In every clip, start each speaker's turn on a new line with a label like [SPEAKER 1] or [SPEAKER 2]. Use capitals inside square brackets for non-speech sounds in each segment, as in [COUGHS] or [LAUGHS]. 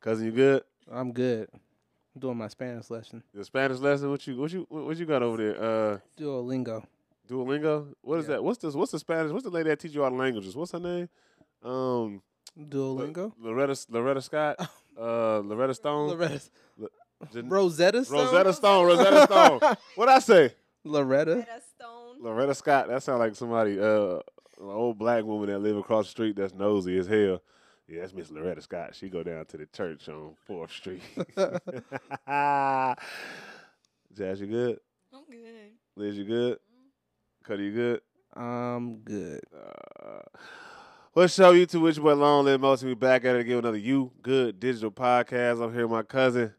[SPEAKER 1] Cousin, you good?
[SPEAKER 2] I'm good. I'm doing my Spanish lesson.
[SPEAKER 1] Your Spanish lesson? What you what you what you got over there? Uh,
[SPEAKER 2] Duolingo.
[SPEAKER 1] Duolingo? What is
[SPEAKER 2] Yeah.
[SPEAKER 1] that? What's this? What's the Spanish? What's the lady that teach you all the languages? What's her name? Um,
[SPEAKER 2] Duolingo.
[SPEAKER 1] Loretta Loretta Scott.
[SPEAKER 2] [LAUGHS]
[SPEAKER 1] Uh, Loretta Stone.
[SPEAKER 2] Loretta.
[SPEAKER 1] Le- Jan-
[SPEAKER 2] Rosetta Stone.
[SPEAKER 1] Rosetta Stone. Rosetta Stone. What I say?
[SPEAKER 2] [LAUGHS] Loretta.
[SPEAKER 3] Loretta Stone.
[SPEAKER 1] Loretta Scott. That sounds like somebody, uh, an old black woman that live across the street that's nosy as hell. Yeah, that's Miss Loretta Scott. She go down to the church on Fourth
[SPEAKER 2] [LAUGHS]
[SPEAKER 1] Street. [LAUGHS] Jazz, you good?
[SPEAKER 3] I'm good.
[SPEAKER 1] Liz, you good? Cuddy, you good?
[SPEAKER 2] I'm good.
[SPEAKER 1] Uh, what's up, YouTube? Which boy Long Live Most. We back at it again with another You Good Digital Podcast. I'm here with my cousin.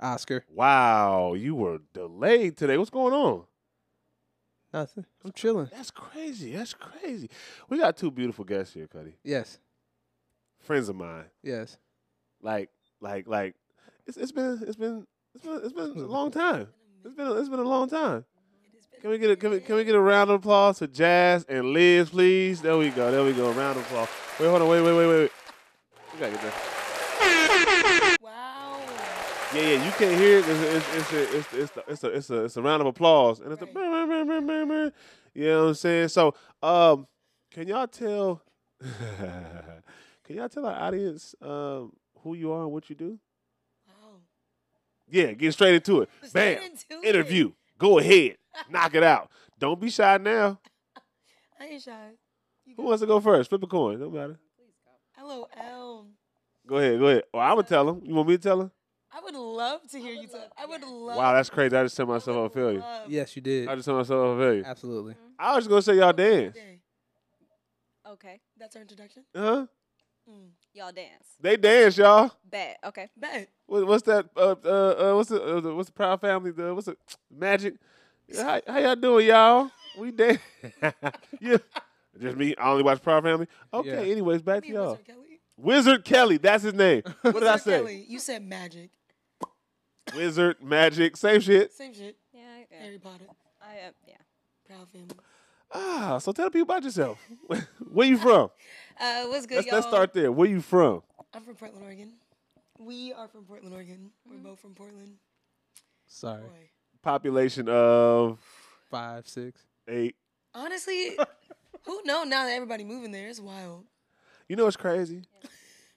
[SPEAKER 2] Oscar.
[SPEAKER 1] Wow, you were delayed today. What's going on?
[SPEAKER 2] Nothing. I'm chilling.
[SPEAKER 1] That's crazy. That's crazy. We got two beautiful guests here, Cuddy.
[SPEAKER 2] Yes.
[SPEAKER 1] Friends of mine.
[SPEAKER 2] Yes.
[SPEAKER 1] Like, like, like. It's it's been it's been it's been it's been a long time. It's been a, it's been a long time. Can we get a can we, can we get a round of applause for Jazz and Liz, please? There we go. There we go. Round of applause. Wait, hold on. Wait, wait, wait, wait. wait. We gotta get that.
[SPEAKER 3] Wow.
[SPEAKER 1] Yeah, yeah, you can't hear it. 'cause It's it's a- it's it's the- it's a it's a it's a round of applause, and it's a
[SPEAKER 3] Right.
[SPEAKER 1] brr, brr, brr, brr, brr. you know what I'm saying. So, um, can y'all tell? [LAUGHS] can y'all tell our audience um who you are and what you do?
[SPEAKER 3] Wow.
[SPEAKER 1] Yeah, get straight into it. Bam,
[SPEAKER 3] Straight into it.
[SPEAKER 1] interview. Go ahead, knock it out. Don't be shy now.
[SPEAKER 3] I ain't shy. You
[SPEAKER 1] Who
[SPEAKER 3] go.
[SPEAKER 1] wants to go first? Flip a coin. No matter.
[SPEAKER 3] LOL.
[SPEAKER 1] Go ahead, go ahead. Well, I'm gonna tell them. You want me to tell them?
[SPEAKER 3] I would love to hear you talk. I would love.
[SPEAKER 1] Wow, that's crazy. I just tell
[SPEAKER 3] I
[SPEAKER 1] myself
[SPEAKER 3] would
[SPEAKER 1] I'm a failure.
[SPEAKER 3] love
[SPEAKER 2] Yes, you did.
[SPEAKER 1] I just tell myself I'm a failure.
[SPEAKER 2] Absolutely.
[SPEAKER 4] Mm-hmm.
[SPEAKER 1] I was just gonna say y'all dance,
[SPEAKER 3] today. Okay, that's our introduction.
[SPEAKER 1] huh?
[SPEAKER 3] Mm. Y'all dance.
[SPEAKER 1] They dance, y'all.
[SPEAKER 3] Bad. Okay. Bad.
[SPEAKER 1] What, what's that? Uh, uh, uh, what's the uh, the- what's the Proud Family? The what's the Magic? How, how y'all doing, y'all?
[SPEAKER 3] [LAUGHS]
[SPEAKER 1] We dance. yeah, just me. I only watch Proud Family. Okay.
[SPEAKER 2] Yeah.
[SPEAKER 1] Anyways, back to
[SPEAKER 3] Me,
[SPEAKER 1] y'all.
[SPEAKER 3] Mr. Kelly.
[SPEAKER 1] Wizard Kelly, that's his
[SPEAKER 3] [LAUGHS]
[SPEAKER 1] name. What did I
[SPEAKER 3] Mr.
[SPEAKER 1] say?
[SPEAKER 3] Kelly, you said magic.
[SPEAKER 1] Wizard Magic, same shit.
[SPEAKER 3] Same shit.
[SPEAKER 4] Yeah, I,
[SPEAKER 3] Harry Potter.
[SPEAKER 4] I, I uh, yeah.
[SPEAKER 3] Proud family.
[SPEAKER 1] Ah, so tell people about yourself. [LAUGHS] Where you from?
[SPEAKER 3] Uh, what's good,
[SPEAKER 1] Let's,
[SPEAKER 3] y'all?
[SPEAKER 1] let's start there. Where you from?
[SPEAKER 3] I'm from Portland, Oregon. We are from Portland, Oregon. We're both from Portland.
[SPEAKER 2] Sorry.
[SPEAKER 3] Boy.
[SPEAKER 1] Population of
[SPEAKER 2] Five, six.
[SPEAKER 1] eight.
[SPEAKER 3] Honestly, who know now that everybody moving there? It's wild.
[SPEAKER 1] You know what's crazy?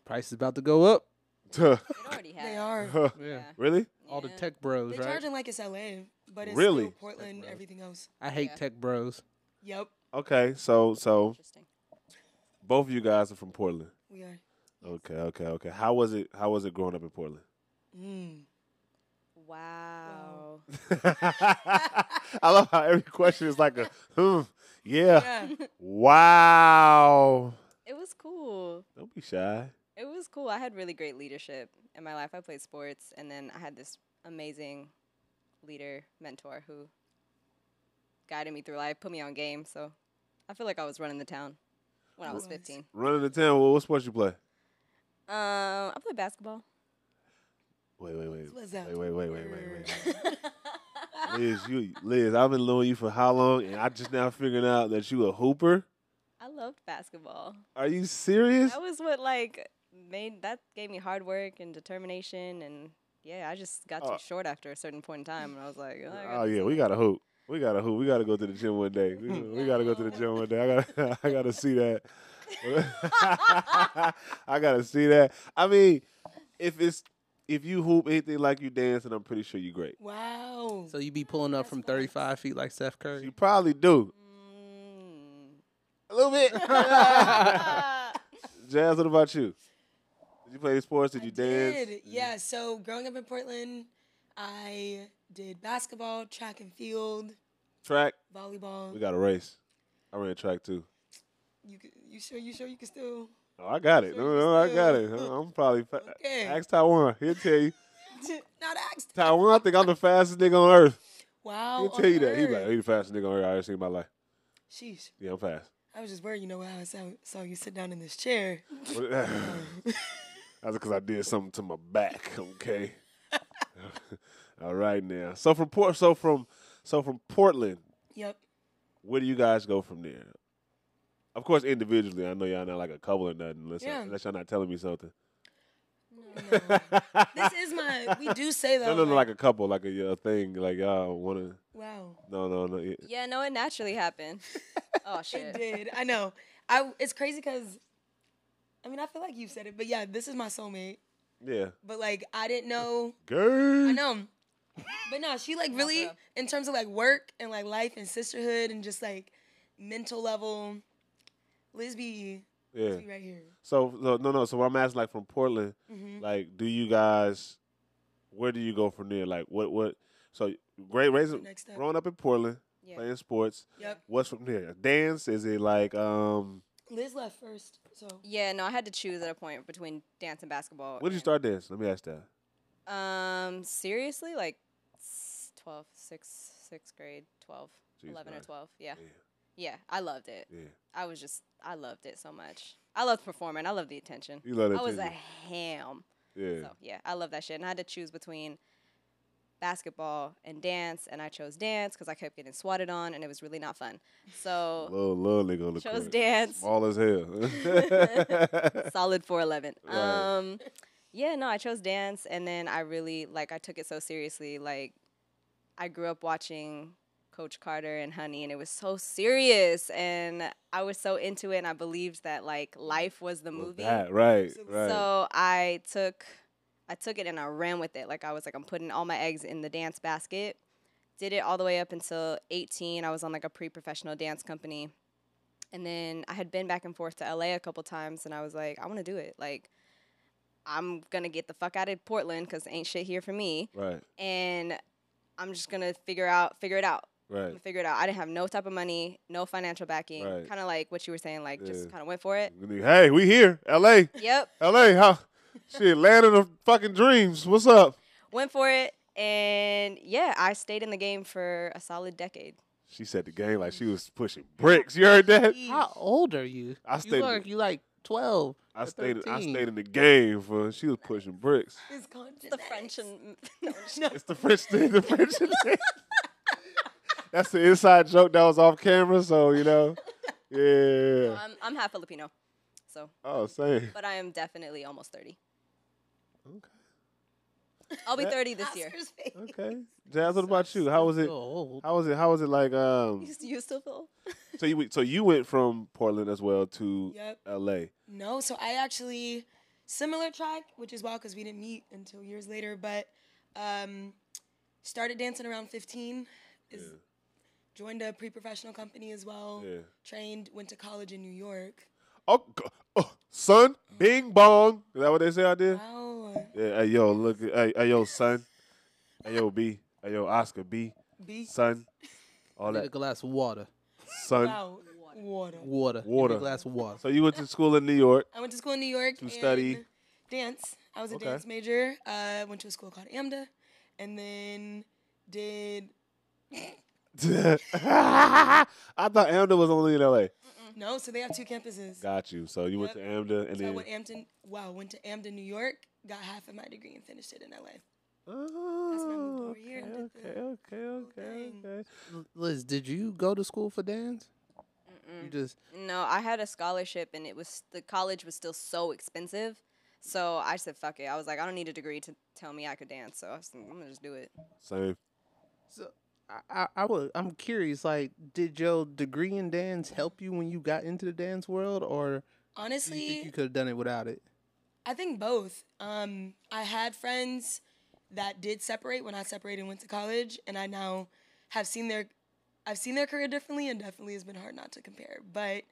[SPEAKER 2] Price is about to go up.
[SPEAKER 1] [LAUGHS]
[SPEAKER 4] It already has.
[SPEAKER 3] They are.
[SPEAKER 2] Yeah.
[SPEAKER 1] really?
[SPEAKER 2] All the
[SPEAKER 4] Yeah.
[SPEAKER 2] tech bros,
[SPEAKER 3] They're
[SPEAKER 2] right?
[SPEAKER 3] charging like it's LA, but it's
[SPEAKER 1] Really?
[SPEAKER 3] still Portland,
[SPEAKER 2] Like,
[SPEAKER 3] everything else.
[SPEAKER 2] I hate
[SPEAKER 4] Yeah.
[SPEAKER 2] tech bros.
[SPEAKER 3] Yep,
[SPEAKER 1] Okay, so so
[SPEAKER 4] Interesting.
[SPEAKER 1] both of you guys are from Portland.
[SPEAKER 3] we are.
[SPEAKER 1] Okay, okay, okay. How was it? How was it growing up in Portland? [LAUGHS]
[SPEAKER 3] Mm.
[SPEAKER 4] Wow.
[SPEAKER 1] I love how every question is like a, hmm, yeah,
[SPEAKER 3] Yeah.
[SPEAKER 1] wow.
[SPEAKER 4] [LAUGHS] It was cool.
[SPEAKER 1] Don't be shy.
[SPEAKER 4] It was cool. I had really great leadership in my life. I played sports, and then I had this amazing leader mentor who guided me through life, put me on game. So I feel like I was running the town when I was
[SPEAKER 3] Nice.
[SPEAKER 4] 15. Um,
[SPEAKER 1] Running the town. Well, what sports you play?
[SPEAKER 4] Uh, I played basketball.
[SPEAKER 1] Wait, wait, wait,
[SPEAKER 3] What's up?
[SPEAKER 1] wait, wait, wait, wait, wait, wait.
[SPEAKER 4] [LAUGHS]
[SPEAKER 1] Liz, you, Liz, I've been knowing you for how long, and I just now figuring out that you a hooper.
[SPEAKER 4] [LAUGHS] I loved basketball.
[SPEAKER 1] Are you serious?
[SPEAKER 4] that was what like made that gave me hard work and determination and yeah i just got
[SPEAKER 1] Oh.
[SPEAKER 4] too short after a certain point in time and i was like oh, I
[SPEAKER 1] Oh
[SPEAKER 4] gotta do
[SPEAKER 1] yeah, we
[SPEAKER 4] something."
[SPEAKER 1] got to hoop. We got to hoop. We got to go to the gym one day. We, we got to go to the gym one day. I got to [LAUGHS] I got to see that. I got to see that. I mean, if it's if you hoop anything like you dance, and I'm pretty sure you're great.
[SPEAKER 3] Wow.
[SPEAKER 2] So you be pulling up from 35 feet like Steph
[SPEAKER 1] You
[SPEAKER 2] Curry?
[SPEAKER 1] probably do
[SPEAKER 4] Mm.
[SPEAKER 1] a little bit. [LAUGHS] Jazz, what about you? Did you play sports? Did you dance?
[SPEAKER 3] Did. Yeah, so growing up in Portland, I did basketball, track and field,
[SPEAKER 1] Track.
[SPEAKER 3] volleyball.
[SPEAKER 1] We got a race. I ran track too.
[SPEAKER 3] you, c- you sure you sure you can still? [LAUGHS]
[SPEAKER 1] Oh, I got it. No, no, I got it. I'm probably. Fa-
[SPEAKER 3] Okay.
[SPEAKER 1] Ask Taiwan. He'll tell you.
[SPEAKER 3] Not asked.
[SPEAKER 1] Taiwan, I think I'm the fastest nigga on earth.
[SPEAKER 3] Wow.
[SPEAKER 1] He'll
[SPEAKER 3] on
[SPEAKER 1] tell you that. He be like,
[SPEAKER 3] earth.
[SPEAKER 1] he the fastest nigga on earth I ever seen in my life.
[SPEAKER 3] Sheesh.
[SPEAKER 1] Yeah, I'm fast. [LAUGHS]
[SPEAKER 3] I was just worried, you know, how I saw, saw you sit down in this chair.
[SPEAKER 1] That's because I did something to my back. Okay. [LAUGHS] All right now. So from Port, so from, so from Portland,
[SPEAKER 3] Yep.
[SPEAKER 1] where do you guys go from there? Of course, individually. I know y'all not like a couple or nothing. Unless,
[SPEAKER 3] Yeah.
[SPEAKER 1] unless y'all not telling me something.
[SPEAKER 3] No, no. this is my. We do say though.
[SPEAKER 1] [LAUGHS] no, no, no, like a couple, like a, yeah, a thing, like y'all wanna.
[SPEAKER 3] wow.
[SPEAKER 1] No, no, no. yeah.
[SPEAKER 4] Yeah, no, it naturally
[SPEAKER 1] [LAUGHS]
[SPEAKER 4] happened. oh
[SPEAKER 3] It
[SPEAKER 4] shit.
[SPEAKER 3] did. I know. I. It's crazy because, I mean, I feel like you said it, but yeah, this is my soulmate.
[SPEAKER 1] Yeah,
[SPEAKER 3] But like, I didn't know. I
[SPEAKER 1] girl.
[SPEAKER 3] know. But no, she like really
[SPEAKER 4] bro.
[SPEAKER 3] in terms of like work and like life and sisterhood and just like mental level. Liz be,
[SPEAKER 1] Yeah.
[SPEAKER 3] Liz be right here.
[SPEAKER 1] So, so no, no. So what I'm asking, like from Portland,
[SPEAKER 3] Mhm.
[SPEAKER 1] like, do you guys, where do you go from there? Like, what, what? So great raising,
[SPEAKER 3] Next step.
[SPEAKER 1] growing up in Portland,
[SPEAKER 4] Yeah.
[SPEAKER 1] playing sports.
[SPEAKER 3] Yep.
[SPEAKER 1] What's from there? Dance? Is it like, um,
[SPEAKER 3] Liz left first, so
[SPEAKER 4] Yeah, no, I had to choose at a point between dance and basketball.
[SPEAKER 1] when did you
[SPEAKER 4] and-
[SPEAKER 1] start dancing? Let me ask that.
[SPEAKER 4] Um, seriously, like s- 12, 6, 6th grade, 12,
[SPEAKER 1] Jeez,
[SPEAKER 4] 11 or
[SPEAKER 1] nice.
[SPEAKER 4] 12. Yeah.
[SPEAKER 1] Yeah.
[SPEAKER 4] Yeah, I loved it.
[SPEAKER 1] Yeah,
[SPEAKER 4] I was just, I loved it so much. I loved performing. I loved the attention.
[SPEAKER 1] you love that.
[SPEAKER 4] I was a
[SPEAKER 1] attention.
[SPEAKER 4] ham.
[SPEAKER 1] yeah.
[SPEAKER 4] So, yeah, I love that shit. And I had to choose between basketball and dance, and I chose dance because I kept getting swatted on, and it was really not fun. So,
[SPEAKER 1] Little, little nigga on the
[SPEAKER 4] chose
[SPEAKER 1] court.
[SPEAKER 4] dance.
[SPEAKER 1] Small [LAUGHS] as
[SPEAKER 4] [LAUGHS]
[SPEAKER 1] hell.
[SPEAKER 4] solid 411
[SPEAKER 1] Right.
[SPEAKER 4] um yeah no i chose dance and then i really like i took it so seriously like i grew up watching coach carter and honey and it was so serious and i was so into it and i believed that like life was the
[SPEAKER 1] Well,
[SPEAKER 4] movie
[SPEAKER 1] That, right,
[SPEAKER 3] So-
[SPEAKER 1] right.
[SPEAKER 4] so i took i took it and i ran with it like i was like i'm putting all my eggs in the dance basket did it all the way up until 18 i was on like a pre-professional dance company and then i had been back and forth to la a couple times and i was like i want to do it like i'm gonna get the fuck out of portland because ain't shit here for me
[SPEAKER 1] right,
[SPEAKER 4] and i'm just gonna figure out figure it out i'm
[SPEAKER 1] right.
[SPEAKER 4] gonna figure it out i didn't have no type of money no financial backing
[SPEAKER 1] Right.
[SPEAKER 4] kind of like what you were saying like just
[SPEAKER 1] Yeah.
[SPEAKER 4] kind of went for it
[SPEAKER 1] Hey, we here. LA,
[SPEAKER 4] yep
[SPEAKER 1] LA,
[SPEAKER 4] [LAUGHS]
[SPEAKER 1] how? Shit, land of the fucking dreams. What's up?
[SPEAKER 4] went for it and yeah i stayed in the game for a solid decade
[SPEAKER 1] She said the game like she was pushing bricks. You heard that?
[SPEAKER 2] How old are you?
[SPEAKER 1] I
[SPEAKER 2] you
[SPEAKER 1] stayed in
[SPEAKER 2] look like you like twelve.
[SPEAKER 1] I
[SPEAKER 2] or
[SPEAKER 1] stayed, I
[SPEAKER 2] 13.
[SPEAKER 1] stayed in the game for. She was pushing bricks.
[SPEAKER 3] it's called
[SPEAKER 4] the french and [LAUGHS]
[SPEAKER 1] It's the French thing. The French thing. [LAUGHS] That's the inside joke that was off camera. So you know, yeah.
[SPEAKER 4] I'm, I'm half filipino so
[SPEAKER 1] Oh, same.
[SPEAKER 4] but i am definitely almost 30
[SPEAKER 1] Okay.
[SPEAKER 4] i'll be
[SPEAKER 1] That-
[SPEAKER 4] 30 this year
[SPEAKER 1] Okay. Jazz, what about you? How was it?
[SPEAKER 2] So old.
[SPEAKER 1] How was it? How was it like? Um.
[SPEAKER 4] You- you still feel
[SPEAKER 1] So you so you went from Portland as well to
[SPEAKER 3] Yep.
[SPEAKER 1] L.A.
[SPEAKER 3] No, so I actually similar track, which is wild because we didn't meet until years later. But um, started dancing around 15. Is joined a pre-professional company as well.
[SPEAKER 1] Yeah.
[SPEAKER 3] Trained, went to college in New York.
[SPEAKER 1] Oh, g- oh, son, Bing Bong. Is that what they say out there?
[SPEAKER 3] Wow,
[SPEAKER 1] Yeah, hey, yo, look, hey, hey, yo, son, hey, yo, B, hey, yo, Oscar, B,
[SPEAKER 3] B.
[SPEAKER 1] son, all
[SPEAKER 2] Need a
[SPEAKER 1] that,
[SPEAKER 2] glass of water.
[SPEAKER 1] son.
[SPEAKER 3] Wow, water.
[SPEAKER 2] Water. Give me
[SPEAKER 1] Water.
[SPEAKER 2] A glass of water.
[SPEAKER 1] So you went to school in New York. [LAUGHS]
[SPEAKER 3] I went to school in New York
[SPEAKER 1] To study.
[SPEAKER 3] and dance. I was a
[SPEAKER 1] Okay.
[SPEAKER 3] dance major. Uh, went to a school called AMDA, and then did
[SPEAKER 1] I thought AMDA was only in LA.
[SPEAKER 3] no. So they have two campuses.
[SPEAKER 1] Got you. So you went to
[SPEAKER 3] Yep.
[SPEAKER 1] AMDA and
[SPEAKER 3] So I
[SPEAKER 1] then.
[SPEAKER 3] went Amden. Wow, went to Amden, New York. Got half of my degree and finished it in LA. when I moved
[SPEAKER 1] Oh,
[SPEAKER 3] over
[SPEAKER 1] okay,
[SPEAKER 3] here and did
[SPEAKER 1] okay,
[SPEAKER 3] the
[SPEAKER 1] okay, okay,
[SPEAKER 3] thing.
[SPEAKER 1] okay.
[SPEAKER 2] L- Liz, did you go to school for dance?
[SPEAKER 3] Mm-hmm.
[SPEAKER 2] You just
[SPEAKER 4] no i had a scholarship and it was the college was still so expensive so i said fuck it i was like i don't need a degree to tell me i could dance so I was, i'm gonna just do it
[SPEAKER 1] Same.
[SPEAKER 2] so I, I, I would I'm curious, like, did your degree in dance help you when you got into the dance world or do you think
[SPEAKER 3] Honestly,
[SPEAKER 2] you could have done it without it?
[SPEAKER 3] I think both. Um, I had friends that did separate when I separated and went to college, and I now have seen their, I've seen their career differently, and definitely has been hard not to compare. But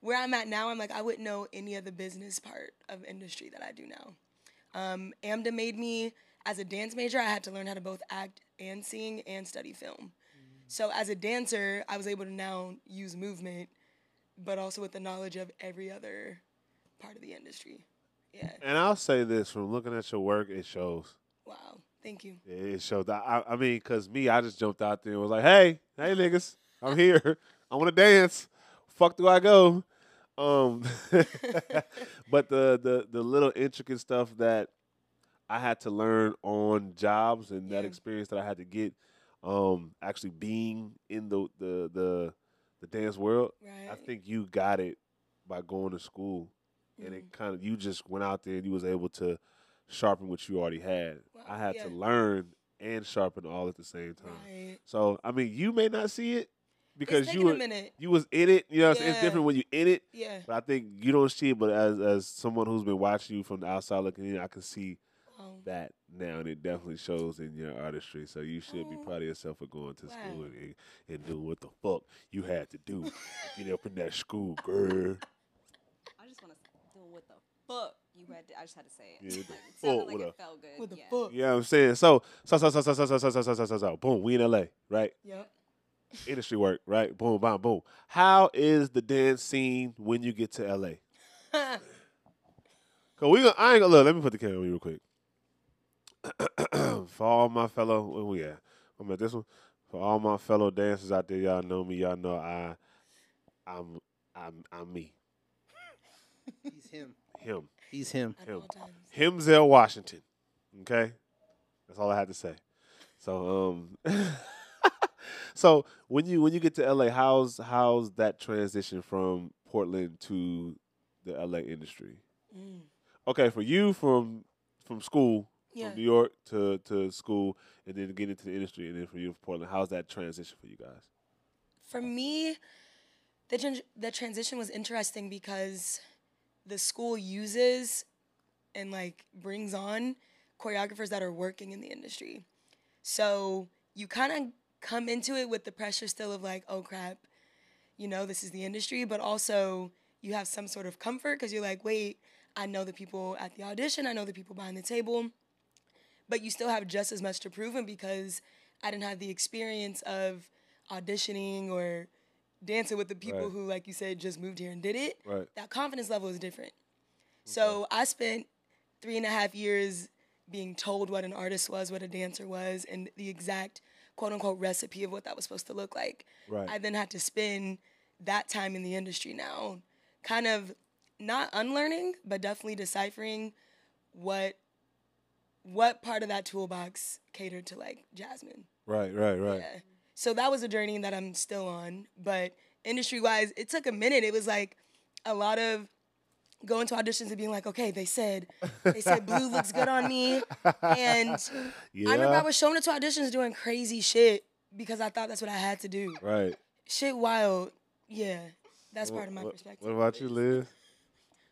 [SPEAKER 3] where I'm at now, I'm like I wouldn't know any of the business part of industry that I do now. Um, AMDA made me as a dance major. I had to learn how to both act and sing and study film. So as a dancer, I was able to now use movement, but also with the knowledge of every other part of the industry. Yeah.
[SPEAKER 1] And I'll say this from looking at your work, it shows.
[SPEAKER 3] Wow.
[SPEAKER 1] [LAUGHS]
[SPEAKER 3] Thank you. [LAUGHS]
[SPEAKER 1] Yeah, It showed. I, I mean, cause me, I just jumped out there and was like, "Hey, hey, niggas, I'm
[SPEAKER 3] [LAUGHS]
[SPEAKER 1] here. I want to dance. Fuck, do I go?"
[SPEAKER 3] [LAUGHS]
[SPEAKER 1] Um, but the the the little intricate stuff that I had to learn on jobs and that
[SPEAKER 3] Yeah.
[SPEAKER 1] experience that I had to get, um, actually being in the the the the dance world,
[SPEAKER 3] Right.
[SPEAKER 1] I think you got it by going to school, and
[SPEAKER 3] Mhm.
[SPEAKER 1] it kind of you just went out there and you was able to sharpen what you already had.
[SPEAKER 3] Wow,
[SPEAKER 1] I had to
[SPEAKER 3] yeah.
[SPEAKER 1] learn and sharpen all at the same time.
[SPEAKER 3] Mm-hmm. Right.
[SPEAKER 1] So I mean, you may not see it because
[SPEAKER 3] it's
[SPEAKER 1] you
[SPEAKER 3] taking
[SPEAKER 1] were,
[SPEAKER 3] a minute.
[SPEAKER 1] you was in it. You know, what I'm saying? it's
[SPEAKER 3] Yeah.
[SPEAKER 1] different when you in it.
[SPEAKER 3] Yeah.
[SPEAKER 1] But I think you don't see it. But as as someone who's been watching you from the outside looking in, I can see
[SPEAKER 3] Wow.
[SPEAKER 1] that now, and it definitely shows in your artistry. So you should be
[SPEAKER 4] Mm-hmm.
[SPEAKER 3] Oh.
[SPEAKER 1] proud of yourself for going to school
[SPEAKER 3] Wow.
[SPEAKER 1] and, and doing what the fuck you had to do. to Get up in that school, girl.
[SPEAKER 4] I just want to do what the fuck you had. To, I just had to say it.
[SPEAKER 1] Yeah, what the
[SPEAKER 4] like, it [LAUGHS] sounded
[SPEAKER 1] fuck,
[SPEAKER 4] like
[SPEAKER 1] what
[SPEAKER 4] it
[SPEAKER 1] the-
[SPEAKER 4] felt good.
[SPEAKER 3] What the
[SPEAKER 4] yeah.
[SPEAKER 3] fuck?
[SPEAKER 1] You know what I'm saying? So, so, so, so, so, so, so, so, so, so, so, so, so, boom, we in LA, right?
[SPEAKER 3] Yep.
[SPEAKER 1] Industry work, right? Boom, boom, boom. How is the dance scene when you get to LA? Cause we, gonna, I ain't gonna look. Let me put the camera on you real quick. [CLEARS THROAT] For all my fellow, where we at? I'm at this one. For all my fellow dancers out there, y'all know me. Y'all know I, I'm, I'm, I'm me.
[SPEAKER 2] He's him.
[SPEAKER 1] Him,
[SPEAKER 2] He's him.
[SPEAKER 3] At
[SPEAKER 1] Him.
[SPEAKER 3] all times.
[SPEAKER 1] Himzel Washington. Okay, that's all I had to say. So, um, [LAUGHS] so when you when you get to LA, how's how's that transition from Portland to the LA industry?
[SPEAKER 3] Mm.
[SPEAKER 1] Okay, for you from from school
[SPEAKER 3] Yeah.
[SPEAKER 1] from New York to, to school and then get into the industry and then from you to Portland. How's that transition for you guys?
[SPEAKER 3] For me, the tran- the transition was interesting because the school uses and like brings on choreographers that are working in the industry. So you kind of come into it with the pressure still of like, oh crap, you know, this is the industry, but also you have some sort of comfort because you're like, wait, I know the people at the audition, I know the people behind the table, but you still have just as much to prove. And because I didn't have the experience of auditioning or dancing with the people
[SPEAKER 1] Right.
[SPEAKER 3] who, like you said, just moved here and did it,
[SPEAKER 1] Right.
[SPEAKER 3] that confidence level is different. So I spent three and a half years being told what an artist was, what a dancer was, and the exact quote unquote recipe of what that was supposed to look like.
[SPEAKER 1] Right.
[SPEAKER 3] I then had to spend that time in the industry now, kind of not unlearning, but definitely deciphering what what part of that toolbox catered to like Jasmine.
[SPEAKER 1] right, right, right.
[SPEAKER 3] Yeah. So that was a journey that I'm still on. But industry wise, it took a minute. It was like a lot of going to auditions and being like, okay, they said, they said blue looks good on me. And
[SPEAKER 1] [LAUGHS] Yeah.
[SPEAKER 3] I remember I was showing up to auditions doing crazy shit because I thought that's what I had to do.
[SPEAKER 1] right.
[SPEAKER 3] Shit wild. Yeah. That's part of my
[SPEAKER 1] What-
[SPEAKER 3] perspective.
[SPEAKER 1] What about you, Liz?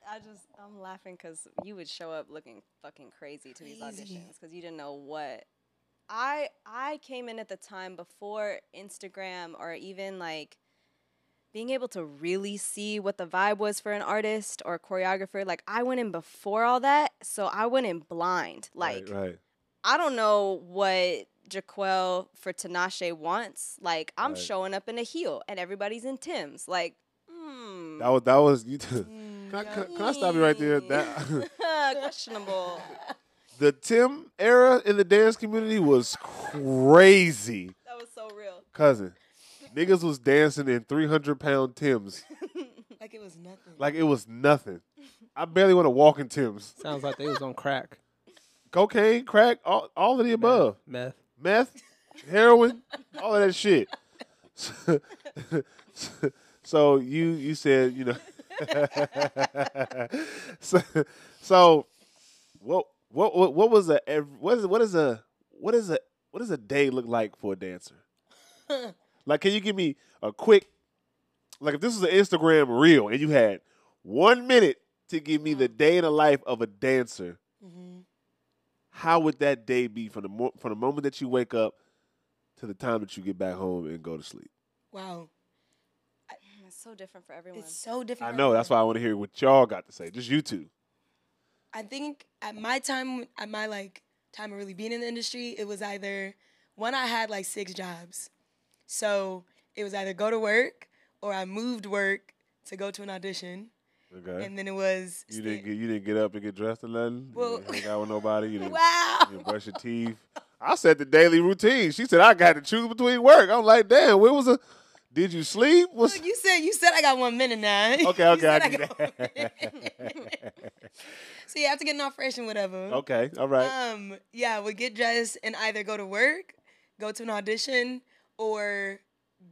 [SPEAKER 4] I just I'm laughing because you would show up looking fucking crazy to these
[SPEAKER 3] Crazy.
[SPEAKER 4] auditions because you didn't know what. I I came in at the time before Instagram or even like being able to really see what the vibe was for an artist or a choreographer. Like I went in before all that, so I went in blind. Like
[SPEAKER 1] right, right.
[SPEAKER 4] I don't know what Jaquel for Tanache wants. Like I'm
[SPEAKER 1] Right.
[SPEAKER 4] showing up in a heel and everybody's in Tim's. Like, hmm.
[SPEAKER 1] That was that was you [LAUGHS]
[SPEAKER 3] Mm,
[SPEAKER 1] Can I,
[SPEAKER 3] yeah.
[SPEAKER 1] can, I- can I stop you right there? That [LAUGHS]
[SPEAKER 4] [LAUGHS] questionable.
[SPEAKER 1] the Tim era in the dance community was crazy,
[SPEAKER 4] That was so real.
[SPEAKER 1] cousin. Niggas was dancing in three hundred pound Tims
[SPEAKER 3] like it was nothing.
[SPEAKER 1] like it was nothing. I barely want to walk in Tims.
[SPEAKER 2] Sounds like they was on crack.
[SPEAKER 1] Cocaine, crack, all, all of the above.
[SPEAKER 2] Meth.
[SPEAKER 1] meth, heroin, all of that shit. [LAUGHS] so you you said you know. [LAUGHS] so so what what what what was a ev- what is what is a what is a what does a day look like for a dancer? like, can you give me a quick like if this was an Instagram reel and you had one minute to give me the day in the life of a dancer?
[SPEAKER 3] hmm
[SPEAKER 1] how would that day be from the mo- from the moment that you wake up to the time that you get back home and go to sleep?
[SPEAKER 3] Wow.
[SPEAKER 4] It's so different for everyone.
[SPEAKER 3] It's so
[SPEAKER 1] I
[SPEAKER 3] different.
[SPEAKER 1] know that's
[SPEAKER 3] why.
[SPEAKER 1] why I want to hear what y'all got to say. Just you two.
[SPEAKER 3] I think at my time, at my like time of really being in the industry, it was either one I had like six jobs, so it was either go to work or I moved work to go to an audition,
[SPEAKER 1] Okay.
[SPEAKER 3] and then it was
[SPEAKER 1] you
[SPEAKER 3] stay-
[SPEAKER 1] didn't get you didn't get up and get dressed or nothing.
[SPEAKER 3] Well-
[SPEAKER 1] you didn't hang out with nobody.
[SPEAKER 3] [LAUGHS]
[SPEAKER 1] You didn't,
[SPEAKER 3] wow.
[SPEAKER 1] you didn't brush your teeth. I said the daily routine. She said I got to choose between work. I'm like, damn. Where was a? Did you sleep? What's
[SPEAKER 3] Look, you said you said I got one minute now. [LAUGHS] You
[SPEAKER 1] okay? Okay,
[SPEAKER 3] said
[SPEAKER 1] I can
[SPEAKER 3] got one minute. [LAUGHS] so you have to get an operation,
[SPEAKER 1] [LAUGHS]
[SPEAKER 3] whatever.
[SPEAKER 1] okay, all right.
[SPEAKER 3] Um, yeah, would get dressed and either go to work, go to an audition, or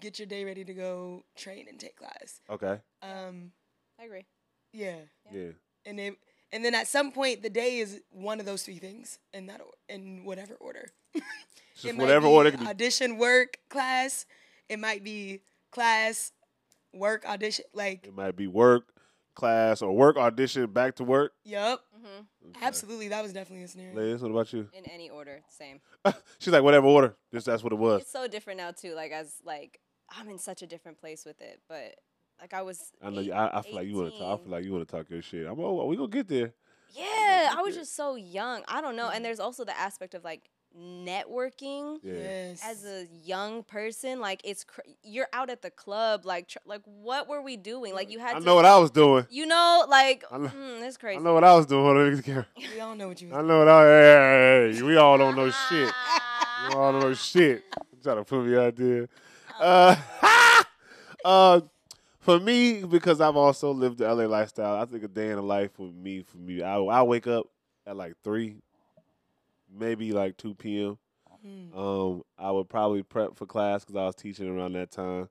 [SPEAKER 3] get your day ready to go train and take class.
[SPEAKER 1] Okay,
[SPEAKER 3] Um,
[SPEAKER 4] I agree.
[SPEAKER 3] Uh, yeah,
[SPEAKER 1] yeah.
[SPEAKER 3] and it And then at some point, the day is one of those three things in that or- in whatever order.
[SPEAKER 1] Just
[SPEAKER 3] It might
[SPEAKER 1] whatever
[SPEAKER 3] be
[SPEAKER 1] order. It could be
[SPEAKER 3] audition, work, class. It might be class, work, audition. Like,
[SPEAKER 1] It might be work, class, or work audition, back to work.
[SPEAKER 3] yup,
[SPEAKER 4] Mhm.
[SPEAKER 3] absolutely. That was definitely a scenario.
[SPEAKER 1] Ladies, what about you? [LAUGHS]
[SPEAKER 4] In any order, same.
[SPEAKER 1] She's like, whatever order. Just that's what it was.
[SPEAKER 4] It's so different now too. Like as like I'm in such a different place with it, but like I was.
[SPEAKER 1] I know.
[SPEAKER 4] eight-
[SPEAKER 1] You, I, I feel like you want to. I feel
[SPEAKER 4] 18.
[SPEAKER 1] like you want to talk your shit. I'm. Oh, we gonna get there.
[SPEAKER 4] Yeah, I was
[SPEAKER 1] Yeah.
[SPEAKER 4] just so young. I don't know.
[SPEAKER 3] Mhm.
[SPEAKER 4] And there's also the aspect of like networking.
[SPEAKER 1] Yeah.
[SPEAKER 3] Yes.
[SPEAKER 4] As a young person, like it's cr- you're out at the club, like tr- like what were we doing? Like you had
[SPEAKER 1] I
[SPEAKER 4] to,
[SPEAKER 1] know what I was doing.
[SPEAKER 4] you know, like
[SPEAKER 1] I know-
[SPEAKER 4] mm, it's
[SPEAKER 1] I
[SPEAKER 4] crazy. [LAUGHS]
[SPEAKER 1] know what I was doing. Hold on, let me get the camera.
[SPEAKER 3] we all know what
[SPEAKER 1] [LAUGHS]
[SPEAKER 3] you.
[SPEAKER 1] I know what I. Hey, hey, hey, we all don't know shit. We all don't know shit. Trying to put me out there. Uh, [LAUGHS] uh, for me, because I've also lived the LA lifestyle, I think a day in the life for me, for me, I, I wake up at like three, maybe like two p.m.
[SPEAKER 3] Mm.
[SPEAKER 1] Um, I would probably prep for class because I was teaching around that time.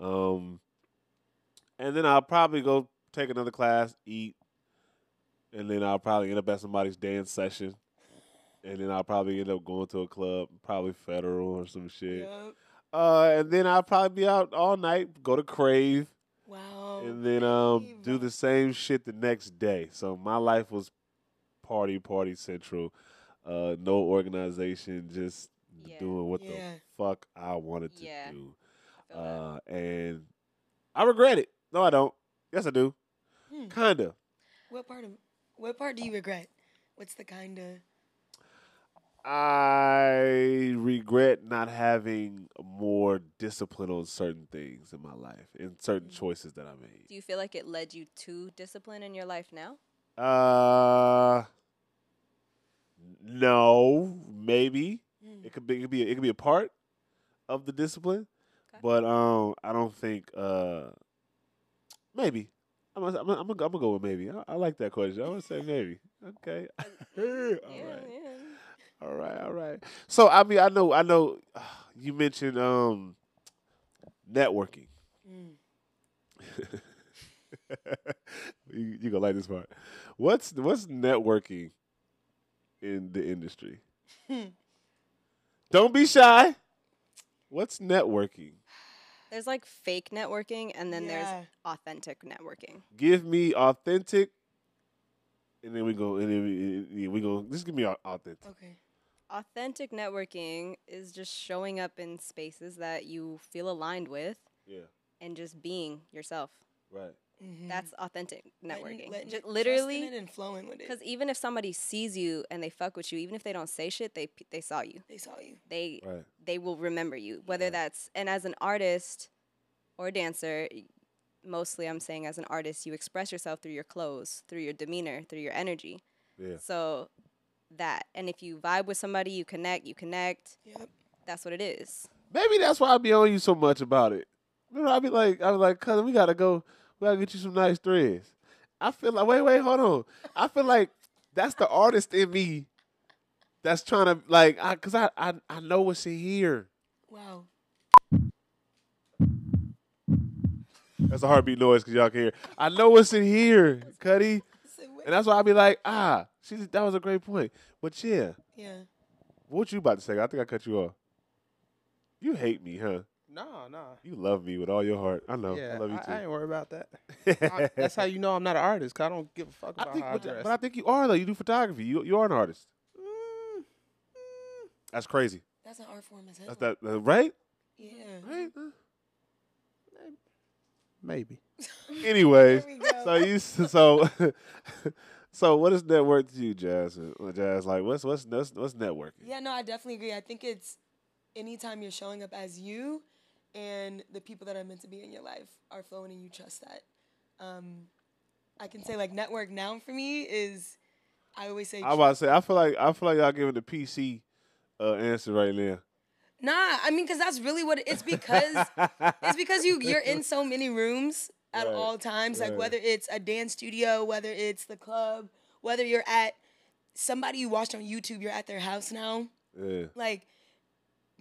[SPEAKER 1] Um, and then I'll probably go take another class, eat, and then I'll probably end up at somebody's dance session. And then I'll probably end up going to a club, probably Federal or some shit.
[SPEAKER 3] Yup.
[SPEAKER 1] Uh, and then I'll probably be out all night, go to Crave,
[SPEAKER 4] Oh,
[SPEAKER 3] Wow.
[SPEAKER 1] and then um,
[SPEAKER 3] Crave.
[SPEAKER 1] do the same shit the next day. So my life was party, party central. Uh, no organization, just
[SPEAKER 4] Yeah.
[SPEAKER 1] doing what
[SPEAKER 3] Yeah.
[SPEAKER 1] the fuck I wanted to
[SPEAKER 4] Yeah.
[SPEAKER 1] do.
[SPEAKER 4] I feel that.
[SPEAKER 1] Uh, and I regret it. No, I don't. Yes, I do.
[SPEAKER 3] Hmm.
[SPEAKER 4] Mm.
[SPEAKER 1] Kinda.
[SPEAKER 3] What part of what part do you regret? What's the kind of
[SPEAKER 1] I regret not having more discipline on certain things in my life and certain choices that I made.
[SPEAKER 4] Mm. Do you feel like it led you to discipline in your life now?
[SPEAKER 1] Uh, no, maybe
[SPEAKER 3] Mm.
[SPEAKER 1] it could be it could be it could be a part of the discipline,
[SPEAKER 4] Okay.
[SPEAKER 1] but um, I don't think uh, maybe. I'm gonna, I'm, gonna, I'm, gonna, I'm gonna go with maybe. I, I like that question. I'm gonna say maybe.
[SPEAKER 4] [LAUGHS]
[SPEAKER 1] Okay. [LAUGHS] all
[SPEAKER 4] yeah,
[SPEAKER 1] right.
[SPEAKER 4] yeah.
[SPEAKER 1] All right. All right. So I mean, I know, I know. [SIGHS] you mentioned um, networking.
[SPEAKER 3] mm.
[SPEAKER 1] you, you gonna like this part. What's what's networking in the
[SPEAKER 4] [LAUGHS]
[SPEAKER 1] industry?
[SPEAKER 3] Hmm.
[SPEAKER 1] Don't be shy. What's networking?
[SPEAKER 4] There's like fake networking, and then there's
[SPEAKER 3] Yeah.
[SPEAKER 4] authentic networking.
[SPEAKER 1] Give me authentic, and then we go, and then we, we go. Just give me au- authentic.
[SPEAKER 3] okay.
[SPEAKER 4] Authentic networking is just showing up in spaces that you feel aligned with
[SPEAKER 1] Yeah.
[SPEAKER 4] and just being yourself.
[SPEAKER 1] Right.
[SPEAKER 3] Mhm.
[SPEAKER 4] That's authentic
[SPEAKER 3] Letting-
[SPEAKER 4] networking.
[SPEAKER 3] letting
[SPEAKER 4] Ju-
[SPEAKER 3] it- trusting it
[SPEAKER 4] literally,
[SPEAKER 3] and flowing with it.
[SPEAKER 4] because even if somebody sees you and they fuck with you, even if they don't say shit, they p- they saw you.
[SPEAKER 3] They saw you.
[SPEAKER 4] They
[SPEAKER 1] Right.
[SPEAKER 4] they will remember you. Whether
[SPEAKER 1] Right.
[SPEAKER 4] that's and as an artist or a dancer, y- mostly I'm saying as an artist, you express yourself through your clothes, through your demeanor, through your energy.
[SPEAKER 1] Yeah.
[SPEAKER 4] So that and if you vibe with somebody, you connect, you connect.
[SPEAKER 3] Yep.
[SPEAKER 4] That's what it is.
[SPEAKER 1] Maybe that's why I be on you so much about it. You know, I be like, I be like, cousin, we gotta go. We gotta get you some nice threads. I feel like, wait, wait, hold on. I feel like that's the artist in me that's trying to like, I, cause I, I, I know what's in here.
[SPEAKER 3] Wow.
[SPEAKER 1] That's a heartbeat noise, cause y'all can hear. I know what's in here, Cuddy,
[SPEAKER 3] So what-
[SPEAKER 1] and that's why I be like, ah, she. That was a great point. But yeah,
[SPEAKER 3] yeah.
[SPEAKER 1] what you about to say? I think I cut you off. You hate me, huh?
[SPEAKER 2] No, no.
[SPEAKER 1] You love me with all your heart. Oh, I know.
[SPEAKER 2] Yeah,
[SPEAKER 1] I love you
[SPEAKER 2] I,
[SPEAKER 1] too.
[SPEAKER 2] ain't worried
[SPEAKER 1] [LAUGHS]
[SPEAKER 2] about that. I- that's how you know I'm not an artist. 'cause I don't give a fuck
[SPEAKER 1] I
[SPEAKER 2] about
[SPEAKER 1] think,
[SPEAKER 2] how I
[SPEAKER 1] but,
[SPEAKER 2] dress.
[SPEAKER 1] but I think you are though. You do photography. You you are an artist.
[SPEAKER 2] Mm,
[SPEAKER 1] That's crazy.
[SPEAKER 3] That's an art form as hell.
[SPEAKER 1] That's that that- right?
[SPEAKER 3] Yeah.
[SPEAKER 1] Right.
[SPEAKER 2] maybe.
[SPEAKER 1] Anyways,
[SPEAKER 3] There we go.
[SPEAKER 1] so you s- so [LAUGHS] so what is network to you, Jazz? Uh, Jazz, like what's what's what's, what's networking?
[SPEAKER 3] Yeah, no, I definitely agree. I think it's anytime you're showing up as you and the people that are meant to be in your life are flowing and you trust that. Um, I can say like network now for me is I always say
[SPEAKER 1] I about to say I feel like I feel like y'all giving the PC uh, answer right now.
[SPEAKER 3] nah. I mean, because that's really what it-
[SPEAKER 1] [LAUGHS]
[SPEAKER 3] it's because it's because you you're in so many rooms at
[SPEAKER 1] Right,
[SPEAKER 3] all times.
[SPEAKER 1] right.
[SPEAKER 3] Like whether it's a dance studio, whether it's the club, whether you're at somebody you watched on YouTube, you're at their house now.
[SPEAKER 1] yeah.
[SPEAKER 3] like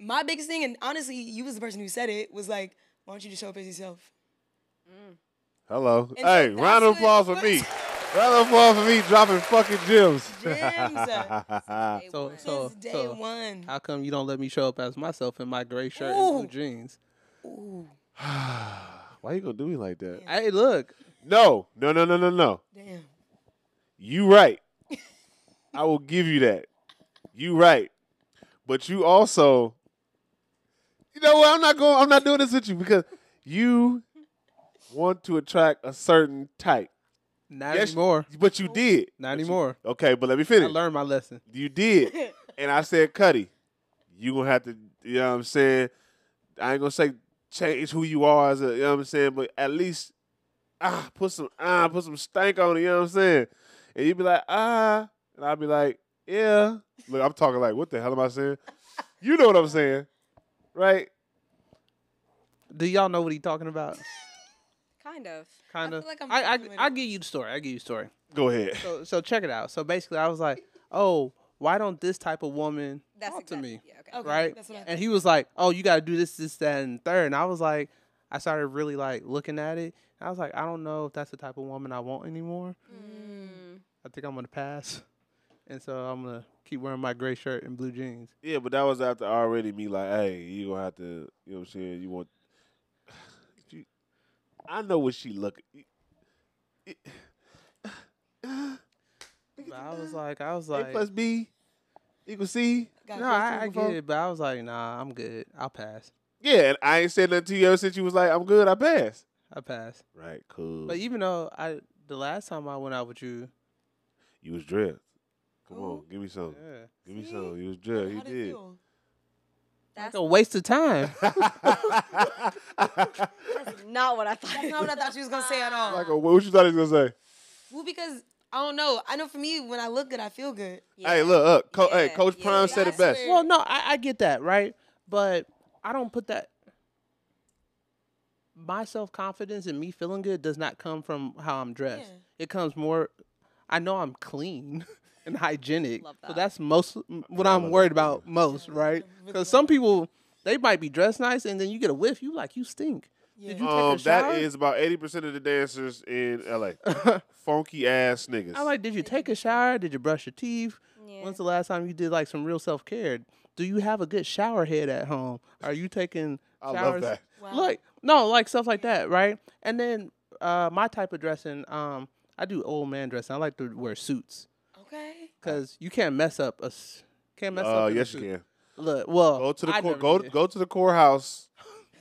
[SPEAKER 3] my biggest thing and honestly you was the person who said it was like why don't you just show up as yourself
[SPEAKER 1] Hello.
[SPEAKER 3] And so
[SPEAKER 1] hey,
[SPEAKER 3] that's
[SPEAKER 1] round of
[SPEAKER 3] what-
[SPEAKER 1] applause for me. [LAUGHS] Round of applause for me dropping fucking gems. Ah.
[SPEAKER 3] Gems.
[SPEAKER 2] So,
[SPEAKER 4] Since
[SPEAKER 2] so,
[SPEAKER 3] Since day
[SPEAKER 2] so,
[SPEAKER 3] one.
[SPEAKER 2] how come you don't let me show up as myself in my gray shirt
[SPEAKER 3] Ooh.
[SPEAKER 2] and blue jeans?
[SPEAKER 3] Ooh,
[SPEAKER 1] Why you gonna do me like that?
[SPEAKER 2] Hey, look,
[SPEAKER 1] No, no, no, no, no, no.
[SPEAKER 3] damn.
[SPEAKER 1] You right. I will give you that. You right. But you also You know what? I'm not going I'm not doing this with you because you want to attract a certain type.
[SPEAKER 2] not
[SPEAKER 1] Yes.
[SPEAKER 2] anymore.
[SPEAKER 1] But you did.
[SPEAKER 2] Not anymore.
[SPEAKER 1] Okay, but let me
[SPEAKER 2] I
[SPEAKER 1] finish.
[SPEAKER 2] learned my lesson.
[SPEAKER 1] You did. And I said, Cuddy, you gonna have to you know what I'm saying? I ain't gonna say change who you are as a you know what I'm saying, but at least ah put some ah put some stank on it, you know what I'm saying? And you'd be like, ah and I'd be like, Yeah. Look, I'm talking like, what the hell am I saying? You know what I'm saying. Right?
[SPEAKER 2] Do y'all know what he talking about?
[SPEAKER 3] [LAUGHS]
[SPEAKER 4] Kind of.
[SPEAKER 2] Kind of.
[SPEAKER 3] feel like I'm
[SPEAKER 2] I, I,
[SPEAKER 3] fucking with
[SPEAKER 2] I
[SPEAKER 3] him.
[SPEAKER 2] give you the story. I give you the story.
[SPEAKER 1] Go ahead.
[SPEAKER 2] So, so check it out. So basically, I was like, oh, why don't this type of woman
[SPEAKER 4] That's
[SPEAKER 2] talk
[SPEAKER 4] exact-
[SPEAKER 2] to me?
[SPEAKER 4] Yeah, okay.
[SPEAKER 3] Okay,
[SPEAKER 2] right?
[SPEAKER 3] That's what I
[SPEAKER 2] And he was like, "Oh, you got to do this, this, that, and third. And I was like, I started really like looking at it. And I was like, I don't know if that's the type of woman I want anymore.
[SPEAKER 4] Mm.
[SPEAKER 2] I think I'm gonna pass. And so I'm gonna keep wearing my gray shirt and blue jeans.
[SPEAKER 1] Yeah, but that was after already me like, hey, you gonna have to, you know what I'm saying? You want, [SIGHS] you, I know what she looking. [SIGHS]
[SPEAKER 2] But I
[SPEAKER 3] [LAUGHS]
[SPEAKER 2] was like, I was
[SPEAKER 1] A
[SPEAKER 2] like,
[SPEAKER 1] plus B equals C.
[SPEAKER 3] got
[SPEAKER 2] no,
[SPEAKER 3] close to
[SPEAKER 2] I, I
[SPEAKER 3] him before.
[SPEAKER 2] get it. But I was like, nah, I'm good. I'll pass.
[SPEAKER 1] Yeah, and I ain't said nothing to you ever since you was like, I'm good, I passed.
[SPEAKER 2] I pass.
[SPEAKER 1] Right, cool.
[SPEAKER 2] But even though I, the last time I went out with you,
[SPEAKER 1] you was dressed. Come
[SPEAKER 3] Ooh.
[SPEAKER 1] on, give me some.
[SPEAKER 2] yeah,
[SPEAKER 1] Give me
[SPEAKER 3] See?
[SPEAKER 1] some. You was dressed. You
[SPEAKER 3] How'd it
[SPEAKER 1] did. [LAUGHS]
[SPEAKER 3] feel?
[SPEAKER 4] That's
[SPEAKER 2] like a waste of time.
[SPEAKER 4] that's not what I thought.
[SPEAKER 3] That's not what I thought she was gonna say at all.
[SPEAKER 1] like, a, what you thought he was gonna say?
[SPEAKER 3] well, because I don't know. I know for me, when I look good, I feel good.
[SPEAKER 1] Hey, look, up. Co- Hey,
[SPEAKER 4] Yeah,
[SPEAKER 1] Coach
[SPEAKER 4] yeah,
[SPEAKER 1] Prime said it
[SPEAKER 3] that's
[SPEAKER 1] best.
[SPEAKER 3] where-
[SPEAKER 2] well, no, I, I get that, right? But I don't put that. My self confidence and me feeling good does not come from how I'm dressed.
[SPEAKER 3] Yeah.
[SPEAKER 2] It comes more. I know I'm clean [LAUGHS] and hygienic,
[SPEAKER 4] Love
[SPEAKER 2] so
[SPEAKER 4] that.
[SPEAKER 2] that's most m- what
[SPEAKER 1] I
[SPEAKER 2] I'm
[SPEAKER 1] love
[SPEAKER 2] worried
[SPEAKER 1] that, yeah.
[SPEAKER 2] about most, right?
[SPEAKER 3] really
[SPEAKER 2] Because some people they might be dressed nice, and then you get a whiff, you like you stink.
[SPEAKER 3] Yeah.
[SPEAKER 2] Did you
[SPEAKER 1] Um,
[SPEAKER 2] take a shower?
[SPEAKER 1] that is about eighty percent of the dancers in LA.
[SPEAKER 2] [LAUGHS]
[SPEAKER 1] Funky ass niggas.
[SPEAKER 2] I'm like, did you take a shower? Did you brush your teeth?
[SPEAKER 4] [LAUGHS] Yeah.
[SPEAKER 2] When's the last time you did like some real self care? Do you have a good shower head at home? Are you taking
[SPEAKER 1] [LAUGHS] I love
[SPEAKER 2] showers?
[SPEAKER 1] that.
[SPEAKER 3] Wow.
[SPEAKER 2] Like no, like stuff like that, right? And then uh, my type of dressing, um, I do old man dressing. I like to wear suits
[SPEAKER 3] Okay.
[SPEAKER 2] because you can't mess up a s- can't mess
[SPEAKER 1] Uh,
[SPEAKER 2] up. in a
[SPEAKER 1] yes, you
[SPEAKER 2] suit.
[SPEAKER 1] can.
[SPEAKER 2] Look, well,
[SPEAKER 1] Go to the
[SPEAKER 2] I
[SPEAKER 1] court,
[SPEAKER 2] never
[SPEAKER 1] go
[SPEAKER 2] did.
[SPEAKER 1] go to the courthouse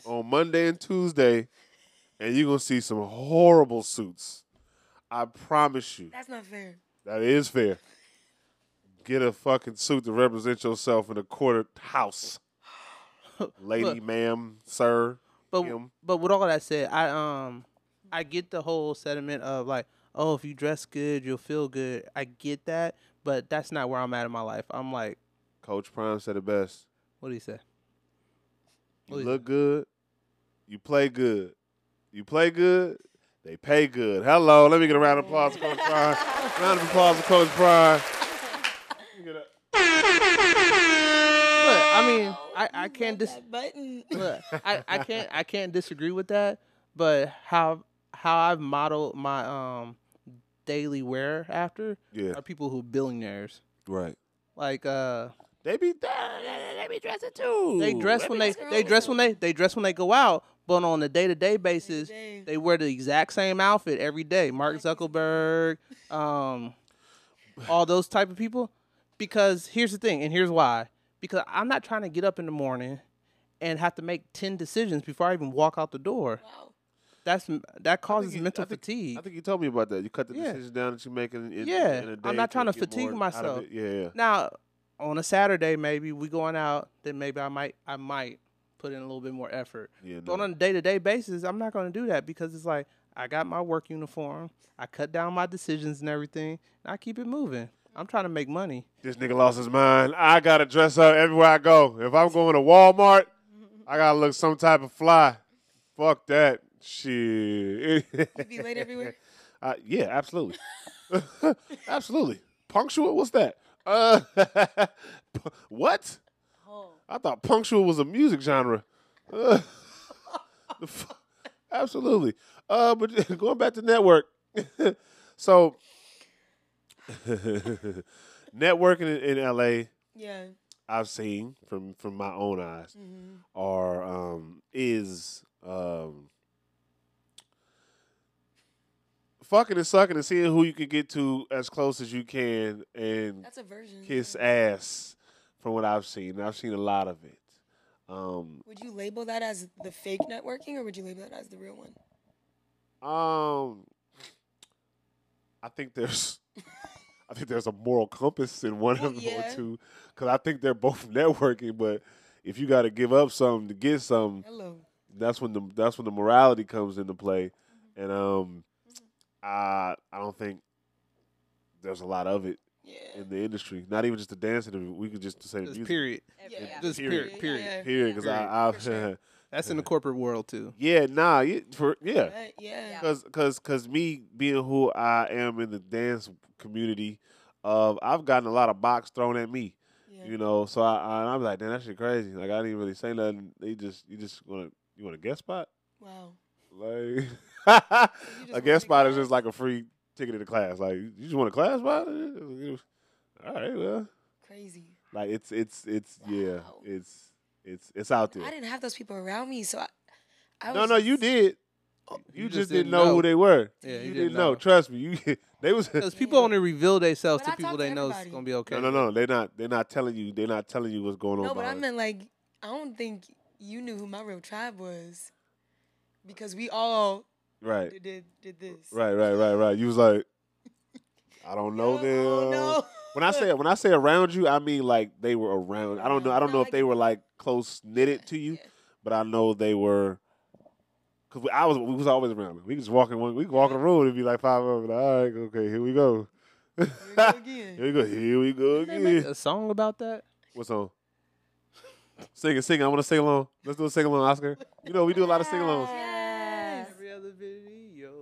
[SPEAKER 1] on Monday and Tuesday, and you're gonna see some horrible suits. I promise you,
[SPEAKER 3] That's not fair.
[SPEAKER 1] that is fair. Get a fucking suit to represent yourself in the
[SPEAKER 2] [LAUGHS]
[SPEAKER 1] courthouse, lady,
[SPEAKER 2] Look.
[SPEAKER 1] ma'am, sir.
[SPEAKER 2] But
[SPEAKER 1] him.
[SPEAKER 2] but with all that said, I um I get the whole sentiment of like, oh, if you dress good, you'll feel good. I get that, but that's not where I'm at in my life. I'm like,
[SPEAKER 1] Coach Prime said it best.
[SPEAKER 2] what do you say?
[SPEAKER 1] You
[SPEAKER 2] Oh, yeah.
[SPEAKER 1] look good. You play good. You play good. They pay good. Hello. Let me get a round of applause for Coach Prime. round of applause for Coach
[SPEAKER 2] [LAUGHS]
[SPEAKER 1] Prime.
[SPEAKER 2] Look, I mean, I, I
[SPEAKER 3] Oh, You
[SPEAKER 2] can't
[SPEAKER 3] read
[SPEAKER 2] dis- [LAUGHS]
[SPEAKER 3] that button.
[SPEAKER 2] look, I, I can't I can't disagree with that, but how how I've modeled my um daily wear after
[SPEAKER 1] Yeah.
[SPEAKER 2] are people who are billionaires.
[SPEAKER 1] Right.
[SPEAKER 2] Like uh
[SPEAKER 1] They be they be dressing too.
[SPEAKER 2] they dress when they they dress when they they dress when they go out, but on a day to day basis,
[SPEAKER 3] Day-to-day.
[SPEAKER 2] they wear the exact same outfit every day. Mark Zuckerberg, um, all those type of people. Because here's the thing, and here's why. Because I'm not trying to get up in the morning and have to make ten decisions before I even walk out the door.
[SPEAKER 3] Wow.
[SPEAKER 2] That's that causes
[SPEAKER 1] you-
[SPEAKER 2] mental
[SPEAKER 1] I think-
[SPEAKER 2] fatigue.
[SPEAKER 1] I think you told me about that. You cut the
[SPEAKER 2] Yeah.
[SPEAKER 1] decisions down that you make in, in,
[SPEAKER 2] Yeah,
[SPEAKER 1] in a
[SPEAKER 2] I'm
[SPEAKER 1] day
[SPEAKER 2] not trying to
[SPEAKER 1] get
[SPEAKER 2] fatigue
[SPEAKER 1] more out of
[SPEAKER 2] myself.
[SPEAKER 1] it. Yeah, yeah.
[SPEAKER 2] Now, on a Saturday, maybe we going out. Then maybe I might, I might put in a little bit more effort.
[SPEAKER 1] Yeah,
[SPEAKER 2] But
[SPEAKER 1] no.
[SPEAKER 2] on a day to day basis, I'm not going to do that because it's like I got my work uniform. I cut down my decisions and everything, and I keep it moving. I'm trying to make money.
[SPEAKER 1] This nigga lost his mind. I gotta dress up everywhere I go. If I'm going to Walmart, I gotta look some type of fly. Fuck that shit. [LAUGHS]
[SPEAKER 3] You be late everywhere.
[SPEAKER 1] Uh, yeah, absolutely, [LAUGHS] absolutely. Punctual? What's that? Uh, [LAUGHS] p- what?
[SPEAKER 3] Oh,
[SPEAKER 1] I thought punctual was a music genre. [LAUGHS] Uh, the [LAUGHS] fu- absolutely. Uh, but going back to network, so [LAUGHS] Networking in, in LA,
[SPEAKER 3] Yeah.
[SPEAKER 1] I've seen from from my own eyes,
[SPEAKER 3] hmm
[SPEAKER 1] are um, is um, fucking and sucking and seeing who you can get to as close as you can and
[SPEAKER 3] That's a version.
[SPEAKER 1] kiss ass. From what I've seen, I've seen a lot of it. Um,
[SPEAKER 3] Would you label that as the fake networking, or would you label that as the real one?
[SPEAKER 1] Um, I think
[SPEAKER 3] [LAUGHS]
[SPEAKER 1] there's, I think there's a moral compass in one
[SPEAKER 3] Well,
[SPEAKER 1] of them
[SPEAKER 3] Oh, yeah.
[SPEAKER 1] or two, because I think they're both [LAUGHS] networking. But if you got to give up something to get something,
[SPEAKER 3] Hello.
[SPEAKER 1] that's when the that's when the morality comes into play, and um, I I don't think there's a lot of it
[SPEAKER 3] Yeah.
[SPEAKER 1] in the industry. Not even just the dancing. We could just say the
[SPEAKER 2] Just
[SPEAKER 1] music.
[SPEAKER 2] period.
[SPEAKER 4] Every-
[SPEAKER 3] Yeah.
[SPEAKER 4] yeah.
[SPEAKER 2] Just period.
[SPEAKER 3] Yeah,
[SPEAKER 2] Period.
[SPEAKER 3] yeah,
[SPEAKER 1] Period, because I,
[SPEAKER 3] For
[SPEAKER 1] I
[SPEAKER 3] sure.
[SPEAKER 2] That's in the corporate world too.
[SPEAKER 1] [LAUGHS] yeah, nah, you, for yeah,
[SPEAKER 3] Right, yeah.
[SPEAKER 4] Yeah.
[SPEAKER 1] Cause, cause, cause, me being who I am in the dance community, uh, I've gotten a lot of box thrown at me,
[SPEAKER 3] yeah.
[SPEAKER 1] you know. So I, I and I'm like, damn, that shit crazy. Like I didn't really say nothing. They just, you just want to, you want a guest spot,
[SPEAKER 3] Wow.
[SPEAKER 1] [LAUGHS] like a
[SPEAKER 3] want
[SPEAKER 1] guest
[SPEAKER 3] a
[SPEAKER 1] spot is
[SPEAKER 3] class?
[SPEAKER 1] just like a free ticket to the class. Like you just want a class spot. All right, well,
[SPEAKER 3] Crazy.
[SPEAKER 1] like it's, it's, it's, yeah,
[SPEAKER 3] Wow.
[SPEAKER 1] it's, it's, it's out
[SPEAKER 3] I
[SPEAKER 1] there.
[SPEAKER 3] didn't have those people around me, so I. I
[SPEAKER 1] No,
[SPEAKER 3] was
[SPEAKER 1] no,
[SPEAKER 3] just-
[SPEAKER 1] you did. You, just, didn't know, who they were.
[SPEAKER 2] Yeah, you
[SPEAKER 1] you,
[SPEAKER 2] didn't
[SPEAKER 1] didn't know.
[SPEAKER 2] know.
[SPEAKER 1] Trust me, you [LAUGHS] they was.
[SPEAKER 2] Because people only reveal themselves
[SPEAKER 3] But
[SPEAKER 2] to
[SPEAKER 3] I
[SPEAKER 2] people
[SPEAKER 3] talk to
[SPEAKER 2] they know is
[SPEAKER 3] everybody.
[SPEAKER 2] gonna be okay.
[SPEAKER 1] No, no, no. They're not. They're not telling you. They're not telling you what's going on.
[SPEAKER 3] No, but I
[SPEAKER 1] behind-
[SPEAKER 3] meant like I don't think you knew who my real tribe was, because we all
[SPEAKER 1] right,
[SPEAKER 3] did did, did this.
[SPEAKER 1] right, right, right, right. You was
[SPEAKER 3] [LAUGHS]
[SPEAKER 1] like, I don't know
[SPEAKER 3] Oh,
[SPEAKER 1] them.
[SPEAKER 3] no.
[SPEAKER 1] When I say when I say around you, I mean like they were around. I don't know. I don't
[SPEAKER 3] No,
[SPEAKER 1] know
[SPEAKER 3] I
[SPEAKER 1] if they
[SPEAKER 3] get
[SPEAKER 1] were
[SPEAKER 3] it.
[SPEAKER 1] like close knitted to you,
[SPEAKER 3] [LAUGHS] Yeah.
[SPEAKER 1] but I know they were. Cause we- I was we was always around. them. We could just walk in one. We could walk in the room. It'd be like five of them. All right, okay, here we go. [LAUGHS] here
[SPEAKER 3] Here we go
[SPEAKER 1] we
[SPEAKER 3] again.
[SPEAKER 1] go. Here we go
[SPEAKER 2] They make
[SPEAKER 1] again.
[SPEAKER 2] a song about that.
[SPEAKER 1] What's on? Sing it, sing it. I want to sing along. Let's do a sing along, Oscar. You know, we do a lot of sing alongs.
[SPEAKER 4] Yes.
[SPEAKER 2] Every other video.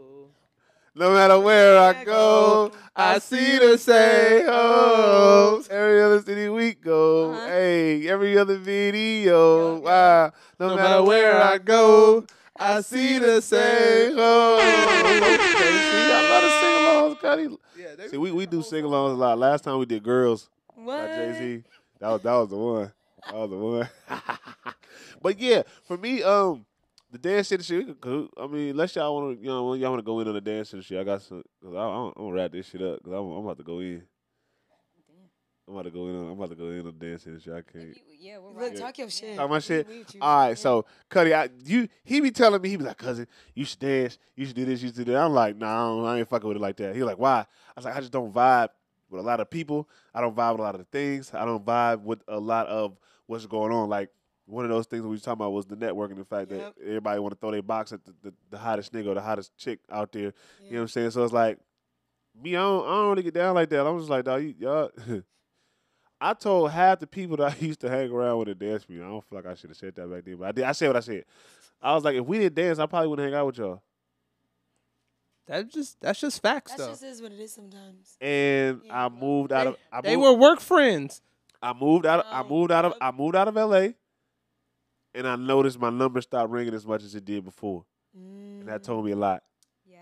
[SPEAKER 1] No matter where I go, I see "Oh." the same hoes. Every other city we go,
[SPEAKER 4] Uh-huh.
[SPEAKER 1] hey, every other video,
[SPEAKER 4] Yeah.
[SPEAKER 1] wow.
[SPEAKER 2] "Oh."
[SPEAKER 1] No, matter where I go, I see the same
[SPEAKER 2] "Oh."
[SPEAKER 1] [LAUGHS] hoes. Okay, see, I love the sing alongs,
[SPEAKER 2] Yeah,
[SPEAKER 1] Cuddy. See, we, we do sing alongs a lot. Last time we did girls,
[SPEAKER 3] What?
[SPEAKER 1] by Jay Z. That was that was the one. That was the one. [LAUGHS] but yeah, for me, um, the dance shit, shit. we could go- I mean, unless y'all want to, you know, y'all want to go in on the dance shit, shit. I got some. Cause I, I'm, I'm gonna wrap this shit up. Cause I'm, I'm about to go in. I'm about to go in. On, I'm about to go in on the dance shit. shit. I
[SPEAKER 4] If
[SPEAKER 1] can't.
[SPEAKER 4] you- yeah, we're
[SPEAKER 3] Look,
[SPEAKER 4] right.
[SPEAKER 3] talk your shit.
[SPEAKER 1] Talk my
[SPEAKER 3] We-
[SPEAKER 1] shit?
[SPEAKER 3] we with you.
[SPEAKER 1] All
[SPEAKER 3] Yeah.
[SPEAKER 1] right, so Cuddy, I, you he be telling me he be like, cousin, you should dance, you should do this, you should do that. I'm like, nah, I, don't, I ain't fucking with it like that. He like, why? I was like, I just don't vibe with a lot of people. I don't vibe with a lot of the things. I don't vibe with a lot of what's going on. Like one of those things we was talking about was the networking, the fact
[SPEAKER 3] Yep.
[SPEAKER 1] that everybody want to throw their box at the, the, the hottest nigga or the hottest chick out there. You know what
[SPEAKER 3] Yeah.
[SPEAKER 1] I'm saying? So it's like, me, I don't, I don't really get down like that. I'm just like, dog, you, y'all. [LAUGHS] I told half the people that I [LAUGHS] used to hang around with a dance me. I don't feel like I should have said that back then, but I did. I said what I said. I was like, if we didn't dance, I probably wouldn't hang out with y'all.
[SPEAKER 2] That just that's just facts
[SPEAKER 3] That's
[SPEAKER 2] though.
[SPEAKER 3] just is what it is sometimes.
[SPEAKER 1] And
[SPEAKER 3] Yeah.
[SPEAKER 1] I moved out of. I moved,
[SPEAKER 2] they were work friends.
[SPEAKER 1] I moved out. Of, I
[SPEAKER 3] Oh,
[SPEAKER 1] moved out of.
[SPEAKER 3] okay.
[SPEAKER 1] I moved out of L.A. And I noticed my number stopped ringing as much as it did before, and that
[SPEAKER 3] Mm.
[SPEAKER 1] told me a lot.
[SPEAKER 4] Yeah.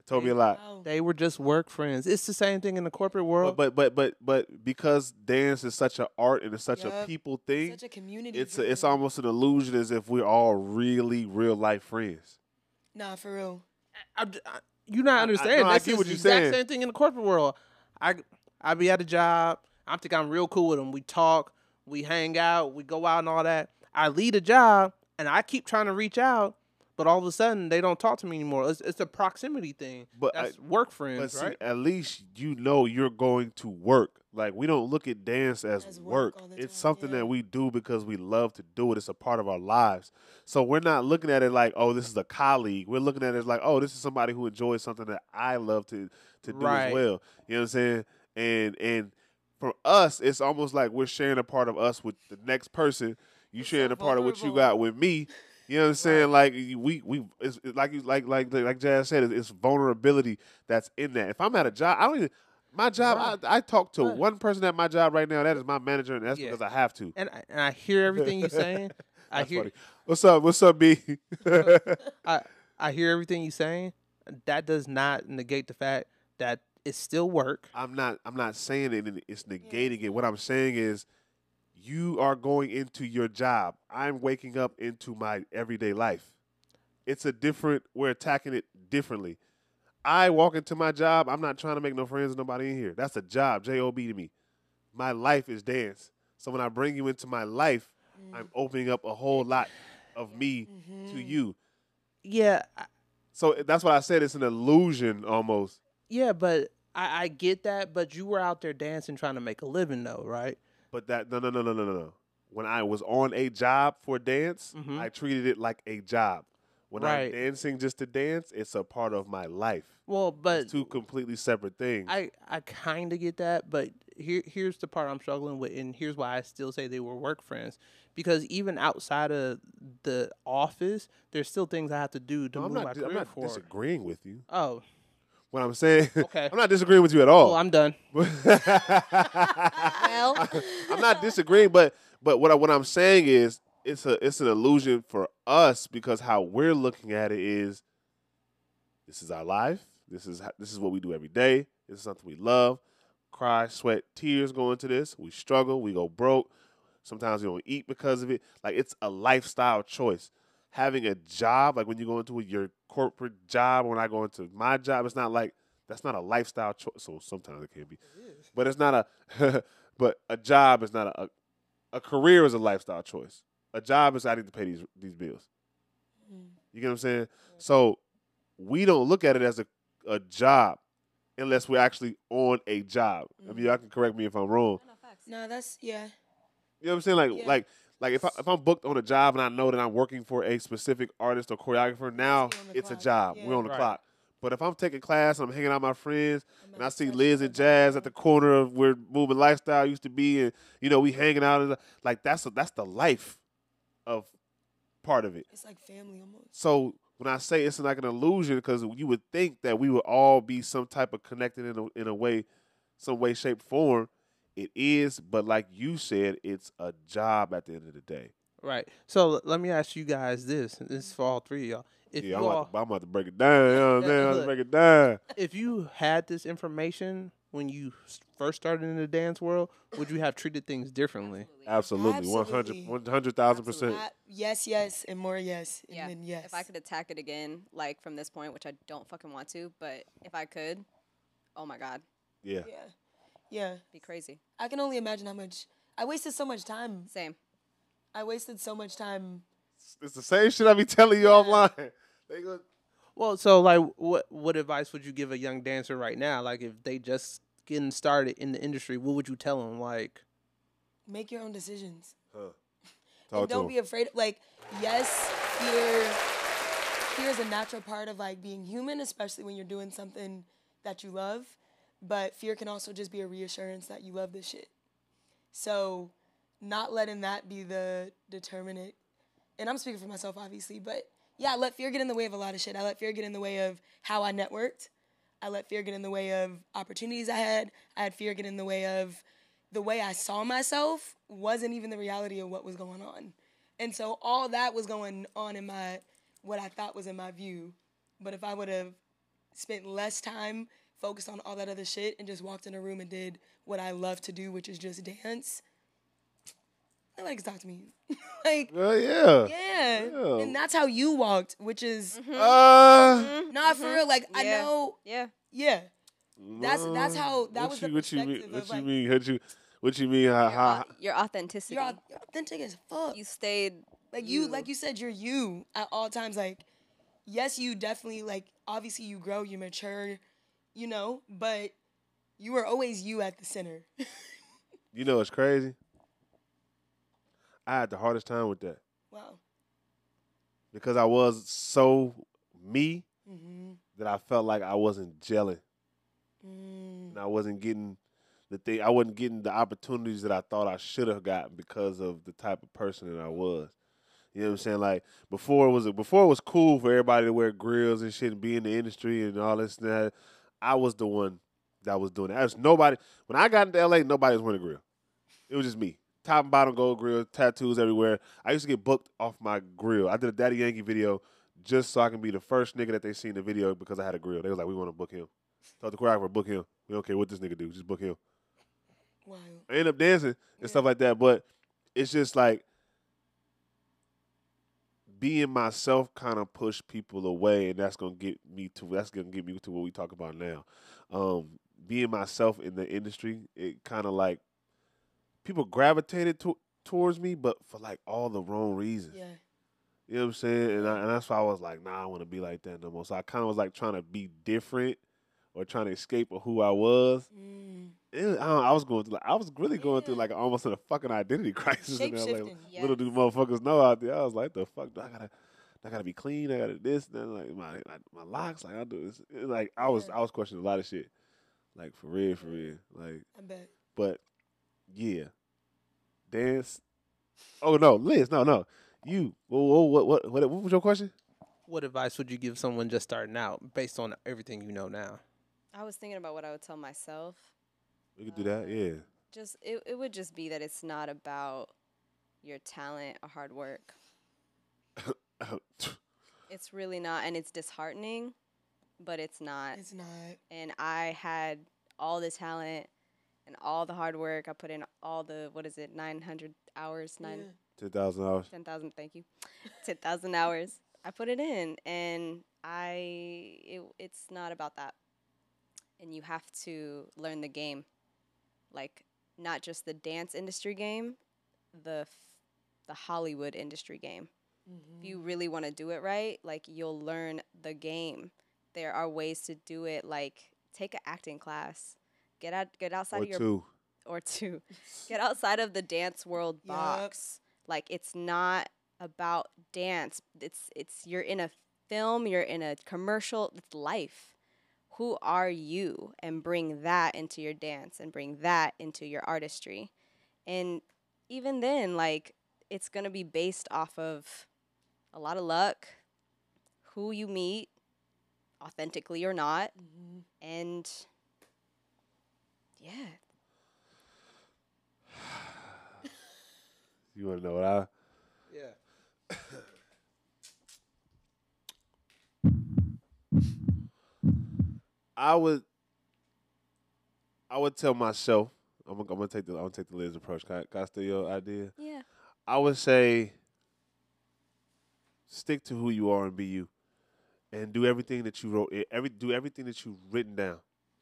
[SPEAKER 1] It told me a
[SPEAKER 2] Hey,
[SPEAKER 1] lot.
[SPEAKER 3] Wow.
[SPEAKER 2] They were just work friends. It's the same thing in the corporate world.
[SPEAKER 1] But but but but, but because dance is such an art and it's such a
[SPEAKER 3] Yup.
[SPEAKER 1] people thing,
[SPEAKER 3] Such a community.
[SPEAKER 1] it's a, it's
[SPEAKER 3] driven-
[SPEAKER 1] almost an illusion as if we're all really real life friends.
[SPEAKER 3] Nah, for real.
[SPEAKER 2] I, I- you not
[SPEAKER 1] I- I-
[SPEAKER 2] understand.
[SPEAKER 1] no, I
[SPEAKER 2] That's
[SPEAKER 1] get
[SPEAKER 2] the
[SPEAKER 1] what you're
[SPEAKER 2] exact
[SPEAKER 1] saying.
[SPEAKER 2] same thing in the corporate world. I I be at a job. I think I'm real cool with them. We talk, we hang out, we go out and all that. I lead a job, and I keep trying to reach out, but all of a sudden they don't talk to me anymore. It's, it's a proximity thing.
[SPEAKER 1] But uh, I-
[SPEAKER 2] That's work
[SPEAKER 1] but
[SPEAKER 2] friends,
[SPEAKER 1] see,
[SPEAKER 2] right?
[SPEAKER 1] at least you know you're going to work. Like we don't look at dance as,
[SPEAKER 3] As
[SPEAKER 1] work.
[SPEAKER 3] work all the
[SPEAKER 1] It's
[SPEAKER 3] time,
[SPEAKER 1] something
[SPEAKER 3] yeah.
[SPEAKER 1] that we do because we love to do it. It's a part of our lives. So we're not looking at it like, oh, this is a colleague. We're looking at it as like, oh, this is somebody who enjoys something that I love to to do
[SPEAKER 2] Right.
[SPEAKER 1] as well. You know what I'm saying? And and for us, it's almost like we're sharing a part of us with the next person. You
[SPEAKER 3] It's so
[SPEAKER 1] sharing a part of what you
[SPEAKER 3] vulnerable.
[SPEAKER 1] got with me. You know what I'm saying? Like you- we we it's it's like you like like like Jazz said, it's vulnerability that's in that. If I'm at a job, I don't even my job. I, I talk to
[SPEAKER 2] Right.
[SPEAKER 1] one person at my job right now. That is my manager, and that's
[SPEAKER 2] Yeah.
[SPEAKER 1] because I have to.
[SPEAKER 2] And I, and I hear everything you're saying.
[SPEAKER 1] [LAUGHS]
[SPEAKER 2] I
[SPEAKER 1] That's
[SPEAKER 2] hear
[SPEAKER 1] funny. What's up? What's up, B?
[SPEAKER 2] I I hear everything you're saying. That does not negate the fact that It's still work.
[SPEAKER 1] [LAUGHS] I'm not I'm not saying it and it's negating it. What I'm saying is you are going into your job. I'm waking up into my everyday life. It's a different we're attacking it differently. I walk into my job, I'm not trying to make no friends with nobody in here. That's a job, J O B to me. My life is dance. So when I bring you into my life,
[SPEAKER 3] Mm.
[SPEAKER 1] I'm
[SPEAKER 2] Mm-hmm.
[SPEAKER 1] opening up a whole lot of me
[SPEAKER 3] Mm-hmm.
[SPEAKER 1] to you.
[SPEAKER 2] Yeah, I-
[SPEAKER 1] So eh, that's what I said. It's an illusion almost.
[SPEAKER 2] yeah, but I, I get that. But you were out there dancing, trying to make a living, though, right?
[SPEAKER 1] But that no no no no no no no. When I was on a job for dance,
[SPEAKER 2] Mhm.
[SPEAKER 1] I treated it like a job. When I'm
[SPEAKER 2] Right.
[SPEAKER 1] dancing just to dance, it's a part of my life.
[SPEAKER 2] Well, but
[SPEAKER 1] It's two completely separate things.
[SPEAKER 2] Uh, I I kind of get that, but here here's the part I'm struggling with, and here's why I still say they were work friends, because even outside of the office, there's still things I have to do to
[SPEAKER 1] No, I'm
[SPEAKER 2] move my
[SPEAKER 1] not, di-
[SPEAKER 2] career
[SPEAKER 1] I'm not
[SPEAKER 2] forward.
[SPEAKER 1] disagreeing with you.
[SPEAKER 2] Oh,
[SPEAKER 1] What I'm saying,
[SPEAKER 2] Okay.
[SPEAKER 1] [LAUGHS] I'm not disagreeing with you at all.
[SPEAKER 2] well, I'm done.
[SPEAKER 1] well, [LAUGHS] I'm not disagreeing, but but what I, what I'm saying is it's a it's an illusion for us because how we're looking at it is this is our life. This is ho- this is what we do every day. This is something we love. Cry, sweat, tears go into this. We struggle. We go broke. Sometimes we don't eat because of it. Like it's a lifestyle choice. Having a job, like when you go into your corporate job, when I go into my job, it's not like that's not a lifestyle choice. So sometimes it can be, but it's not a. [LAUGHS] but a job is not a, a. A career is a lifestyle choice. A job is I need to pay these these bills.
[SPEAKER 3] Mm.
[SPEAKER 1] You get what I'm saying? So we don't look at it as a a job unless we're actually on a job. I
[SPEAKER 3] Mm-hmm.
[SPEAKER 1] mean, y'all can correct me if I'm wrong.
[SPEAKER 3] No, that's yeah.
[SPEAKER 1] You know what I'm saying? Like,
[SPEAKER 3] Yeah.
[SPEAKER 1] like, like if I, if I'm booked on a job and I know that I'm working for a specific artist or choreographer, now
[SPEAKER 3] You're on the
[SPEAKER 1] it's a
[SPEAKER 3] clock.
[SPEAKER 1] job.
[SPEAKER 3] Yeah.
[SPEAKER 1] We're on the
[SPEAKER 2] Right.
[SPEAKER 1] clock. But if I'm taking class and I'm hanging out with my friends and I
[SPEAKER 3] about to
[SPEAKER 1] see
[SPEAKER 3] start
[SPEAKER 1] Liz and Jazz at the corner of where Moving Lifestyle used to be, and you know we hanging out, and, like that's that's the life of part of it.
[SPEAKER 3] It's like family almost.
[SPEAKER 1] So when I say it's like an illusion, because you would think that we would all be some type of connected in a, in a way, some way, shape, form. It is, but like you said, it's a job at the end of the day.
[SPEAKER 2] Right. So l- let me ask you guys this. This is for all three of y'all. If
[SPEAKER 1] yeah, I'm
[SPEAKER 2] you
[SPEAKER 1] about,
[SPEAKER 2] all,
[SPEAKER 1] to, I'm about to break it down. You know what I'm
[SPEAKER 2] Yeah,
[SPEAKER 1] saying? I'm about to
[SPEAKER 2] look.
[SPEAKER 1] break it
[SPEAKER 2] [LAUGHS]
[SPEAKER 1] down.
[SPEAKER 2] if you had this information when you s- first started in the dance world, would you have treated things differently?
[SPEAKER 1] Absolutely, one hundred,
[SPEAKER 3] Absolutely.
[SPEAKER 1] one hundred thousand percent.
[SPEAKER 3] Uh, yes, yes, and more yes, and
[SPEAKER 4] Yeah.
[SPEAKER 3] then yes.
[SPEAKER 4] If I could attack it again, like from this point, which I don't fucking want to, but if I could, oh my god,
[SPEAKER 1] Yeah,
[SPEAKER 3] Yeah, yeah.
[SPEAKER 4] be crazy.
[SPEAKER 3] I can only imagine how much I wasted so much time.
[SPEAKER 4] Same.
[SPEAKER 3] I wasted so much time.
[SPEAKER 1] it's the same shit I be telling you
[SPEAKER 3] [LAUGHS]
[SPEAKER 1] offline. They go,
[SPEAKER 2] Well, so like, what what advice would you give a young dancer right now? Like, if they just getting started in the industry, what would you tell them? Like,
[SPEAKER 3] Make your own decisions.
[SPEAKER 1] talk
[SPEAKER 3] and don't
[SPEAKER 1] to
[SPEAKER 3] be afraid. Like, yes, fear. Fear is a natural part of like being human, especially when you're doing something that you love. But fear can also just be a reassurance that you love this shit. So, not letting that be the determinant. And I'm speaking for myself, obviously, but yeah, I let fear get in the way of a lot of shit. I let fear get in the way of how I networked. I let fear get in the way of opportunities I had. I had fear get in the way of the way I saw myself wasn't even the reality of what was going on. And so all that was going on in my what I thought was in my view. But if I would have spent less time focused on all that other shit and just walked in a room and did what I love to do, which is just dance, nobody could talk to me. [LAUGHS] like,
[SPEAKER 1] them. Well, yeah.
[SPEAKER 3] yeah.
[SPEAKER 1] Yeah.
[SPEAKER 3] And that's how you walked, which is
[SPEAKER 1] Uh,
[SPEAKER 3] not for real. Like I
[SPEAKER 4] Yeah.
[SPEAKER 3] know,
[SPEAKER 4] Yeah.
[SPEAKER 3] yeah. That's that's how that
[SPEAKER 1] Mm, what
[SPEAKER 3] was
[SPEAKER 1] you,
[SPEAKER 3] the
[SPEAKER 1] what you
[SPEAKER 3] perspective
[SPEAKER 1] mean? What
[SPEAKER 3] of
[SPEAKER 1] you
[SPEAKER 3] like
[SPEAKER 1] mean? What you, what you mean? How,
[SPEAKER 4] Your,
[SPEAKER 1] how,
[SPEAKER 4] au- Uh, your authenticity.
[SPEAKER 3] you're au- you're authentic as fuck.
[SPEAKER 4] you stayed.
[SPEAKER 3] like you, like you said you're you at all times like yes you definitely like obviously you grow you mature you know but you are always you at the center
[SPEAKER 1] You know it's crazy. I had the hardest time with that
[SPEAKER 3] wow
[SPEAKER 1] because I was so me
[SPEAKER 3] mm-hmm.
[SPEAKER 1] that I felt like I wasn't gelling
[SPEAKER 3] mm.
[SPEAKER 1] and I wasn't getting the thing. I wasn't getting the opportunities that I thought I should have gotten because of the type of person that I was. You know what I'm saying? Like before it was before it was cool for everybody to wear grills and shit and be in the industry and all this and that. I was the one that was doing it. There's nobody when I got into LA, nobody was wearing a grill. It was just me. Top and bottom gold grill, tattoos everywhere. I used to get booked off my grill. I did a Daddy Yankee video just so I can be the first nigga that they see in the video because I had a grill. They was like, We want to book him. Told the choreographer, book him. We don't care what this nigga do. Just book him.
[SPEAKER 3] Wow.
[SPEAKER 1] I end up dancing and stuff like that. But it's just like being myself kind of push people away, and that's gonna get me to that's gonna get me to what we talk about now. Um, being myself in the industry, it kind of like people gravitated to, towards me, but for like all the wrong reasons.
[SPEAKER 3] Yeah.
[SPEAKER 1] You know what I'm saying? And, I, and that's why I was like, nah, I want to be like that no more. So I kind of was like trying to be different or trying to escape of who I was
[SPEAKER 3] Mm.
[SPEAKER 1] it was- I, don't- I was going through, like, I was really going through
[SPEAKER 3] Yeah.
[SPEAKER 1] like almost a fucking identity [LAUGHS] crisis. in
[SPEAKER 3] Shape
[SPEAKER 1] there. Like,
[SPEAKER 3] shifting.
[SPEAKER 1] Little do motherfuckers know out there. I was like, the fuck, do I gotta, I gotta be clean. I gotta this. Then like my like, my locks, like I do this. It- Like I was,
[SPEAKER 3] Yeah.
[SPEAKER 1] I was questioning a lot of shit. Like for real, for real. Like,
[SPEAKER 3] I bet.
[SPEAKER 1] but yeah, dance. Oh no, Liz, no, no, you. Whoa, whoa, what, what, what, what was your question?
[SPEAKER 2] What advice would you give someone just starting out based on everything you know now?
[SPEAKER 4] I was thinking about what I would tell myself.
[SPEAKER 1] We could do that. Yeah, [LAUGHS]
[SPEAKER 4] Just it, it would just be that it's not about your talent or hard work. It's really not, and it's disheartening, but it's not.
[SPEAKER 3] It's not.
[SPEAKER 4] and I had all the talent and all the hard work. I put in all the what is it, nine hundred hours, nine
[SPEAKER 3] Yeah.
[SPEAKER 1] ten thousand dollars.
[SPEAKER 4] ten thousand. Thank you, [LAUGHS] ten thousand hours. I put it in, and I it, it's not about that. And you have to learn the game, like not just the dance industry game, the f- the Hollywood industry game
[SPEAKER 3] Mhm.
[SPEAKER 4] if you really want to do it right, like you'll learn the game. There are ways to do it. Like take an acting class, get out, get outside
[SPEAKER 1] Or
[SPEAKER 4] of your
[SPEAKER 1] two.
[SPEAKER 4] or two, get outside of the dance world
[SPEAKER 3] Yup.
[SPEAKER 4] box. Like it's not about dance. It's it's you're in a film, you're in a commercial. It's life. Who are you? And bring that into your dance, and bring that into your artistry. And even then, like it's gonna be based off of a lot of luck, who you meet, authentically or not,
[SPEAKER 3] Mhm.
[SPEAKER 4] and yeah,
[SPEAKER 1] You want to know what I?
[SPEAKER 2] Yeah.
[SPEAKER 1] I would I would tell myself I'm gonna, I'm gonna take the I'm gonna take the Liz approach. Can I, can I steal your idea?
[SPEAKER 4] yeah.
[SPEAKER 1] I would say stick to who you are and be you, and do everything that you wrote. e, Every do everything that you've written down.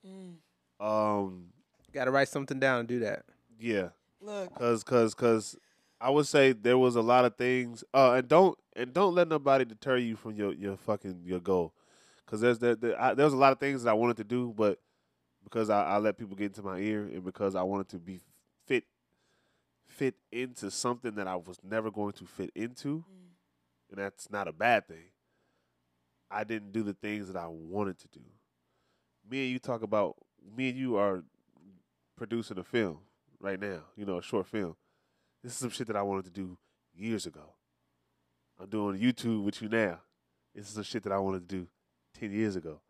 [SPEAKER 3] Mm.
[SPEAKER 1] Um,
[SPEAKER 2] Got to write something down and do that.
[SPEAKER 1] yeah,
[SPEAKER 3] Look.
[SPEAKER 1] cause cause cause I would say there was a lot of things. Uh, and don't and don't let nobody deter you from your your fucking your goal, cause there's there, there, I, there was a lot of things that I wanted to do, but because I, I let people get into my ear and because I wanted to be fit fit into something that I was never going to fit into,
[SPEAKER 3] Mm.
[SPEAKER 1] and that's not a bad thing. I didn't do the things that I wanted to do. Me and you talk about me and you are producing a film right now, you know, a short film. This is some shit that I wanted to do years ago. I'm doing YouTube with you now. This is some shit that I wanted to do 10 years ago.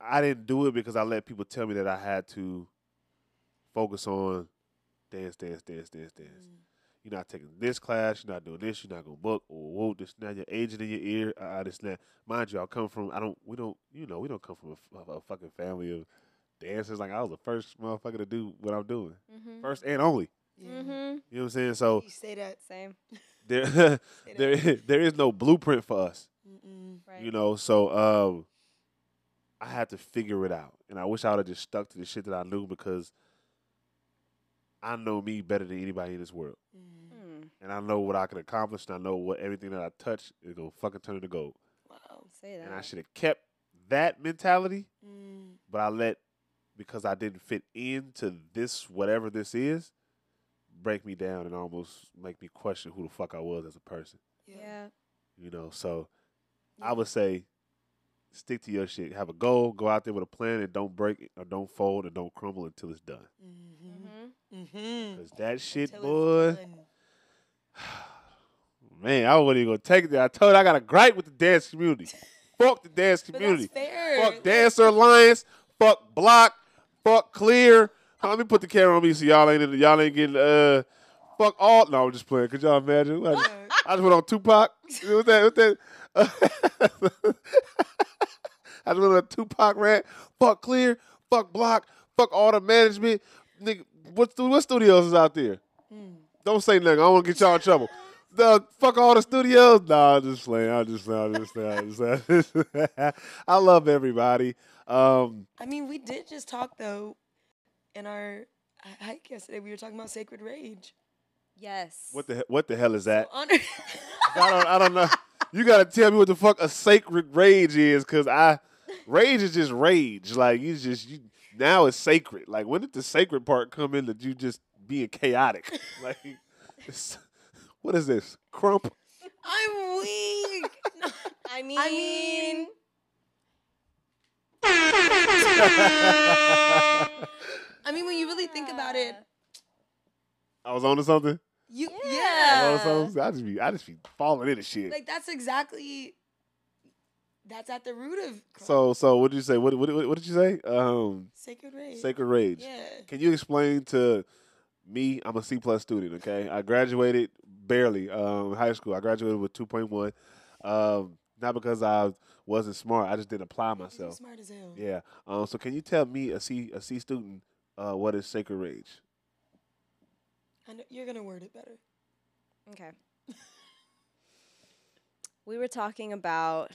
[SPEAKER 1] I didn't do it because I let people tell me that I had to focus on dance, dance, dance, dance, dance.
[SPEAKER 3] Mm.
[SPEAKER 1] You're not taking this class. You're not doing this. You're not gonna book. Or whoa, this now your agent in your ear. Uh, this now, mind you, I come from. I don't. We don't. You know, we don't come from a f- a, fucking family of dancers. Like I was the first motherfucker to do what I'm doing,
[SPEAKER 4] Mm-hmm.
[SPEAKER 1] first and only.
[SPEAKER 3] Yeah.
[SPEAKER 1] You know what I'm saying? So
[SPEAKER 3] You say that.
[SPEAKER 4] Same,
[SPEAKER 1] [LAUGHS] there,
[SPEAKER 3] Say that. Mm-hmm.
[SPEAKER 1] there, [LAUGHS] there is no blueprint for us.
[SPEAKER 3] Mm-mm.
[SPEAKER 4] right?
[SPEAKER 1] You know, so um, I had to figure it out, and I wish I would have just stuck to the shit that I knew because I know me better than anybody in this world,
[SPEAKER 3] Mm.
[SPEAKER 4] Mm,
[SPEAKER 1] and I know what I can accomplish, and I know what everything that I touch is gonna fucking turn into gold.
[SPEAKER 3] Wow.
[SPEAKER 4] say that.
[SPEAKER 1] And I should have kept that mentality,
[SPEAKER 3] Mm.
[SPEAKER 1] but I let because I didn't fit into this whatever this is, break me down and almost make me question who the fuck I was as a person.
[SPEAKER 4] Yeah.
[SPEAKER 1] You know, so I
[SPEAKER 3] Yeah.
[SPEAKER 1] would say stick to your shit. Have a goal, go out there with a plan and don't break it or don't fold and don't crumble until it's done.
[SPEAKER 3] Mm-hmm.
[SPEAKER 4] Mm-hmm.
[SPEAKER 3] Mm-hmm.
[SPEAKER 1] Cause that shit,
[SPEAKER 3] Until
[SPEAKER 1] boy.
[SPEAKER 3] it's done.
[SPEAKER 1] Man, I wasn't even gonna take it there. I told you I got a gripe with the dance
[SPEAKER 3] [LAUGHS]
[SPEAKER 1] community. Fuck the dance
[SPEAKER 3] But that's
[SPEAKER 1] community.
[SPEAKER 3] fair.
[SPEAKER 1] Fuck Dancer Alliance. Fuck Block. Fuck Clear. Huh, Let me put the camera on me so y'all ain't y'all ain't getting uh. Fuck all. No, I'm just playing. Could y'all imagine? What I, just,
[SPEAKER 3] Look,
[SPEAKER 1] I just went on Tupac. What's that? What's that? [LAUGHS] I just went on a Tupac rant. Fuck Clear. Fuck block. Fuck all the management. Nigga, what stu- what studios is out there? Don't say nothing. I don't want to get y'all in trouble. The fuck all the studios. Nah, I'm just playing. I'm just playing. I'm just playing. I'm just playing. [LAUGHS] I love everybody. Um,
[SPEAKER 3] I mean, we did just talk though, in our h- hike yesterday, we were talking about sacred rage.
[SPEAKER 4] Yes.
[SPEAKER 1] what the he- what the hell is that?
[SPEAKER 3] Honor.
[SPEAKER 1] I don't I don't know. You gotta tell me what the fuck a sacred rage is, cause I rage is just rage. Like you just you now it's sacred. Like when did the sacred part come in that you just being chaotic? [LAUGHS] Like it's- what is this? Crump?
[SPEAKER 3] [LAUGHS]
[SPEAKER 1] [LAUGHS]
[SPEAKER 3] I'm weak. No,
[SPEAKER 4] I mean,
[SPEAKER 3] I mean,
[SPEAKER 1] I
[SPEAKER 3] I mean, when you really think about it,
[SPEAKER 1] was onto something.
[SPEAKER 3] you
[SPEAKER 1] I
[SPEAKER 3] yeah.
[SPEAKER 1] was onto something. I just be I just be falling into shit.
[SPEAKER 3] like that's exactly that's at the root of crime.
[SPEAKER 1] so so what did you say? What what what did you say? Um
[SPEAKER 3] sacred rage.
[SPEAKER 1] sacred rage.
[SPEAKER 3] Yeah.
[SPEAKER 1] Can you explain to me? I'm a C plus student. Okay, I graduated barely um, high school. I graduated with 2.1. Um, not because I wasn't smart. I just didn't apply
[SPEAKER 3] You're
[SPEAKER 1] myself.
[SPEAKER 3] smart as hell.
[SPEAKER 1] Yeah. Um, so can you tell me a C a C student uh, what is sacred rage?
[SPEAKER 3] I know, you're gonna word it better.
[SPEAKER 4] Okay. we were talking about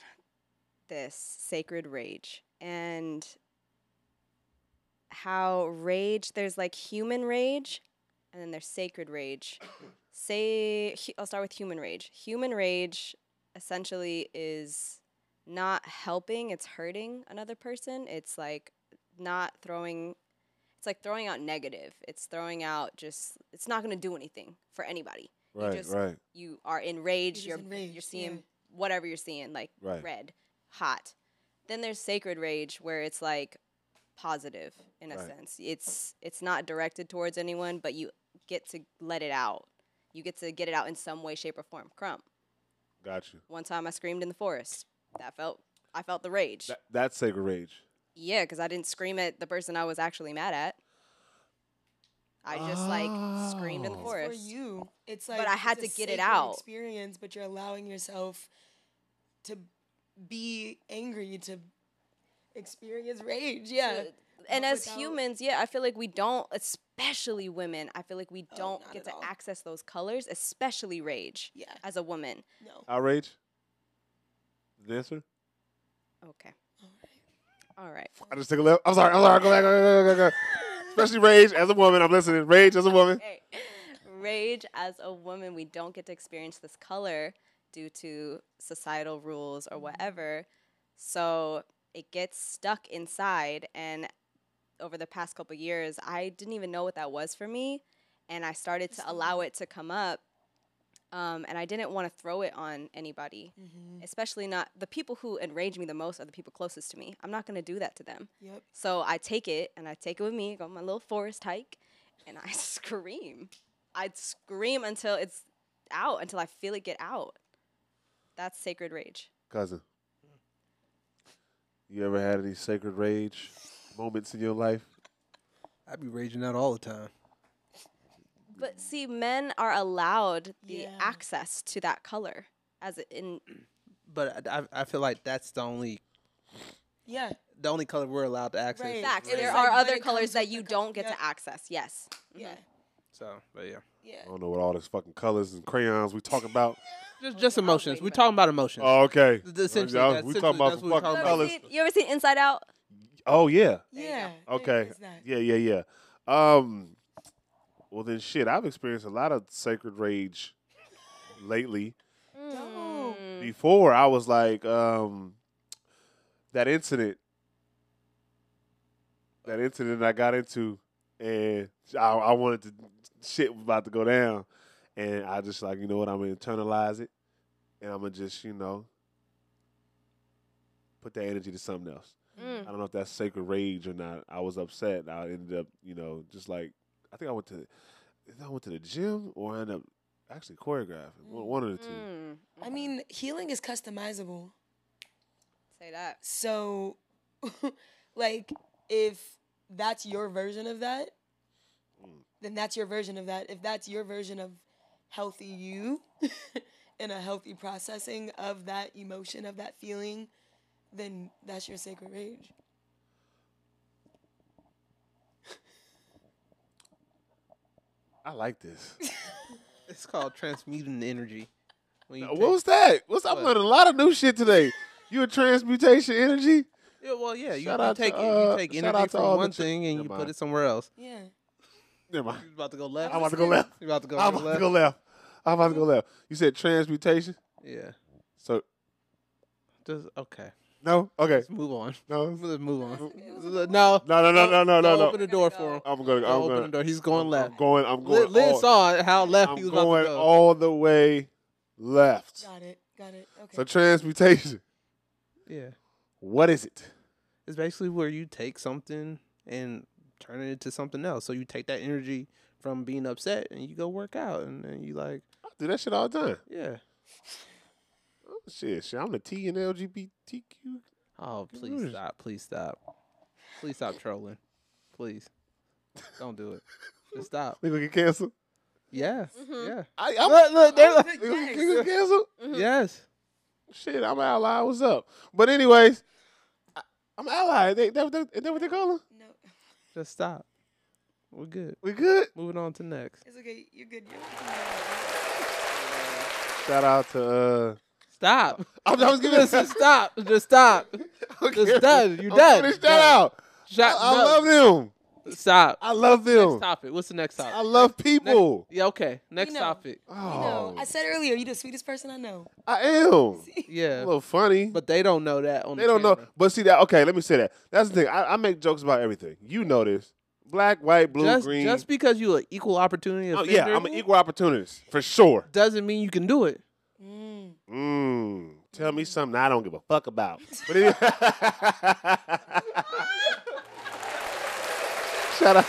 [SPEAKER 4] this sacred rage and how rage, there's like human rage and then there's sacred rage. Say, hu- I'll start with human rage. Human rage essentially is not helping, it's hurting another person. It's like not throwing, it's like throwing out negative. It's throwing out just, it's not going to do anything for anybody. You
[SPEAKER 1] Right.
[SPEAKER 4] just-
[SPEAKER 1] right.
[SPEAKER 4] you are enraged,
[SPEAKER 3] just
[SPEAKER 4] you're you're
[SPEAKER 3] enraged,
[SPEAKER 4] seeing
[SPEAKER 3] yeah.
[SPEAKER 4] whatever you're seeing, like
[SPEAKER 1] Right.
[SPEAKER 4] red, hot. Then there's sacred rage where it's like positive in a
[SPEAKER 1] Right.
[SPEAKER 4] sense. It's it's not directed towards anyone, but you get to let it out. You get to get it out in some way, shape, or form. Crump.
[SPEAKER 1] Got you.
[SPEAKER 4] One time I screamed in the forest. That felt I felt the rage. Yeah, 'cause
[SPEAKER 1] That, that's sacred rage.
[SPEAKER 4] yeah, because I didn't scream at the person I was actually mad at. I just like screamed in the
[SPEAKER 1] Oh.
[SPEAKER 3] It's for
[SPEAKER 4] forest.
[SPEAKER 3] you. It's like
[SPEAKER 4] But I had
[SPEAKER 3] it's a
[SPEAKER 4] to get it
[SPEAKER 3] sacred
[SPEAKER 4] out.
[SPEAKER 3] Experience, but you're allowing yourself to be angry to experience rage. Yeah.
[SPEAKER 4] to- and
[SPEAKER 3] But
[SPEAKER 4] as
[SPEAKER 3] without-
[SPEAKER 4] humans, yeah, I feel like we don't, especially women, I feel like we
[SPEAKER 3] Oh,
[SPEAKER 4] don't
[SPEAKER 3] not
[SPEAKER 4] get
[SPEAKER 3] at
[SPEAKER 4] to
[SPEAKER 3] all.
[SPEAKER 4] access those colors, especially rage
[SPEAKER 3] Yeah.
[SPEAKER 4] as a woman.
[SPEAKER 3] No.
[SPEAKER 1] Outrage. The answer.
[SPEAKER 4] Okay. All right.
[SPEAKER 1] I just took a left. I'm sorry. I'm sorry. Go back. Go, go, go, go. Especially rage as a woman. I'm listening. Rage as a woman.
[SPEAKER 4] Okay. Rage as a woman, we don't get to experience this color due to societal rules or whatever. So it gets stuck inside. And over the past couple years, I didn't even know what that was for me. And I started to allow it to come up. Um, and I didn't want to throw it on anybody,
[SPEAKER 3] Mm-hmm.
[SPEAKER 4] especially not the people who enrage me the most are the people closest to me. I'm not going to do that to them.
[SPEAKER 3] Yep.
[SPEAKER 4] So I take it and I take it with me, go on my little forest hike, and I [LAUGHS] scream. I'd scream until it's out, until I feel it get out. That's sacred rage.
[SPEAKER 1] Cousin, you ever had any sacred rage moments in your life?
[SPEAKER 5] I'd be raging out all the time.
[SPEAKER 4] But see, men are allowed the
[SPEAKER 3] Yeah.
[SPEAKER 4] access to that color as it in
[SPEAKER 2] But I, I I feel like that's the only
[SPEAKER 3] Yeah.
[SPEAKER 4] Mm-hmm.
[SPEAKER 2] the only color we're allowed to access.
[SPEAKER 3] Right.
[SPEAKER 2] is
[SPEAKER 4] fact.
[SPEAKER 3] It's
[SPEAKER 2] red.
[SPEAKER 4] There
[SPEAKER 3] like
[SPEAKER 4] are
[SPEAKER 3] when
[SPEAKER 4] other
[SPEAKER 3] it
[SPEAKER 4] colors
[SPEAKER 3] comes
[SPEAKER 4] that
[SPEAKER 3] with
[SPEAKER 4] you
[SPEAKER 3] the co-
[SPEAKER 4] don't get
[SPEAKER 3] yeah.
[SPEAKER 4] to access. Yes. Mhm.
[SPEAKER 3] Yeah.
[SPEAKER 2] So, but yeah,
[SPEAKER 3] Yeah.
[SPEAKER 1] I don't know what all this fucking colors and crayons we talking about.
[SPEAKER 2] just just emotions.
[SPEAKER 4] bring
[SPEAKER 2] We're
[SPEAKER 4] back-
[SPEAKER 2] talking about emotions.
[SPEAKER 1] oh, okay.
[SPEAKER 2] The- essentially,
[SPEAKER 1] Y'all-
[SPEAKER 2] that's
[SPEAKER 1] we
[SPEAKER 2] essentially-
[SPEAKER 1] talking about
[SPEAKER 2] that's
[SPEAKER 1] some
[SPEAKER 2] what we're
[SPEAKER 1] fucking
[SPEAKER 2] talking about.
[SPEAKER 4] You, ever
[SPEAKER 1] Oh, colors.
[SPEAKER 4] seen, you ever seen Inside Out?
[SPEAKER 1] Oh yeah.
[SPEAKER 4] There you go.
[SPEAKER 3] Yeah. there
[SPEAKER 1] Okay.
[SPEAKER 3] is that.
[SPEAKER 1] Yeah, yeah, yeah. Um, well then, shit. I've experienced a lot of sacred rage lately.
[SPEAKER 3] No.
[SPEAKER 4] Mm.
[SPEAKER 1] Before I was like, um, that incident, that incident I got into, and I, I wanted to shit was about to go down, and I just like, you know what? I'm gonna internalize it, and I'm gonna just, you know, put that energy to something else.
[SPEAKER 4] Mm.
[SPEAKER 1] I don't know if that's sacred rage or not. I was upset. I ended up, you know, just like I think I went to, I think I went to the gym or I ended up actually choreographing. One, one of the two.
[SPEAKER 4] Mm.
[SPEAKER 3] I mean, healing is customizable.
[SPEAKER 4] say that.
[SPEAKER 3] So, [LAUGHS] like, if that's your version of that,
[SPEAKER 1] Mm.
[SPEAKER 3] then that's your version of that. If that's your version of healthy you [LAUGHS] and a healthy processing of that emotion, of that feeling, then that's your sacred rage.
[SPEAKER 1] I like this.
[SPEAKER 2] It's called transmuting energy. When you
[SPEAKER 1] what
[SPEAKER 2] take-
[SPEAKER 1] was that? What's I'm
[SPEAKER 2] What?
[SPEAKER 1] learning a lot of new shit today. You a transmutation energy?
[SPEAKER 2] Yeah, well, yeah, you,
[SPEAKER 1] Shout
[SPEAKER 2] you
[SPEAKER 1] out to,
[SPEAKER 2] take
[SPEAKER 1] uh,
[SPEAKER 2] you take
[SPEAKER 1] shout
[SPEAKER 2] energy
[SPEAKER 1] out to all
[SPEAKER 2] from
[SPEAKER 1] the
[SPEAKER 2] one
[SPEAKER 1] ch-
[SPEAKER 2] thing and
[SPEAKER 1] Never
[SPEAKER 2] you put
[SPEAKER 1] mind.
[SPEAKER 2] it somewhere else.
[SPEAKER 3] Yeah.
[SPEAKER 1] Never mind.
[SPEAKER 2] You about to go left?
[SPEAKER 1] I'm about to go left.
[SPEAKER 2] You about to go
[SPEAKER 1] I'm about
[SPEAKER 2] left?
[SPEAKER 1] to go left. I'm about to go left. You said transmutation.
[SPEAKER 2] Yeah.
[SPEAKER 1] So
[SPEAKER 2] Just okay.
[SPEAKER 1] no, okay,
[SPEAKER 2] Let's move on.
[SPEAKER 1] no, no,
[SPEAKER 2] [LAUGHS] Let's move on.
[SPEAKER 3] Okay, let's
[SPEAKER 2] No. No.
[SPEAKER 1] no, no, no, no, no. no.
[SPEAKER 2] Open the door for him.
[SPEAKER 1] I'm gonna,
[SPEAKER 2] Don't
[SPEAKER 1] I'm
[SPEAKER 2] open the
[SPEAKER 1] gonna,
[SPEAKER 2] door. He's going
[SPEAKER 1] I'm
[SPEAKER 2] left.
[SPEAKER 1] going, I'm
[SPEAKER 2] Li-
[SPEAKER 1] going,
[SPEAKER 2] Liz
[SPEAKER 1] all,
[SPEAKER 2] saw how left he
[SPEAKER 1] I'm
[SPEAKER 2] was about to
[SPEAKER 1] going
[SPEAKER 2] go.
[SPEAKER 1] all the way left.
[SPEAKER 3] Got it. Got it. Okay.
[SPEAKER 1] So transmutation.
[SPEAKER 2] Yeah.
[SPEAKER 1] What is it?
[SPEAKER 2] It's basically where you take something and turn it into something else. So you take that energy from being upset and you go work out and then you like,
[SPEAKER 1] I do that shit all the time.
[SPEAKER 2] yeah.
[SPEAKER 1] Oh, shit, shit. I'm the T and LGBTQ.
[SPEAKER 2] Oh, please
[SPEAKER 1] Goodness.
[SPEAKER 2] stop. Please stop. Please stop trolling. Please. Don't do it. Just stop.
[SPEAKER 1] We gonna get canceled?
[SPEAKER 2] Yeah.
[SPEAKER 4] Mhm.
[SPEAKER 2] Yeah.
[SPEAKER 1] I, I'm,
[SPEAKER 2] Look, look, they're like-
[SPEAKER 1] we gonna- we gonna get canceled?
[SPEAKER 2] [LAUGHS] yes.
[SPEAKER 1] Shit, I'm an ally. What's up? But anyways, I, I'm an ally. They, that, that, is that what they call her?
[SPEAKER 3] No,
[SPEAKER 2] Just stop. We're good.
[SPEAKER 1] We good?
[SPEAKER 2] Moving on to next.
[SPEAKER 3] it's okay. You're good. You're
[SPEAKER 1] Shout out to. uh [LAUGHS]
[SPEAKER 2] Stop. [LAUGHS]
[SPEAKER 1] I'm, I was giving
[SPEAKER 2] Just just stop. Just stop. Just done. You
[SPEAKER 1] I'm
[SPEAKER 2] done.
[SPEAKER 1] Finish
[SPEAKER 2] Done.
[SPEAKER 1] that out. I,
[SPEAKER 2] Shut
[SPEAKER 1] I
[SPEAKER 2] up.
[SPEAKER 1] love them.
[SPEAKER 2] Stop.
[SPEAKER 1] I love
[SPEAKER 2] Next
[SPEAKER 1] them.
[SPEAKER 2] topic. What's the next topic?
[SPEAKER 1] I love people.
[SPEAKER 2] yeah, okay. Next
[SPEAKER 3] know.
[SPEAKER 2] topic.
[SPEAKER 3] You know,
[SPEAKER 1] Oh,
[SPEAKER 3] I said earlier, you're the sweetest person I know. [LAUGHS]
[SPEAKER 1] I am. A
[SPEAKER 2] Yeah.
[SPEAKER 1] little funny.
[SPEAKER 2] But they don't know that on
[SPEAKER 1] They
[SPEAKER 2] the
[SPEAKER 1] don't know.
[SPEAKER 2] camera.
[SPEAKER 1] But see that. Okay, let me say that. That's the thing. I, I make jokes about everything. You know this. Black, white, blue,
[SPEAKER 2] just,
[SPEAKER 1] green.
[SPEAKER 2] just because you an equal opportunity
[SPEAKER 1] Oh,
[SPEAKER 2] offender
[SPEAKER 1] yeah, I'm an equal opportunist for sure.
[SPEAKER 2] doesn't mean you can do it.
[SPEAKER 3] Mm.
[SPEAKER 1] Mm, tell me something I don't give a fuck about. But anyway- shout out,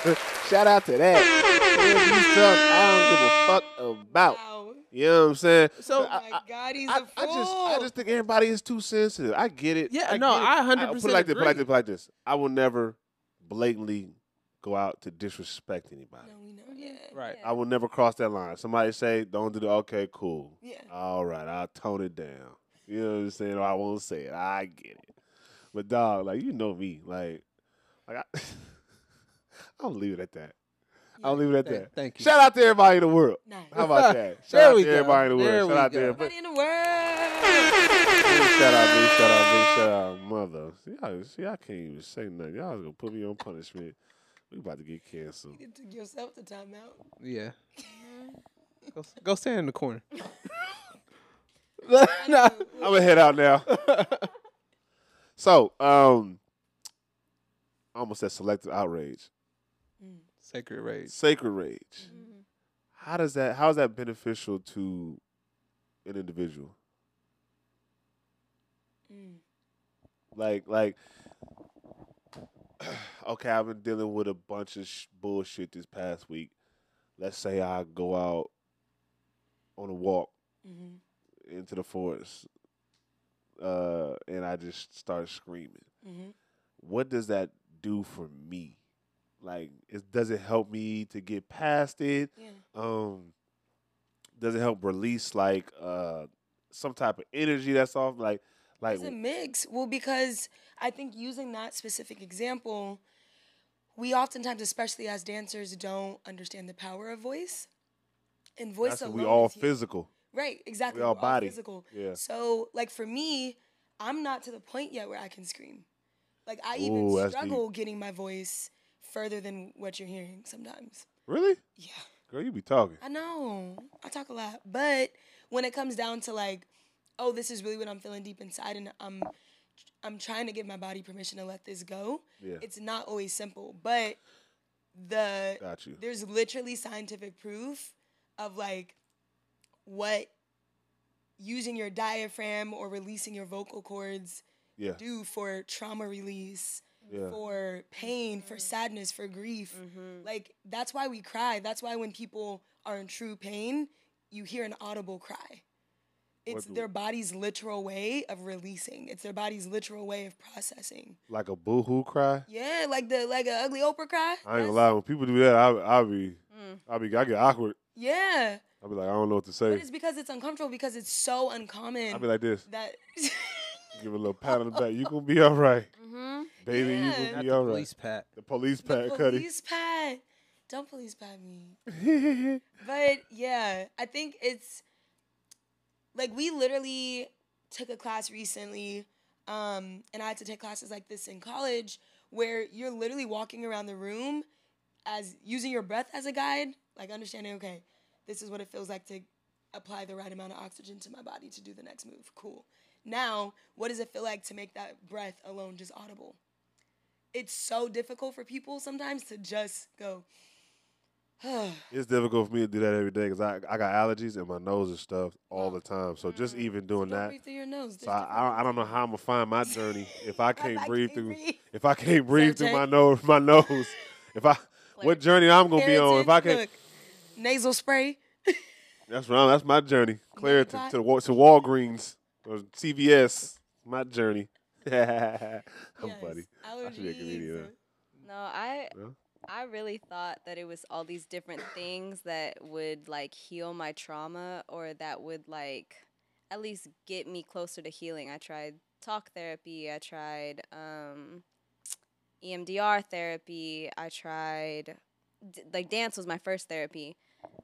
[SPEAKER 1] shout out to that. Tell me something I don't give a fuck about.
[SPEAKER 3] Wow.
[SPEAKER 1] You know what I'm saying?
[SPEAKER 2] So-
[SPEAKER 3] Oh
[SPEAKER 1] I-
[SPEAKER 3] my God, he's a
[SPEAKER 1] I,
[SPEAKER 3] fool.
[SPEAKER 1] I just I just think everybody is too sensitive. I get it.
[SPEAKER 2] Yeah,
[SPEAKER 1] I
[SPEAKER 2] no,
[SPEAKER 1] get it.
[SPEAKER 2] I
[SPEAKER 1] Put
[SPEAKER 2] 100%
[SPEAKER 1] it like this. Put it like
[SPEAKER 2] agree.
[SPEAKER 1] this. Put it like this. I will never blatantly go out to disrespect anybody.
[SPEAKER 3] No, we know. Yeah.
[SPEAKER 2] Right.
[SPEAKER 1] I will never cross that line. Somebody say, "Don't do the okay, cool."
[SPEAKER 3] Yeah.
[SPEAKER 1] All right, I'll tone it down. You know what I'm saying? Or I won't say it. I get it. But dog, like you know me, like, like I, [LAUGHS] I'll leave it at that. I'll leave it at
[SPEAKER 2] Thank,
[SPEAKER 1] that.
[SPEAKER 2] thank you.
[SPEAKER 1] Shout out to everybody in the world.
[SPEAKER 3] Nice.
[SPEAKER 1] How
[SPEAKER 2] [LAUGHS]
[SPEAKER 1] about that? Shout
[SPEAKER 2] There
[SPEAKER 1] out
[SPEAKER 2] we
[SPEAKER 1] to
[SPEAKER 2] go.
[SPEAKER 1] everybody in the
[SPEAKER 2] There
[SPEAKER 1] world.
[SPEAKER 2] we
[SPEAKER 1] Shout out to
[SPEAKER 2] go.
[SPEAKER 1] everybody.
[SPEAKER 3] Everybody in the world.
[SPEAKER 1] Big shout out, big shout out, big shout out, mother. See, Y'all, see, I can't even say nothing. Y'all gonna put me on punishment. We about to get canceled.
[SPEAKER 3] You took yourself the time out.
[SPEAKER 2] Yeah. go, s- go stand in the corner. [LAUGHS]
[SPEAKER 1] [LAUGHS]
[SPEAKER 2] no.
[SPEAKER 1] I'm gonna head out
[SPEAKER 2] [LAUGHS]
[SPEAKER 1] now. so, um, I almost said selective outrage,
[SPEAKER 2] Sacred rage.
[SPEAKER 1] sacred rage. How does that? How is that beneficial to an individual?
[SPEAKER 3] Mm.
[SPEAKER 1] Mm-hmm. Like, like, [CLEARS THROAT] okay, I've been dealing with a bunch of sh- bullshit this past week. Let's say I go out on a walk
[SPEAKER 3] hmm
[SPEAKER 1] Mm-hmm. into the forest, uh, and I just start screaming.
[SPEAKER 3] hmm
[SPEAKER 1] Mm-hmm. what does that do for me? Like, it, does it help me to get past it?
[SPEAKER 3] Yeah.
[SPEAKER 1] Um, does it help release like uh some type of energy that's off? Like, like
[SPEAKER 3] It's a mix. Well, because I think using that specific example, we oftentimes, especially as dancers, don't understand the power of voice. And voice
[SPEAKER 1] that's what
[SPEAKER 3] alone.
[SPEAKER 1] we all
[SPEAKER 3] is huge.
[SPEAKER 1] physical.
[SPEAKER 3] Right, exactly.
[SPEAKER 1] all
[SPEAKER 3] We're
[SPEAKER 1] body.
[SPEAKER 3] physical.
[SPEAKER 1] Yeah.
[SPEAKER 3] So, like for me, I'm not to the point yet where I can scream. Like I even
[SPEAKER 1] Ooh, that's deep.
[SPEAKER 3] struggle getting my voice further than what you're hearing sometimes.
[SPEAKER 1] Really,
[SPEAKER 3] Yeah.
[SPEAKER 1] girl, you be talking.
[SPEAKER 3] I know. I talk a lot. But when it comes down to like, oh, this is really what I'm feeling deep inside and I'm I'm trying to give my body permission to let this go.
[SPEAKER 1] Yeah,
[SPEAKER 3] It's not always simple, but the
[SPEAKER 1] got you.
[SPEAKER 3] there's literally scientific proof of like what using your diaphragm or releasing your vocal cords
[SPEAKER 1] Yeah,
[SPEAKER 3] do for trauma release,
[SPEAKER 1] yeah,
[SPEAKER 3] for pain, for sadness, for grief.
[SPEAKER 4] Mm-hmm.
[SPEAKER 3] Like that's why we cry. That's why when people are in true pain, you hear an audible cry. It's
[SPEAKER 1] What do-
[SPEAKER 3] their body's literal way of releasing. It's their body's literal way of processing.
[SPEAKER 1] like a boohoo cry.
[SPEAKER 3] Yeah, like the like a ugly Oprah cry.
[SPEAKER 1] I ain't
[SPEAKER 3] That's-
[SPEAKER 1] gonna lie. When people do that, I, I'll be,
[SPEAKER 4] Mm.
[SPEAKER 1] I'll be, I get awkward.
[SPEAKER 3] Yeah,
[SPEAKER 1] I'll be like, I don't know what to
[SPEAKER 3] but
[SPEAKER 1] say.
[SPEAKER 3] it's because it's uncomfortable because it's so uncommon
[SPEAKER 1] I'll be like this. [LAUGHS]
[SPEAKER 3] that.
[SPEAKER 1] Give a little pat on
[SPEAKER 3] [LAUGHS]
[SPEAKER 1] the back. You gonna be all right,
[SPEAKER 4] Mm-hmm.
[SPEAKER 1] baby. You
[SPEAKER 3] Yeah.
[SPEAKER 1] gonna
[SPEAKER 2] Not
[SPEAKER 1] be
[SPEAKER 2] the
[SPEAKER 1] all right.
[SPEAKER 2] police pat.
[SPEAKER 1] The police
[SPEAKER 3] [LAUGHS] The
[SPEAKER 1] pat, Cuddy.
[SPEAKER 3] police pat. Don't police pat me.
[SPEAKER 1] [LAUGHS] Right.
[SPEAKER 3] But yeah, I think it's like we literally took a class recently, um, and I had to take classes like this in college where you're literally walking around the room as using your breath as a guide, like understanding, okay, this is what it feels like to apply the right amount of oxygen to my body to do the next move. Cool. Now, what does it feel like to make that breath alone just audible? It's so difficult for people sometimes to just go, [SIGHS]
[SPEAKER 1] It's difficult for me to do that every day because I, I got allergies and my nose is stuffed all
[SPEAKER 3] Oh.
[SPEAKER 1] the time. So just
[SPEAKER 3] Mm.
[SPEAKER 1] even doing
[SPEAKER 3] Don't
[SPEAKER 1] that,
[SPEAKER 3] breathe through your nose.
[SPEAKER 1] so I, I, don't, I don't know how I'm gonna find my journey if
[SPEAKER 3] [LAUGHS]
[SPEAKER 1] I
[SPEAKER 3] If
[SPEAKER 1] can't
[SPEAKER 3] I
[SPEAKER 1] breathe
[SPEAKER 3] can't
[SPEAKER 1] through
[SPEAKER 3] breathe.
[SPEAKER 1] if I can't breathe through
[SPEAKER 3] Subject.
[SPEAKER 1] my nose my
[SPEAKER 3] [LAUGHS]
[SPEAKER 1] nose if I what
[SPEAKER 4] Clarence.
[SPEAKER 1] journey I'm gonna be on if I can't
[SPEAKER 3] Look, nasal spray.
[SPEAKER 1] that's wrong that's my journey clear to,
[SPEAKER 3] Clarify.
[SPEAKER 1] to, the Wa- to Walgreens or CVS my journey [LAUGHS] I'm funny I should be a comedian, huh?
[SPEAKER 4] No, I
[SPEAKER 1] Really?
[SPEAKER 4] I really thought that it was all these different things that would like heal my trauma or that would like at least get me closer to healing. I tried talk therapy, I tried um E EMDR therapy, I tried d- like dance was my first therapy.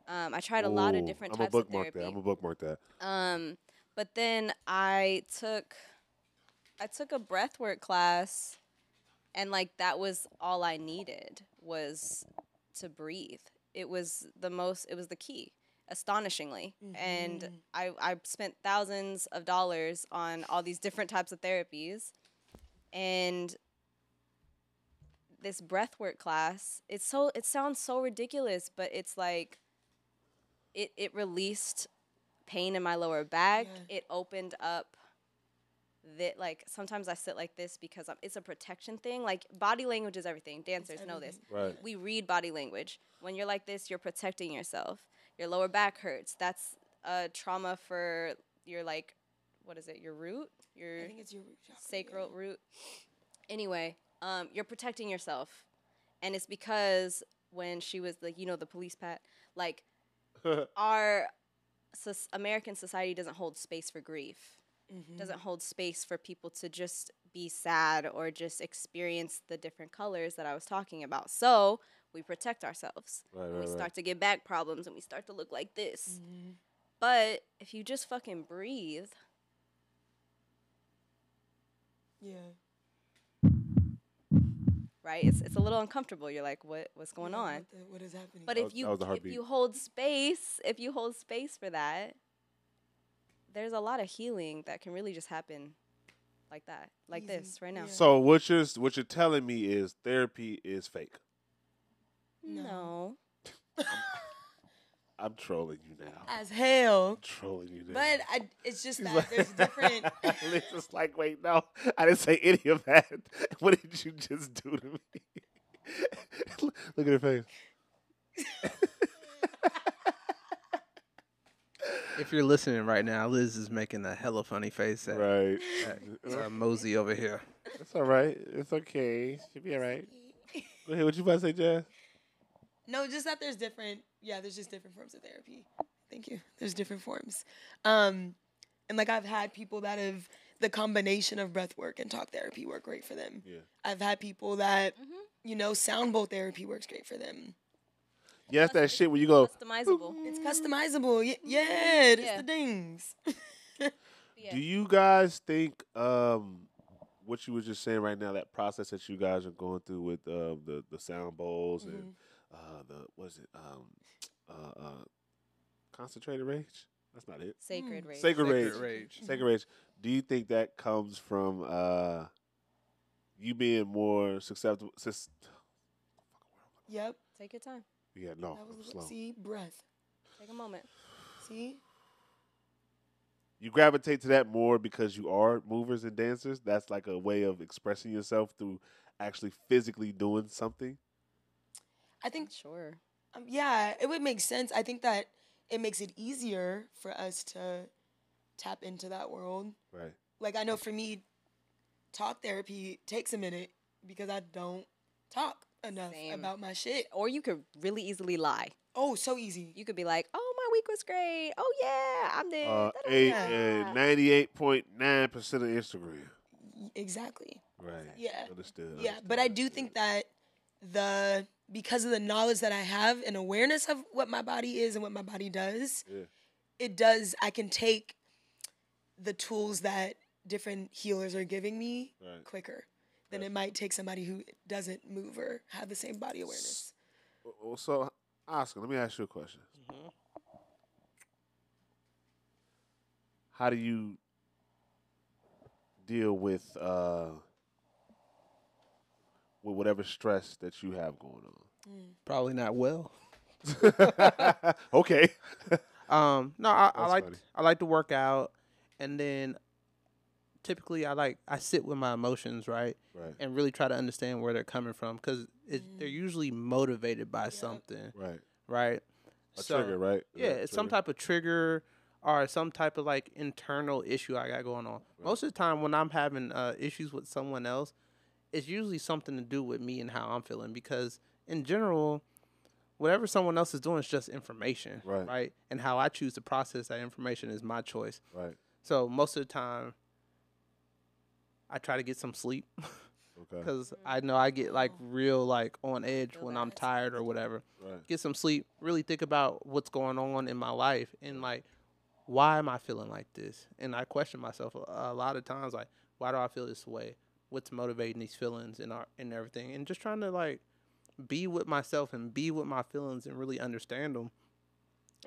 [SPEAKER 4] Um, I tried a lot of
[SPEAKER 1] Ooh,
[SPEAKER 4] different
[SPEAKER 1] I'm
[SPEAKER 4] types
[SPEAKER 1] gonna
[SPEAKER 4] of
[SPEAKER 1] bookmark
[SPEAKER 4] therapy.
[SPEAKER 1] that I'm gonna bookmark that
[SPEAKER 4] Um, but then I took I took a breathwork class, and like that was all I needed was to breathe. It was the most. It was the key, astonishingly. And I I spent thousands of dollars on all these different types of therapies, and this breathwork class. It's so it sounds so ridiculous, but it's like it it released pain in my lower back. It opened up that like sometimes I sit like this because I'm, it's a protection thing. Like body language is everything. Dancers know this.
[SPEAKER 1] [LAUGHS] Right.
[SPEAKER 4] We read body language. When you're like this, you're protecting yourself. Your lower back hurts. That's a trauma for your like what is it? Your root? Your
[SPEAKER 3] I think it's your root chakra.
[SPEAKER 4] sacral root. Anyway, um, you're protecting yourself, and it's because when she was like, you know, the police pat, like our sus- American society doesn't hold space for grief,
[SPEAKER 3] Mm-hmm.
[SPEAKER 1] Mm.
[SPEAKER 4] doesn't hold space for people to just be sad or just experience the different colors that I was talking about. So we protect ourselves.
[SPEAKER 1] right
[SPEAKER 4] and we
[SPEAKER 1] right Mm. right
[SPEAKER 4] start to get back problems, and we start to look like this.
[SPEAKER 3] Mm-hmm.
[SPEAKER 4] But if you just fucking breathe,
[SPEAKER 3] Yeah.
[SPEAKER 4] right? It's, it's a little uncomfortable. You're like, what what's going
[SPEAKER 3] Yeah,
[SPEAKER 4] on?
[SPEAKER 3] What, the, what is happening?
[SPEAKER 4] But
[SPEAKER 1] That
[SPEAKER 4] if
[SPEAKER 1] was-
[SPEAKER 4] you
[SPEAKER 1] that was the
[SPEAKER 4] if
[SPEAKER 1] heartbeat.
[SPEAKER 4] you hold space, if you hold space for that, there's a lot of healing that can really just happen like that, like
[SPEAKER 3] Easy,
[SPEAKER 4] this right now.
[SPEAKER 3] yeah.
[SPEAKER 1] so what you're what you're telling me is therapy is fake
[SPEAKER 4] No.
[SPEAKER 1] I'm trolling you now I'm
[SPEAKER 3] as hell.
[SPEAKER 1] trolling you now
[SPEAKER 3] Uh, But I, it's
[SPEAKER 1] [LAUGHS]
[SPEAKER 3] just
[SPEAKER 1] She's [LAUGHS]
[SPEAKER 3] that
[SPEAKER 1] like-
[SPEAKER 3] there's different. [LAUGHS]
[SPEAKER 1] Liz is like, wait, no, I didn't say any of that. [LAUGHS] What did you just do to me? [LAUGHS] Look at her face.
[SPEAKER 5] If you're listening right now, Liz is making a hella funny face at,
[SPEAKER 1] Right.
[SPEAKER 5] at uh, Mosey over here.
[SPEAKER 1] It's all right. It's okay. Should be all right. Go ahead. What you about to say, Jazz?
[SPEAKER 3] no, just that there's different. Yeah, there's just different forms of therapy. Thank you. There's different forms. Um, and like I've had people that have the combination of breath work and talk therapy work great for them.
[SPEAKER 1] Yeah.
[SPEAKER 3] I've had people that
[SPEAKER 4] Mm-hmm.
[SPEAKER 3] you know sound bowl therapy works great for them.
[SPEAKER 1] Yeah, that's that shit where you go,
[SPEAKER 4] Customizable.
[SPEAKER 3] It's customizable. Y- yeah, it's
[SPEAKER 4] Mm. Yeah.
[SPEAKER 3] the dings.
[SPEAKER 1] do you guys think um, what you were just saying right now, that process that you guys are going through with uh, the, the sound bowls
[SPEAKER 3] Mm-hmm.
[SPEAKER 1] and uh, the, what is it, um, uh, uh, concentrated rage? That's not it.
[SPEAKER 4] Sacred rage.
[SPEAKER 1] Sacred rage.
[SPEAKER 5] Sacred rage.
[SPEAKER 3] Mm-hmm.
[SPEAKER 1] Second Rich, do you think that comes from uh, you being more susceptible? Sus-
[SPEAKER 3] Yep.
[SPEAKER 4] Take your time.
[SPEAKER 1] yeah, no,
[SPEAKER 3] Oh, That
[SPEAKER 1] I'm
[SPEAKER 3] was
[SPEAKER 1] slow.
[SPEAKER 3] see breath.
[SPEAKER 4] Take a moment.
[SPEAKER 3] See?
[SPEAKER 1] You gravitate to that more because you are movers and dancers. That's like a way of expressing yourself through actually physically doing something.
[SPEAKER 3] I think
[SPEAKER 4] Sure.
[SPEAKER 3] um, yeah, it would make sense. I think that it makes it easier for us to tap into that world.
[SPEAKER 1] Right.
[SPEAKER 3] Like I know for me, talk therapy takes a minute because I don't talk enough
[SPEAKER 4] Same.
[SPEAKER 3] about my shit.
[SPEAKER 4] Or you could really easily lie.
[SPEAKER 3] Oh, so easy.
[SPEAKER 4] You could be like, "Oh, my week was great. Oh yeah, I'm this."
[SPEAKER 1] Uh,
[SPEAKER 4] da-da-da."
[SPEAKER 1] eight ninety-eight point nine percent of Instagram.
[SPEAKER 3] Y- Exactly.
[SPEAKER 1] Right.
[SPEAKER 3] Yeah.
[SPEAKER 1] Understood.
[SPEAKER 3] Yeah, but I do think that the because of the knowledge that I have and awareness of what my body is and what my body does,
[SPEAKER 1] Yeah.
[SPEAKER 3] it does. I can take the tools that different healers are giving me
[SPEAKER 1] Right.
[SPEAKER 3] quicker than
[SPEAKER 1] Right.
[SPEAKER 3] it might take somebody who doesn't move or have the same body awareness.
[SPEAKER 1] Well, so Oscar, let me ask you a question.
[SPEAKER 2] Mhm.
[SPEAKER 1] How do you deal with uh, with whatever stress that you have going
[SPEAKER 2] Probably not well.
[SPEAKER 1] [LAUGHS] on? okay.
[SPEAKER 2] Um, no, I, I
[SPEAKER 1] That's
[SPEAKER 2] like
[SPEAKER 1] funny.
[SPEAKER 2] I like to work out, and then typically I like I sit with my emotions right
[SPEAKER 1] Right.
[SPEAKER 2] and really try to understand where they're coming from because they're usually motivated by something,
[SPEAKER 1] Right.
[SPEAKER 2] right?
[SPEAKER 1] A trigger, right? Is
[SPEAKER 2] Yeah,
[SPEAKER 1] that a
[SPEAKER 2] it's some
[SPEAKER 1] trigger?
[SPEAKER 2] type of trigger or some type of like internal issue I got going on. Most of the time, when I'm having uh, issues with someone else, it's usually something to do with me and how I'm feeling because, in general, whatever someone else is doing is just information,
[SPEAKER 1] Right.
[SPEAKER 2] right? And how I choose to process that information is my choice.
[SPEAKER 1] Right.
[SPEAKER 2] So, most of the time, I try to get some sleep
[SPEAKER 1] Okay.
[SPEAKER 2] because I know I get like
[SPEAKER 3] Oh.
[SPEAKER 2] real like on edge
[SPEAKER 4] feel
[SPEAKER 2] when
[SPEAKER 4] that.
[SPEAKER 2] I'm tired or whatever
[SPEAKER 1] Right.
[SPEAKER 2] get some sleep, really think about what's going on in my life and like why am I feeling like this? And I question myself a, a lot of times like why do I feel this way? What's motivating these feelings and our, and everything? And just trying to like be with myself and be with my feelings and really understand them.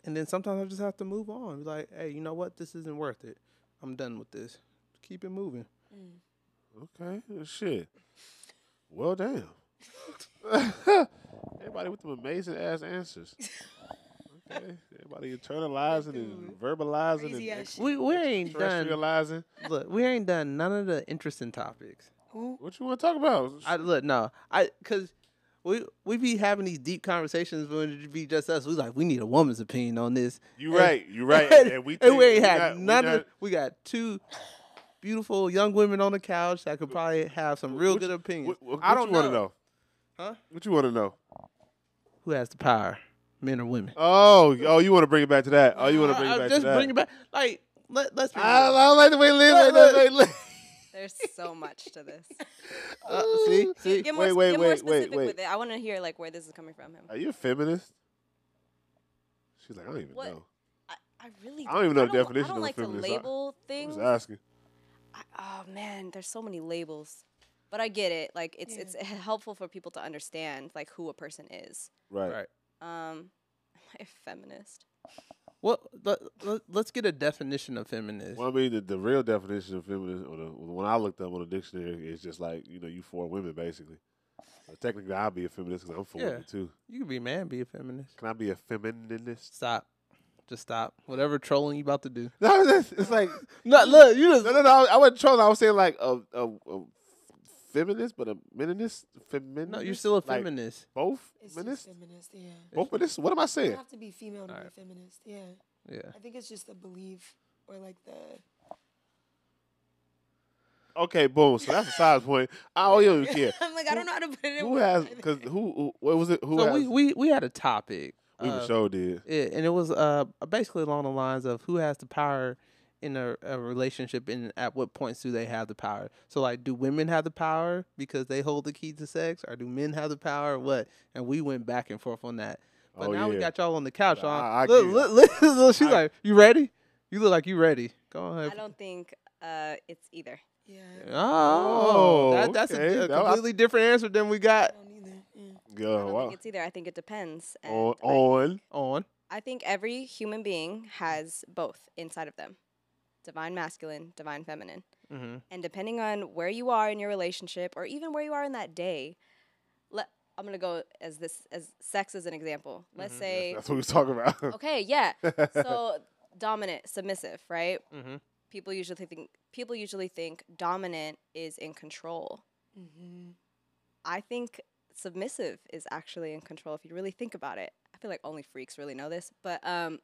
[SPEAKER 2] And then sometimes I just have to move on. Be like, hey, you know what? This isn't worth it. I'm done with this. Keep it moving.
[SPEAKER 1] Okay. well, Shit. Well,
[SPEAKER 2] [LAUGHS]
[SPEAKER 1] damn. Everybody with them amazing ass
[SPEAKER 2] [LAUGHS]
[SPEAKER 1] answers. Okay. Everybody internalizing and
[SPEAKER 3] Dude.
[SPEAKER 1] verbalizing
[SPEAKER 3] Crazy
[SPEAKER 1] and
[SPEAKER 3] ass shit.
[SPEAKER 2] We we ain't done.
[SPEAKER 1] terrestrializing.
[SPEAKER 2] Look, we ain't done none of the interesting topics.
[SPEAKER 3] Ooh,
[SPEAKER 1] What you want to talk about?
[SPEAKER 2] I look no, I because we we be having these deep conversations when it be just us. We like we need a woman's opinion on this.
[SPEAKER 1] you right.
[SPEAKER 2] [LAUGHS]
[SPEAKER 1] You right. And we,
[SPEAKER 2] and we
[SPEAKER 1] think-
[SPEAKER 2] ain't had
[SPEAKER 1] not-
[SPEAKER 2] none
[SPEAKER 1] we
[SPEAKER 2] of. We got two beautiful young women on the couch that could probably have some real
[SPEAKER 1] Which-
[SPEAKER 2] good
[SPEAKER 1] not-
[SPEAKER 2] opinions.
[SPEAKER 1] What, what,
[SPEAKER 2] I don't
[SPEAKER 1] you want
[SPEAKER 2] know.
[SPEAKER 1] to know?
[SPEAKER 2] Huh?
[SPEAKER 1] What you want to know?
[SPEAKER 2] who has the power, men or women.
[SPEAKER 1] Oh, oh, you want to bring it back to that? Oh, you want to bring
[SPEAKER 2] I-
[SPEAKER 1] it
[SPEAKER 2] I-
[SPEAKER 1] back
[SPEAKER 2] just
[SPEAKER 1] to that?
[SPEAKER 2] bring it back. Like let let's be
[SPEAKER 1] I,
[SPEAKER 2] real.
[SPEAKER 1] I like the way Liz.
[SPEAKER 2] Look,
[SPEAKER 1] like that,
[SPEAKER 2] look.
[SPEAKER 1] like-
[SPEAKER 4] There's so much to [LAUGHS] this.
[SPEAKER 2] Uh, see see.
[SPEAKER 4] Get more,
[SPEAKER 1] Wait, wait,
[SPEAKER 4] s- get
[SPEAKER 1] wait,
[SPEAKER 4] more
[SPEAKER 1] wait,
[SPEAKER 4] specific
[SPEAKER 1] wait.
[SPEAKER 4] with it. I want to hear like where this is coming from him.
[SPEAKER 1] [LAUGHS] Are you a feminist? She's like, I don't even
[SPEAKER 4] What?
[SPEAKER 1] know.
[SPEAKER 4] I, I really
[SPEAKER 1] I don't even know the definition
[SPEAKER 4] I
[SPEAKER 1] of
[SPEAKER 4] don't
[SPEAKER 1] a
[SPEAKER 4] like
[SPEAKER 1] feminist. I-
[SPEAKER 4] to label
[SPEAKER 1] I'm
[SPEAKER 4] things.
[SPEAKER 1] just asking.
[SPEAKER 4] I, oh man, there's so many labels. But I get it. Like it's
[SPEAKER 3] Yeah.
[SPEAKER 4] it's helpful for people to understand like who a person is.
[SPEAKER 1] Right.
[SPEAKER 2] Right.
[SPEAKER 4] Um, [LAUGHS] am I a feminist?
[SPEAKER 2] What let, let, let's get a definition of feminist.
[SPEAKER 1] Well, I mean, the, the real definition of feminist, or the, the one I looked up on the dictionary, is just like you know, you for women basically. So technically, I'll be a feminist because I'm for
[SPEAKER 2] Yeah.
[SPEAKER 1] women too.
[SPEAKER 2] you can be a man, be a feminist.
[SPEAKER 1] Can I be a
[SPEAKER 2] [LAUGHS]
[SPEAKER 1] feminist? [LAUGHS]
[SPEAKER 2] Stop. Just stop. Whatever trolling you about to do.
[SPEAKER 1] No, that's, it's like
[SPEAKER 2] No, look, you just
[SPEAKER 1] No, no, no. I wasn't trolling. I was saying like a, a, a feminist, but a meninist, feminist.
[SPEAKER 2] No, you're still a
[SPEAKER 1] Like,
[SPEAKER 2] feminist.
[SPEAKER 1] both
[SPEAKER 3] it's just
[SPEAKER 1] feminist.
[SPEAKER 3] feminist, yeah.
[SPEAKER 1] Both feminist. What am I
[SPEAKER 3] You
[SPEAKER 1] saying?
[SPEAKER 3] don't have to be female to be
[SPEAKER 2] Alright.
[SPEAKER 3] feminist, yeah.
[SPEAKER 2] yeah.
[SPEAKER 3] I think it's just the belief or like the [COUGHS]
[SPEAKER 1] Okay, boom. So that's a side point. I don't even
[SPEAKER 4] [LAUGHS]
[SPEAKER 1] care.
[SPEAKER 3] I'm like, I don't know how to put it
[SPEAKER 1] [LAUGHS]
[SPEAKER 3] in
[SPEAKER 1] Who
[SPEAKER 3] words.
[SPEAKER 1] has? Because who, who? What was it? Who
[SPEAKER 2] so
[SPEAKER 1] has?
[SPEAKER 2] we,
[SPEAKER 1] We,
[SPEAKER 2] we we had a topic.
[SPEAKER 1] for
[SPEAKER 2] uh,
[SPEAKER 1] sure did.
[SPEAKER 2] yeah, and it was uh basically along the lines of who has the power in a, a relationship and at what points do they have the power? So like do women have the power because they hold the key to sex or do men have the power or what? And we went back and forth on that. But
[SPEAKER 1] Oh,
[SPEAKER 2] now we
[SPEAKER 1] yeah.
[SPEAKER 2] got y'all on the couch.
[SPEAKER 1] I-
[SPEAKER 2] I,
[SPEAKER 1] I
[SPEAKER 2] look,
[SPEAKER 1] get it.
[SPEAKER 2] look, [LAUGHS] look, look, she's
[SPEAKER 1] I-
[SPEAKER 2] like, "You ready? You look like you ready. Go ahead."
[SPEAKER 4] I don't think uh it's either.
[SPEAKER 3] Yeah,
[SPEAKER 2] Oh,
[SPEAKER 1] Oh,
[SPEAKER 2] that, that's
[SPEAKER 1] okay.
[SPEAKER 2] a, a
[SPEAKER 1] That was-
[SPEAKER 2] completely different answer than we
[SPEAKER 3] I
[SPEAKER 2] got
[SPEAKER 3] don't either. Yeah.
[SPEAKER 4] I
[SPEAKER 1] Yo,
[SPEAKER 4] don't
[SPEAKER 1] Oh, wow.
[SPEAKER 4] think it's either. I think it depends. And
[SPEAKER 1] On,
[SPEAKER 4] I-
[SPEAKER 1] on.
[SPEAKER 2] on.
[SPEAKER 4] I think every human being has both inside of them. Divine masculine, divine feminine.
[SPEAKER 2] Mm-hmm.
[SPEAKER 4] And depending on where you are in your relationship or even where you are in that day, let I'm going to go as this as sex as an example. Let's
[SPEAKER 2] Mm-hmm.
[SPEAKER 4] say
[SPEAKER 1] That's what we was talking about.
[SPEAKER 2] [LAUGHS]
[SPEAKER 4] okay, yeah.
[SPEAKER 1] [LAUGHS]
[SPEAKER 4] So dominant, submissive, right?
[SPEAKER 2] Mm-hmm.
[SPEAKER 4] People usually think people usually think dominant is in control.
[SPEAKER 3] Mm-hmm.
[SPEAKER 4] I think submissive is actually in control if you really think about it. I feel like only freaks really know this, but um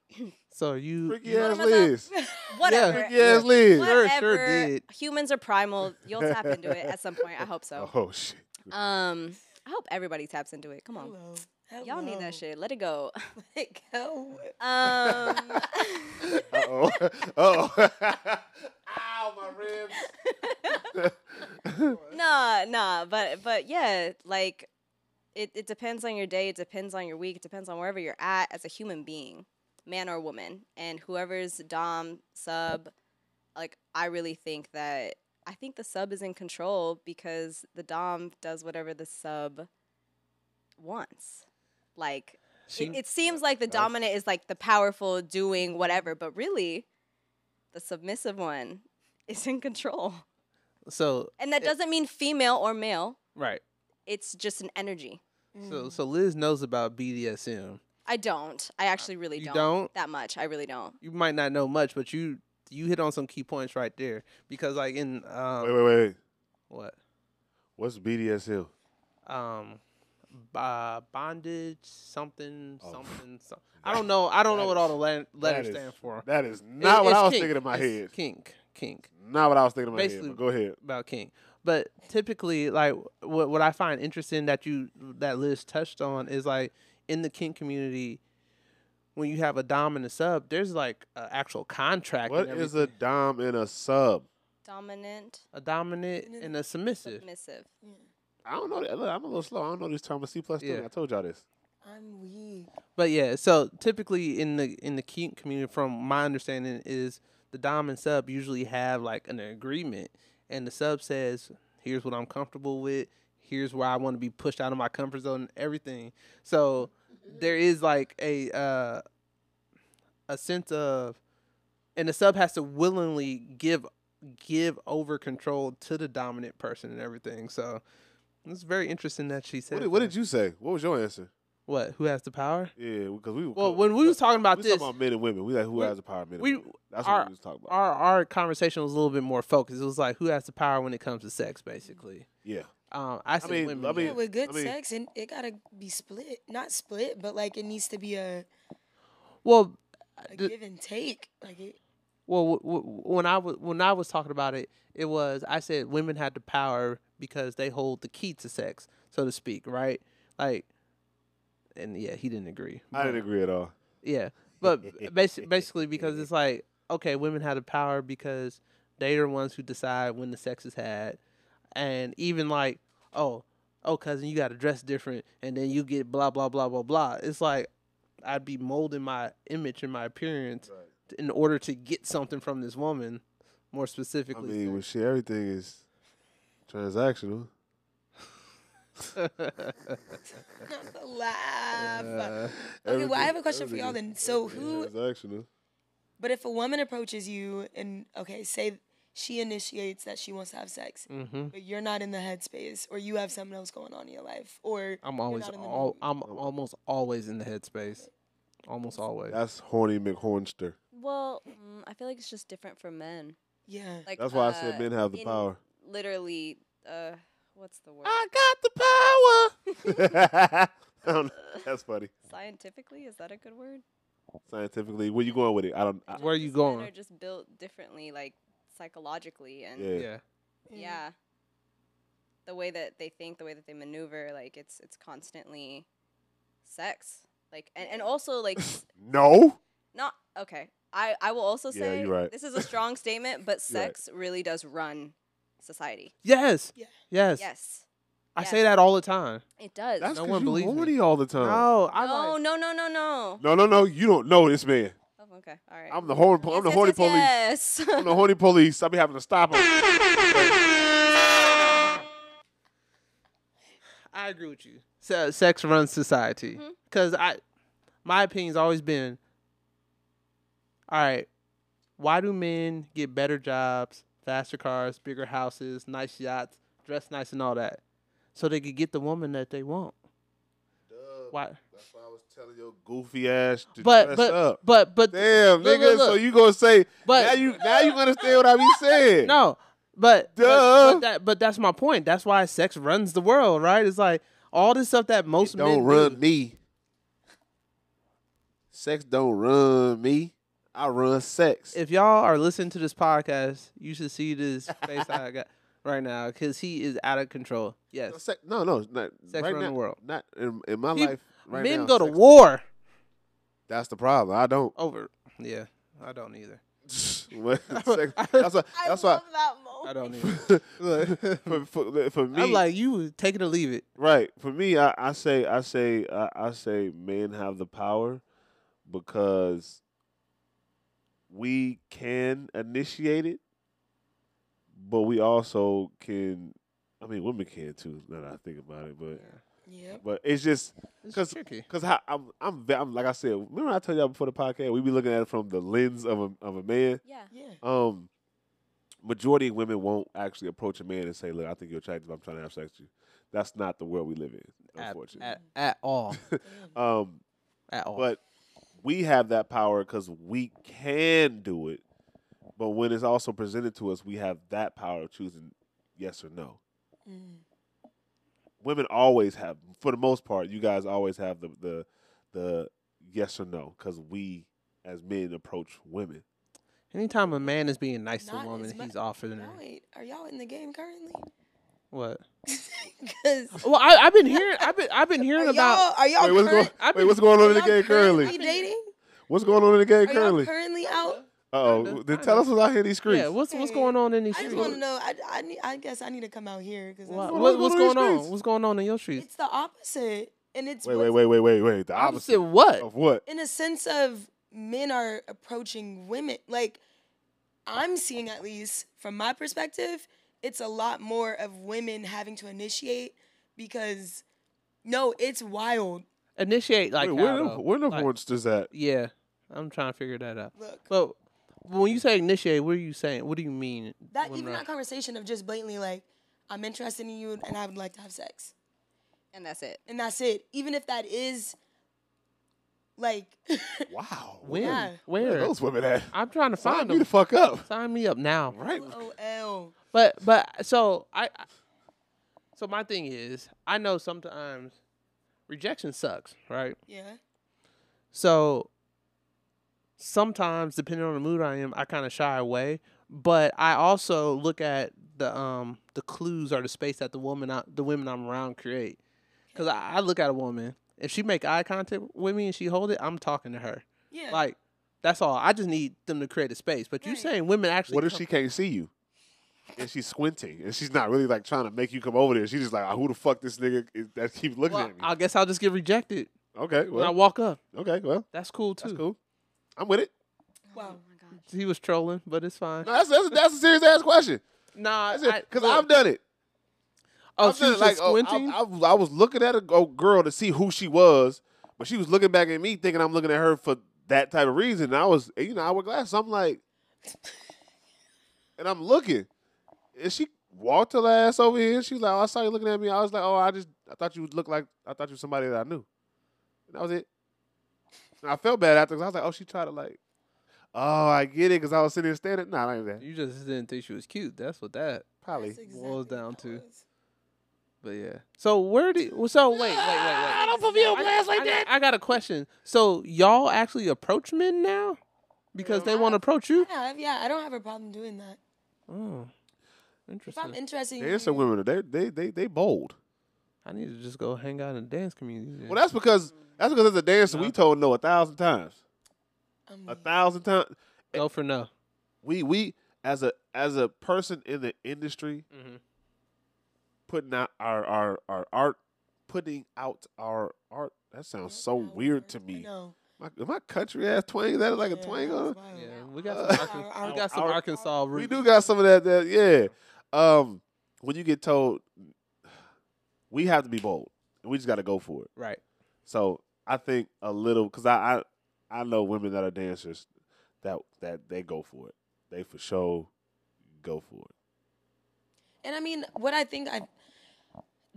[SPEAKER 2] So you
[SPEAKER 1] Freaky
[SPEAKER 2] you-
[SPEAKER 1] ass
[SPEAKER 2] [LAUGHS]
[SPEAKER 4] myself-
[SPEAKER 1] Liz.
[SPEAKER 4] whatever.
[SPEAKER 1] Freaky ass Liz.
[SPEAKER 2] What? Sure,
[SPEAKER 4] Whatever.
[SPEAKER 2] sure did.
[SPEAKER 4] Humans are primal. You'll tap into it at some point. I hope
[SPEAKER 2] [LAUGHS]
[SPEAKER 4] so.
[SPEAKER 1] Oh shit.
[SPEAKER 4] Um, I hope everybody taps into it. Come on.
[SPEAKER 3] Hello.
[SPEAKER 4] Y'all need
[SPEAKER 3] Hello.
[SPEAKER 4] that shit. [LAUGHS] Let it go.
[SPEAKER 3] Like, oh,
[SPEAKER 4] Um,
[SPEAKER 1] Uh
[SPEAKER 4] [LAUGHS]
[SPEAKER 1] [LAUGHS] oh. oh. [LAUGHS] Ow, my ribs.
[SPEAKER 4] nah, nah, but but yeah, like it it, it depends on your day, it depends on your week, it depends on wherever you're at as a human being, man or woman. And whoever's Dom, sub, like I really think that I think the sub is in control because the Dom does whatever the sub wants. Like
[SPEAKER 1] She-
[SPEAKER 4] it, it seems like the dominant is like the powerful doing whatever, but really the submissive one [LAUGHS] is in control.
[SPEAKER 2] So
[SPEAKER 4] And that doesn't mean female or male.
[SPEAKER 2] right.
[SPEAKER 4] It's just an energy.
[SPEAKER 3] Mm.
[SPEAKER 2] So so Liz knows about BDSM.
[SPEAKER 4] I don't. I actually really
[SPEAKER 2] You
[SPEAKER 4] Uh, don't,
[SPEAKER 2] don't?
[SPEAKER 4] that much. I really don't.
[SPEAKER 2] You might not know much, but you you hit on some key points right there because like in um,
[SPEAKER 1] Wait, wait, wait. wait.
[SPEAKER 2] what
[SPEAKER 1] What's BDSM?
[SPEAKER 2] um uh, bondage something
[SPEAKER 1] Oh.
[SPEAKER 2] something some, I don't know I don't know
[SPEAKER 1] That
[SPEAKER 2] what all the lan- letters
[SPEAKER 1] That is-
[SPEAKER 2] stand for.
[SPEAKER 1] That is
[SPEAKER 2] It-
[SPEAKER 1] not what
[SPEAKER 2] it's
[SPEAKER 1] I was
[SPEAKER 2] kink.
[SPEAKER 1] thinking in my
[SPEAKER 2] It's
[SPEAKER 1] head.
[SPEAKER 2] Kink, kink.
[SPEAKER 1] Not what I was thinking in my head.
[SPEAKER 2] Basically-
[SPEAKER 1] But go ahead.
[SPEAKER 2] about King. But typically, like what what I find interesting that you that Liz touched on is like in the King community, when you have a dom and a sub, there's like an actual contract.
[SPEAKER 1] What
[SPEAKER 2] and
[SPEAKER 1] is
[SPEAKER 2] everything.
[SPEAKER 1] a dom and a sub?
[SPEAKER 4] Dominant,
[SPEAKER 2] a dominant
[SPEAKER 3] And then-
[SPEAKER 2] and a submissive?
[SPEAKER 4] submissive.
[SPEAKER 1] I don't know. that- Look, I'm a little slow. I don't know these terms. C plus
[SPEAKER 2] Yeah.
[SPEAKER 1] I told y'all this.
[SPEAKER 3] I'm weak.
[SPEAKER 2] But yeah, so typically in the in the kink community, from my understanding, is the dom and sub usually have like an agreement, and the sub says, "Here's what I'm comfortable with. Here's where I want to be pushed out of my comfort zone. and Everything." So there is like a uh, a sense of, and the sub has to willingly give give over control to the dominant person and everything. So it's very interesting that she said.
[SPEAKER 1] What did, what
[SPEAKER 2] that.
[SPEAKER 1] did you say? What was your answer?
[SPEAKER 2] What? Who has the power?
[SPEAKER 1] Yeah, because we were co-
[SPEAKER 2] Well, when we was talking about
[SPEAKER 1] we was
[SPEAKER 2] this,
[SPEAKER 1] talking about men and women. We like who
[SPEAKER 2] we-
[SPEAKER 1] has the power, men. and
[SPEAKER 2] we-
[SPEAKER 1] women. That's
[SPEAKER 2] our-
[SPEAKER 1] what we was talking about.
[SPEAKER 2] our our conversation was a little bit more focused. It was like who has the power when it comes to sex, basically.
[SPEAKER 1] yeah,
[SPEAKER 2] Um, I, said
[SPEAKER 1] mean,
[SPEAKER 2] women.
[SPEAKER 1] I mean-
[SPEAKER 2] yeah.
[SPEAKER 3] Yeah, with good
[SPEAKER 1] I mean-
[SPEAKER 3] sex, and it gotta be split. Not split, but like it needs to be a,
[SPEAKER 2] well,
[SPEAKER 3] a
[SPEAKER 2] the-
[SPEAKER 3] give and take. Like it, [LAUGHS]
[SPEAKER 2] well, w- w- when I was when I was talking about it, it was I said women had the power because they hold the key to sex, so to speak, right? Like, and yeah, he didn't agree.
[SPEAKER 1] I didn't agree at all. [LAUGHS]
[SPEAKER 2] Yeah, but basically, basically because it's like okay, women have the power because they are the ones who decide when the sex is had, and even like oh oh cousin, you got to dress different, and then you get blah blah blah blah blah. It's like I'd be molding my image and my appearance t- in order to get something from this woman, more
[SPEAKER 1] I
[SPEAKER 2] specifically.
[SPEAKER 1] mean, well, shit, everything is transactional.
[SPEAKER 2] [LAUGHS]
[SPEAKER 3] not the laugh.
[SPEAKER 2] Uh,
[SPEAKER 3] okay, well, I
[SPEAKER 1] Everything-
[SPEAKER 3] have a question for y'all
[SPEAKER 1] everything
[SPEAKER 3] then. So
[SPEAKER 1] is
[SPEAKER 3] who?
[SPEAKER 1] transactional?
[SPEAKER 3] But if a woman approaches you and okay, say she initiates that she wants to have sex,
[SPEAKER 2] mhm.
[SPEAKER 3] but you're not in the headspace, or you have something else going on in your life, or
[SPEAKER 2] I'm
[SPEAKER 3] you're
[SPEAKER 2] always
[SPEAKER 3] not in the
[SPEAKER 2] all
[SPEAKER 3] mood.
[SPEAKER 2] I'm almost always in the headspace, almost always.
[SPEAKER 1] That's horny McHornster.
[SPEAKER 4] Well, mm, I feel like it's just different for men.
[SPEAKER 3] yeah,
[SPEAKER 4] Like
[SPEAKER 1] That's why I
[SPEAKER 4] uh,
[SPEAKER 1] said men have the
[SPEAKER 4] in
[SPEAKER 1] power.
[SPEAKER 4] Literally, uh, what's the word?
[SPEAKER 1] got the power. [LAUGHS] I don't know. That's funny.
[SPEAKER 4] [LAUGHS] Scientifically, is that a good word?
[SPEAKER 1] Scientifically, where you going with it? I
[SPEAKER 4] Uh,
[SPEAKER 1] don't. I,
[SPEAKER 2] Where are you
[SPEAKER 4] Just men
[SPEAKER 2] going?
[SPEAKER 4] Are just built differently, like psychologically, and
[SPEAKER 1] yeah.
[SPEAKER 2] yeah.
[SPEAKER 3] Mm.
[SPEAKER 4] yeah the way that they think the way that they maneuver like it's it's constantly sex like and, and also [LAUGHS] like s-
[SPEAKER 1] No.
[SPEAKER 4] not okay i i will also
[SPEAKER 1] Yeah,
[SPEAKER 4] say
[SPEAKER 1] you're right.
[SPEAKER 4] this is a strong statement but
[SPEAKER 1] [LAUGHS] You're right.
[SPEAKER 4] sex really does run society
[SPEAKER 2] Yes.
[SPEAKER 3] Yeah.
[SPEAKER 2] Yes.
[SPEAKER 4] yes,
[SPEAKER 2] I
[SPEAKER 4] yes.
[SPEAKER 2] say that all the time.
[SPEAKER 4] it does
[SPEAKER 1] That's
[SPEAKER 2] No
[SPEAKER 1] 'cause
[SPEAKER 2] one
[SPEAKER 1] you
[SPEAKER 2] believes me.
[SPEAKER 1] horny all the time.
[SPEAKER 2] No, I
[SPEAKER 4] no
[SPEAKER 2] like,
[SPEAKER 4] no no no no
[SPEAKER 1] No, no, no. You don't know this man.
[SPEAKER 4] oh, okay all right
[SPEAKER 1] I'm the horny. po- I'm the horny police.
[SPEAKER 4] yes, yes. [LAUGHS]
[SPEAKER 1] I'm the horny police. I'll be having to stop
[SPEAKER 3] [LAUGHS]
[SPEAKER 1] him.
[SPEAKER 2] I agree with you. Se- sex runs society.
[SPEAKER 4] Mhm.
[SPEAKER 2] Cause I, my opinion's always been. All right, why do men get better jobs, faster cars, bigger houses, nice yachts, dress nice, and all that, so they could get the woman that they want? Why?
[SPEAKER 1] That's why I was telling your goofy ass to
[SPEAKER 2] But
[SPEAKER 1] dress
[SPEAKER 2] but,
[SPEAKER 1] up.
[SPEAKER 2] but but
[SPEAKER 1] Damn,
[SPEAKER 2] look,
[SPEAKER 1] nigga.
[SPEAKER 2] look,
[SPEAKER 1] So
[SPEAKER 2] look.
[SPEAKER 1] you gonna say
[SPEAKER 2] But-
[SPEAKER 1] now you now you understand what I be [LAUGHS] saying?
[SPEAKER 2] No, but but- but,
[SPEAKER 1] Duh.
[SPEAKER 2] that but that's my point. That's why sex runs the world, right? It's like all this stuff that most
[SPEAKER 1] It
[SPEAKER 2] men
[SPEAKER 1] don't
[SPEAKER 2] do-
[SPEAKER 1] run me. Sex don't run me. I run sex.
[SPEAKER 2] If y'all are listening to this podcast, you should see this face
[SPEAKER 1] [LAUGHS]
[SPEAKER 2] I got right now because he is out of control.
[SPEAKER 1] No,
[SPEAKER 2] Yes,
[SPEAKER 1] sex, no, no, not,
[SPEAKER 2] Sex
[SPEAKER 1] right
[SPEAKER 2] run
[SPEAKER 1] now,
[SPEAKER 2] the world.
[SPEAKER 1] Not in, in my
[SPEAKER 2] Peop-
[SPEAKER 1] life. Right
[SPEAKER 2] men
[SPEAKER 1] now,
[SPEAKER 2] go to
[SPEAKER 1] sex-
[SPEAKER 2] war
[SPEAKER 1] That's the problem. I don't. [LAUGHS]
[SPEAKER 2] over. Yeah, [LAUGHS] I don't either.
[SPEAKER 1] Sex. What? sex. That's why. That's why.
[SPEAKER 4] that moment.
[SPEAKER 2] I don't
[SPEAKER 1] [LAUGHS]
[SPEAKER 2] even.
[SPEAKER 1] For, for, for me,
[SPEAKER 2] I'm like, you would take it or leave it.
[SPEAKER 1] Right. For me, I, I say I say I, I say men have the power because we can initiate it, but we also can. I mean, women can too. Now that I think about it, but
[SPEAKER 3] Yep.
[SPEAKER 1] but it's just
[SPEAKER 2] It's
[SPEAKER 1] 'Cause-
[SPEAKER 2] tricky.
[SPEAKER 1] because I'm I'm ve- I'm like I said. Remember I told y'all before the podcast we be looking at it from the lens of a of a man.
[SPEAKER 4] Yeah.
[SPEAKER 3] Yeah.
[SPEAKER 1] [LAUGHS] Um, majority of women won't actually approach a man and say, "Look, I think you're attractive. I'm trying to have sex with you." That's not the world we live in,
[SPEAKER 2] At,
[SPEAKER 1] unfortunately.
[SPEAKER 2] at, at
[SPEAKER 1] [LAUGHS]
[SPEAKER 2] all.
[SPEAKER 3] Damn.
[SPEAKER 1] Um,
[SPEAKER 2] At all.
[SPEAKER 1] but we have that power because we can do it. But when it's also presented to us, we have that power of choosing yes or no.
[SPEAKER 3] Mm.
[SPEAKER 1] Women always have, for the most part, you guys always have the the, the yes or no because we as men approach women.
[SPEAKER 2] Anytime a man is being nice to
[SPEAKER 3] Not
[SPEAKER 2] a woman,
[SPEAKER 3] as mu-
[SPEAKER 2] he's offering her.
[SPEAKER 3] Y'all ain't, are y'all in the game currently? [LAUGHS]
[SPEAKER 2] What?
[SPEAKER 3] 'Cause
[SPEAKER 2] Well, I, I've been hearing. I've been.
[SPEAKER 3] [LAUGHS]
[SPEAKER 2] I've been hearing
[SPEAKER 3] are
[SPEAKER 2] about.
[SPEAKER 3] y'all, are y'all
[SPEAKER 1] Wait, what's going?
[SPEAKER 3] current-
[SPEAKER 2] I've
[SPEAKER 1] Wait,
[SPEAKER 2] been-
[SPEAKER 1] what's going on in the
[SPEAKER 3] y'all
[SPEAKER 1] game currently?
[SPEAKER 3] currently dating?
[SPEAKER 1] What's going on in the game
[SPEAKER 3] Are y'all
[SPEAKER 1] currently?
[SPEAKER 3] currently out?
[SPEAKER 1] Uh oh,
[SPEAKER 2] Kinda,
[SPEAKER 1] then tell us
[SPEAKER 2] kinda.
[SPEAKER 1] what's out here in these streets.
[SPEAKER 2] Yeah. What's what's
[SPEAKER 3] Hey,
[SPEAKER 2] going on in these
[SPEAKER 3] I just
[SPEAKER 2] streets?
[SPEAKER 3] want to know. I, I, need, I guess I need to come out here because
[SPEAKER 2] What,
[SPEAKER 1] on? What's
[SPEAKER 2] what- what's
[SPEAKER 1] going on in
[SPEAKER 2] going
[SPEAKER 1] these
[SPEAKER 2] on?
[SPEAKER 1] streets?
[SPEAKER 2] What's going on in your streets?
[SPEAKER 3] it's the opposite, and it's
[SPEAKER 1] wait,
[SPEAKER 3] what's-
[SPEAKER 1] wait, wait, wait, wait, wait. The
[SPEAKER 2] Opposite
[SPEAKER 1] opposite,
[SPEAKER 2] what?
[SPEAKER 1] of what?
[SPEAKER 3] in a sense of men are approaching women like i'm seeing at least from my perspective it's a lot more of women having to initiate because no it's wild
[SPEAKER 2] Initiate like
[SPEAKER 1] Wait,
[SPEAKER 2] how,
[SPEAKER 1] where the
[SPEAKER 2] though?
[SPEAKER 1] where the
[SPEAKER 2] Like-
[SPEAKER 1] monsters at?
[SPEAKER 2] Yeah, I'm trying to figure that out.
[SPEAKER 3] look
[SPEAKER 2] But when you say initiate, what are you saying? What do you mean?
[SPEAKER 3] that
[SPEAKER 2] When
[SPEAKER 3] even
[SPEAKER 2] I-
[SPEAKER 3] that conversation of just blatantly like i'm interested in you and i would like to have sex
[SPEAKER 4] And that's it.
[SPEAKER 3] and that's it even if that is like [LAUGHS]
[SPEAKER 1] Wow.
[SPEAKER 2] When?
[SPEAKER 3] Yeah.
[SPEAKER 1] Where
[SPEAKER 2] Where?
[SPEAKER 1] are those women at?
[SPEAKER 2] I'm trying to
[SPEAKER 1] Sign
[SPEAKER 2] find
[SPEAKER 1] me the
[SPEAKER 2] them.
[SPEAKER 1] fuck up.
[SPEAKER 2] Sign me up now.
[SPEAKER 1] Right.
[SPEAKER 3] Oh, ol
[SPEAKER 2] But but so I, I so my thing is I know sometimes rejection sucks, right?
[SPEAKER 3] yeah
[SPEAKER 2] So sometimes depending on the mood I am, I kind of shy away, but I also look at the um the clues or the space that the woman I, the women I'm around create. Cuz I, I look at a woman, if she make eye contact with me and she hold it, I'm talking to her.
[SPEAKER 3] yeah
[SPEAKER 2] Like that's all. I just need them to create a space. But you
[SPEAKER 3] Right.
[SPEAKER 2] saying women actually
[SPEAKER 1] What if
[SPEAKER 2] come-
[SPEAKER 1] she can't see you? And she's squinting, and she's not really like trying to make you come over there. She's just like, "Ah, "Who the fuck this nigga is that keeps looking
[SPEAKER 2] well,
[SPEAKER 1] at me?"
[SPEAKER 2] I guess I'll just get rejected
[SPEAKER 1] okay,
[SPEAKER 2] when I
[SPEAKER 1] well,
[SPEAKER 2] walk up.
[SPEAKER 1] okay, well,
[SPEAKER 2] That's cool too.
[SPEAKER 1] that's cool. I'm with it.
[SPEAKER 3] wow
[SPEAKER 4] my gosh.
[SPEAKER 2] He was trolling, but it's fine.
[SPEAKER 1] No, that's that's, that's a serious ass question.
[SPEAKER 2] Nah,
[SPEAKER 1] Because
[SPEAKER 2] I-
[SPEAKER 1] I've done it.
[SPEAKER 2] Oh,
[SPEAKER 1] I've
[SPEAKER 2] she
[SPEAKER 1] done
[SPEAKER 2] was
[SPEAKER 1] it, like
[SPEAKER 2] just
[SPEAKER 1] oh, I-
[SPEAKER 2] squinting.
[SPEAKER 1] I, was- I was looking at a g- oh, girl to see who she was, but she was looking back at me, thinking I'm looking at her for that type of reason. And I was, you know, I wear glasses. I'm like, and I'm looking, and she walked her ass over here. She was like, oh, I saw you looking at me. I was like, oh, I just, I thought you would look like, I thought you was somebody that I knew. And that was it. And I felt bad after 'cause I was like, oh, she tried to like, oh, I get it, because I was sitting there standing. Nah, I ain't that.
[SPEAKER 2] you just didn't think she was cute. That's what that.
[SPEAKER 1] Probably.
[SPEAKER 3] That's exactly
[SPEAKER 2] boils
[SPEAKER 3] what
[SPEAKER 2] down
[SPEAKER 3] that
[SPEAKER 2] to-
[SPEAKER 3] was.
[SPEAKER 2] But yeah. So where do? well, So wait, wait, wait, wait.
[SPEAKER 1] I don't put me on blast like
[SPEAKER 2] I,
[SPEAKER 1] that.
[SPEAKER 2] I got a question. So y'all actually approach men now because they want to approach you?
[SPEAKER 3] I have, yeah, I don't have a problem doing that.
[SPEAKER 2] Oh,
[SPEAKER 3] If I'm
[SPEAKER 2] interesting.
[SPEAKER 3] interested in
[SPEAKER 1] There's
[SPEAKER 3] you,
[SPEAKER 1] some women. They they they they bold.
[SPEAKER 2] I need to just go hang out in the dance community. then.
[SPEAKER 1] Well, that's because that's because as a dancer, we
[SPEAKER 2] No.
[SPEAKER 1] told no a thousand times,
[SPEAKER 3] I'm
[SPEAKER 1] a
[SPEAKER 3] like,
[SPEAKER 1] thousand times.
[SPEAKER 2] no for no.
[SPEAKER 1] We we as a as a person in the industry,
[SPEAKER 2] Mhm.
[SPEAKER 1] putting out our our our art, putting out our art. That sounds so
[SPEAKER 3] "Wow,
[SPEAKER 1] weird to
[SPEAKER 3] I
[SPEAKER 1] me.
[SPEAKER 3] know."
[SPEAKER 1] My, my country ass twang. Is that like a
[SPEAKER 3] Yeah,
[SPEAKER 1] twang
[SPEAKER 3] that
[SPEAKER 1] on?
[SPEAKER 3] was
[SPEAKER 1] it?
[SPEAKER 3] wild.
[SPEAKER 2] Yeah, we got some. Arkan-
[SPEAKER 3] Our-
[SPEAKER 2] we got some
[SPEAKER 1] Uh, our-
[SPEAKER 2] Arkansas
[SPEAKER 1] We
[SPEAKER 2] roots.
[SPEAKER 1] do got some of that. That yeah. Um, when you get told, we have to be bold, and we just got to go for it.
[SPEAKER 2] Right.
[SPEAKER 1] So I think a little because I, I I know women that are dancers that that they go for it. They for sure go for it.
[SPEAKER 3] And I mean, what I think I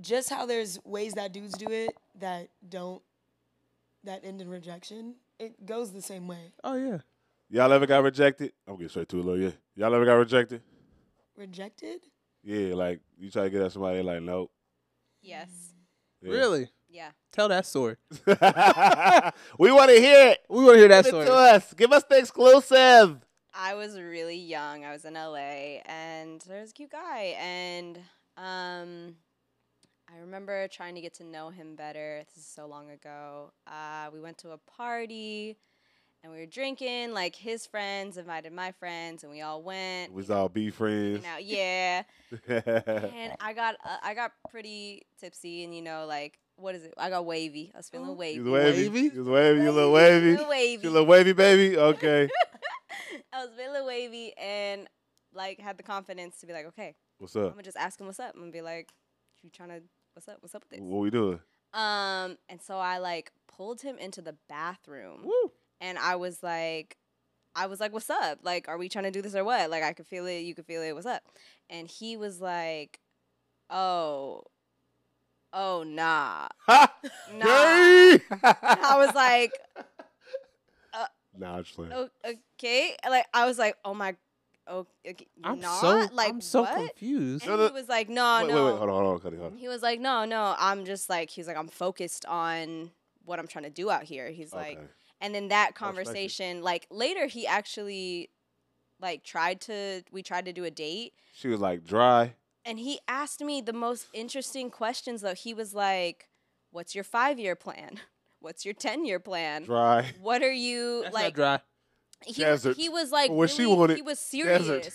[SPEAKER 3] just how there's ways that dudes do it that don't that end in rejection. It goes the same way.
[SPEAKER 2] Oh yeah.
[SPEAKER 1] Y'all ever got rejected? I'm getting straight to it, Lil. Yeah. Y'all ever got rejected?
[SPEAKER 3] Rejected?
[SPEAKER 1] Yeah, like you try to get at somebody, they like nope.
[SPEAKER 4] Yes.
[SPEAKER 1] Yeah.
[SPEAKER 2] Really.
[SPEAKER 4] Yeah.
[SPEAKER 2] Tell that story.
[SPEAKER 1] [LAUGHS] we want to hear it.
[SPEAKER 2] We want to hear that
[SPEAKER 1] Give it
[SPEAKER 2] story.
[SPEAKER 1] to us. Give us the exclusive.
[SPEAKER 4] I was really young. I was in LA and there was a cute guy and um I remember trying to get to know him better. This is so long ago. Uh, we went to a party and we were drinking. Like his friends invited my friends, and we all went.
[SPEAKER 1] We was all be friends. [LAUGHS]
[SPEAKER 4] hanging out. yeah.
[SPEAKER 1] yeah,
[SPEAKER 4] and I got uh, I got pretty tipsy, and you know, like what is it? I got wavy. I was feeling
[SPEAKER 1] you
[SPEAKER 4] wavy.
[SPEAKER 1] was
[SPEAKER 4] [LAUGHS]
[SPEAKER 1] wavy.
[SPEAKER 2] Wavy?
[SPEAKER 1] You was wavy. You little
[SPEAKER 4] Wavy,
[SPEAKER 1] wavy.
[SPEAKER 4] little wavy.
[SPEAKER 1] You little wavy baby. Okay.
[SPEAKER 4] [LAUGHS] I was feeling wavy, and like had the confidence to be like, okay,
[SPEAKER 1] What's
[SPEAKER 4] I'm
[SPEAKER 1] up?
[SPEAKER 4] gonna just ask him what's up, and be like, you trying to what's up? What's up with this?
[SPEAKER 1] What we doing? [LAUGHS]
[SPEAKER 4] Um, and so I like pulled him into the bathroom,
[SPEAKER 2] Woo.
[SPEAKER 4] and I was like. I was like, "What's up? Like, are we trying to do this or what?" Like, I could feel it, you could feel it. What's up? And he was like, "Oh, oh, nah,
[SPEAKER 1] Ha!
[SPEAKER 4] nah."
[SPEAKER 1] Yay!
[SPEAKER 4] [LAUGHS] I was like,
[SPEAKER 1] [LAUGHS]
[SPEAKER 4] "Oh,
[SPEAKER 1] Nah, I'm just playing.
[SPEAKER 4] "O- okay. Like I was like, oh my, o- okay,
[SPEAKER 2] I'm
[SPEAKER 4] not?
[SPEAKER 2] so
[SPEAKER 4] like
[SPEAKER 2] I'm so
[SPEAKER 4] what?
[SPEAKER 2] confused.
[SPEAKER 4] And
[SPEAKER 1] No,
[SPEAKER 4] he
[SPEAKER 1] no.
[SPEAKER 4] was like, no,
[SPEAKER 1] wait, wait,
[SPEAKER 4] no.
[SPEAKER 1] wait. Hold on, hold on, Cuddy, hold on.
[SPEAKER 4] He was like, no, no. I'm just like, he's like, I'm focused on what I'm trying to do out here. He's like,
[SPEAKER 1] okay.
[SPEAKER 4] and then
[SPEAKER 1] I
[SPEAKER 4] that
[SPEAKER 1] respect it.
[SPEAKER 4] conversation, like later, he actually, like, tried to. We tried to do a date,
[SPEAKER 1] She was like dry.
[SPEAKER 4] and he asked me the most interesting questions. Though he was like, what's your five year plan? [LAUGHS] What's your ten year plan? [LAUGHS]
[SPEAKER 1] Dry.
[SPEAKER 4] What are you
[SPEAKER 2] That's
[SPEAKER 4] like?
[SPEAKER 2] not dry.
[SPEAKER 4] he, was-
[SPEAKER 1] Desert.
[SPEAKER 4] he was like
[SPEAKER 1] What
[SPEAKER 4] really,
[SPEAKER 1] she wanted,
[SPEAKER 4] he was serious.
[SPEAKER 1] desert.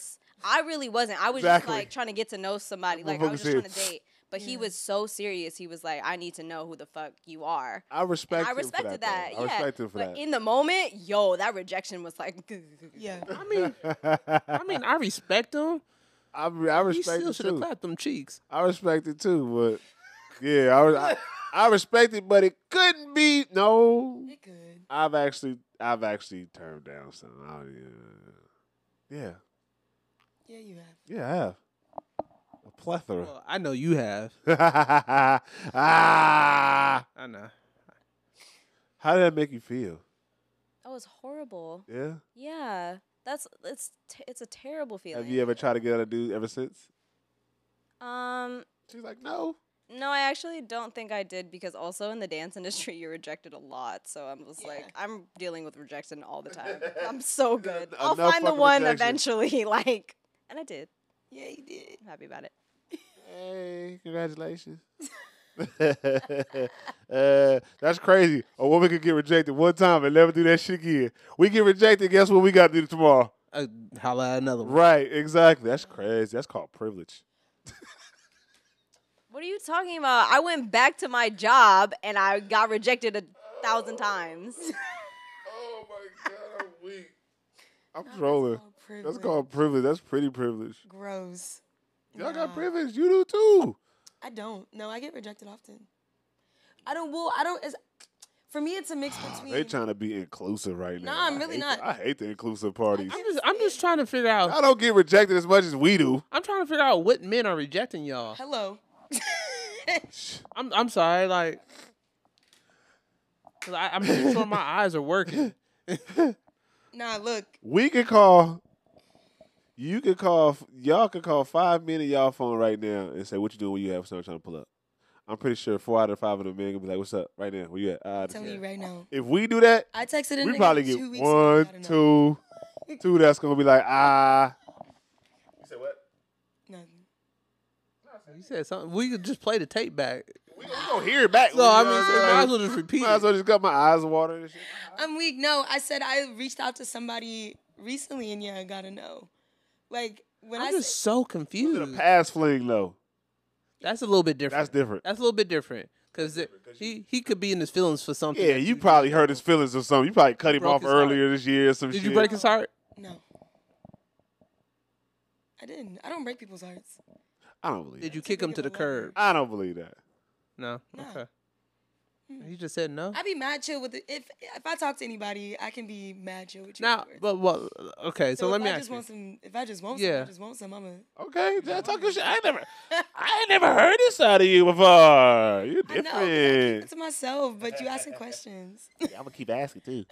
[SPEAKER 4] I really wasn't. I was
[SPEAKER 1] Exactly.
[SPEAKER 4] just like trying to get to know somebody.
[SPEAKER 1] That
[SPEAKER 4] Like I was
[SPEAKER 1] motherfucker's
[SPEAKER 4] just trying to
[SPEAKER 1] serious.
[SPEAKER 4] date. But he
[SPEAKER 3] Yeah.
[SPEAKER 4] was so serious. He was like, I need to know who the fuck you are.
[SPEAKER 1] I respect.
[SPEAKER 4] I
[SPEAKER 1] him for
[SPEAKER 4] respected
[SPEAKER 1] that. though.
[SPEAKER 4] that, yeah,
[SPEAKER 1] I respect him for
[SPEAKER 4] But
[SPEAKER 1] that.
[SPEAKER 4] in the moment, yo, that rejection was like [LAUGHS]
[SPEAKER 3] Yeah.
[SPEAKER 1] [LAUGHS]
[SPEAKER 2] I mean, I mean, I respect him.
[SPEAKER 1] I, re- I
[SPEAKER 2] He
[SPEAKER 1] [LAUGHS] respect
[SPEAKER 2] still
[SPEAKER 1] it
[SPEAKER 2] should have
[SPEAKER 1] too.
[SPEAKER 2] clapped them cheeks.
[SPEAKER 1] I respect it too, but yeah, I, re- I, I respect it, but it couldn't be. No,
[SPEAKER 3] It good.
[SPEAKER 1] I've actually, I've actually turned down something. I don't- yeah,
[SPEAKER 3] Yeah, you have.
[SPEAKER 1] yeah, yeah, I have a plethora. [LAUGHS]
[SPEAKER 2] Well, I know you have.
[SPEAKER 1] ah,
[SPEAKER 2] I know.
[SPEAKER 1] how did that make you feel?
[SPEAKER 4] that was horrible.
[SPEAKER 1] Yeah,
[SPEAKER 4] Yeah. That's it's t- it's a terrible feeling.
[SPEAKER 1] have you ever tried to get out of dude ever since?
[SPEAKER 4] um
[SPEAKER 1] She's like, no.
[SPEAKER 4] no, I actually don't think I did because also in the dance industry you're rejected a lot. So I'm just
[SPEAKER 3] Yeah.
[SPEAKER 4] like I'm dealing with rejection all the time.
[SPEAKER 1] [LAUGHS]
[SPEAKER 4] I'm so
[SPEAKER 1] Yeah,
[SPEAKER 4] good.
[SPEAKER 1] n-
[SPEAKER 4] I'll
[SPEAKER 1] enough
[SPEAKER 4] find the
[SPEAKER 1] fucking
[SPEAKER 4] one
[SPEAKER 1] rejection.
[SPEAKER 4] eventually. [LAUGHS] Like, and I did.
[SPEAKER 3] Yeah, you did.
[SPEAKER 4] I'm happy about it.
[SPEAKER 1] Hey, congratulations. [LAUGHS] uh, that's crazy. A woman could get rejected one time and never do that shit again. We get rejected. Guess what? We got to do tomorrow.
[SPEAKER 2] Uh, holla at another one.
[SPEAKER 1] Right? Exactly. That's crazy. That's called privilege.
[SPEAKER 4] What are you talking about? I went back to my job and I got rejected a
[SPEAKER 1] [LAUGHS]
[SPEAKER 4] thousand times.
[SPEAKER 1] Oh my god, I'm weak. I'm trolling.
[SPEAKER 3] That's called
[SPEAKER 1] That's
[SPEAKER 3] privilege.
[SPEAKER 1] called privilege. That's pretty privilege.
[SPEAKER 3] gross.
[SPEAKER 1] Y'all got
[SPEAKER 3] Nah.
[SPEAKER 1] privilege. You do too.
[SPEAKER 3] I don't. No, I get rejected often. I don't. Well, I don't. It's, for me, it's a mix between.
[SPEAKER 1] They trying to be inclusive right now.
[SPEAKER 3] Nah, I'm
[SPEAKER 1] I
[SPEAKER 3] really
[SPEAKER 1] hate
[SPEAKER 3] not.
[SPEAKER 1] The, I hate the inclusive parties.
[SPEAKER 2] I'm just, I'm just trying to figure out.
[SPEAKER 1] I don't get rejected as much as we do.
[SPEAKER 2] I'm trying to figure out what men are rejecting y'all.
[SPEAKER 3] Hello. [LAUGHS]
[SPEAKER 2] I'm, I'm sorry, like, 'cause I, I'm making sure my eyes are working.
[SPEAKER 3] nah, look.
[SPEAKER 1] We could call. You could call. Y'all could call five men in y'all phone right now and say, "What you doing? Where you at? What's up? I'm trying to pull up." I'm pretty sure four out of five of the men gonna be like, "What's up? Right now? Where you at?" Uh,
[SPEAKER 3] Tell you right now.
[SPEAKER 1] if we do that,
[SPEAKER 3] I texted a
[SPEAKER 1] we
[SPEAKER 3] nigga
[SPEAKER 1] probably
[SPEAKER 3] two
[SPEAKER 1] get
[SPEAKER 3] weeks ago,
[SPEAKER 1] one,
[SPEAKER 3] I don't know.
[SPEAKER 1] two, two. That's gonna be like, ah. You said what?
[SPEAKER 3] Nothing.
[SPEAKER 2] You said something. We could just play the tape back.
[SPEAKER 1] We, we gonna hear it back.
[SPEAKER 2] No, I mean,
[SPEAKER 1] You know what
[SPEAKER 2] so
[SPEAKER 1] I'm saying?
[SPEAKER 2] might as well just repeat.
[SPEAKER 1] Might as
[SPEAKER 2] it.
[SPEAKER 1] well just got my eyes watered and shit.
[SPEAKER 3] I'm weak. No, I said I reached out to somebody recently, and yeah, I gotta know. Like when i
[SPEAKER 2] I'm
[SPEAKER 3] say-
[SPEAKER 2] just so
[SPEAKER 1] Was it a
[SPEAKER 2] confused.
[SPEAKER 1] pass fling though?
[SPEAKER 2] That's a little bit different.
[SPEAKER 1] That's different.
[SPEAKER 2] That's a little bit different because he he could be in his feelings for something.
[SPEAKER 1] Yeah,
[SPEAKER 2] that
[SPEAKER 1] you probably hurt his feelings or something. You probably cut him
[SPEAKER 2] broke
[SPEAKER 1] off
[SPEAKER 2] his heart.
[SPEAKER 1] earlier this year or some
[SPEAKER 2] Did
[SPEAKER 1] shit.
[SPEAKER 2] you break his heart?
[SPEAKER 3] no. I didn't. I don't break people's hearts.
[SPEAKER 1] I don't believe.
[SPEAKER 2] Did
[SPEAKER 1] that.
[SPEAKER 2] you kick him to the curb?
[SPEAKER 1] I don't believe that.
[SPEAKER 2] No.
[SPEAKER 3] No. Mm.
[SPEAKER 2] Okay. He just said no.
[SPEAKER 3] [LAUGHS] I'd be mad chill with it. If if I talk to anybody, I can be mad chill with you.
[SPEAKER 2] Now,
[SPEAKER 3] afterwards.
[SPEAKER 2] but well, okay. So,
[SPEAKER 3] if
[SPEAKER 2] let me
[SPEAKER 3] I
[SPEAKER 2] ask
[SPEAKER 3] just
[SPEAKER 2] you.
[SPEAKER 3] want some. If I just want some,
[SPEAKER 2] Yeah.
[SPEAKER 3] I just want some. I'm a.
[SPEAKER 1] Okay, just talk your shit. I ain't never, I ain't never heard this side of you before. You're
[SPEAKER 3] I know. but I keep it
[SPEAKER 1] different.
[SPEAKER 3] to myself, but you
[SPEAKER 1] [LAUGHS]
[SPEAKER 3] asking questions. [LAUGHS]
[SPEAKER 1] I'm gonna keep asking [LAUGHS] too.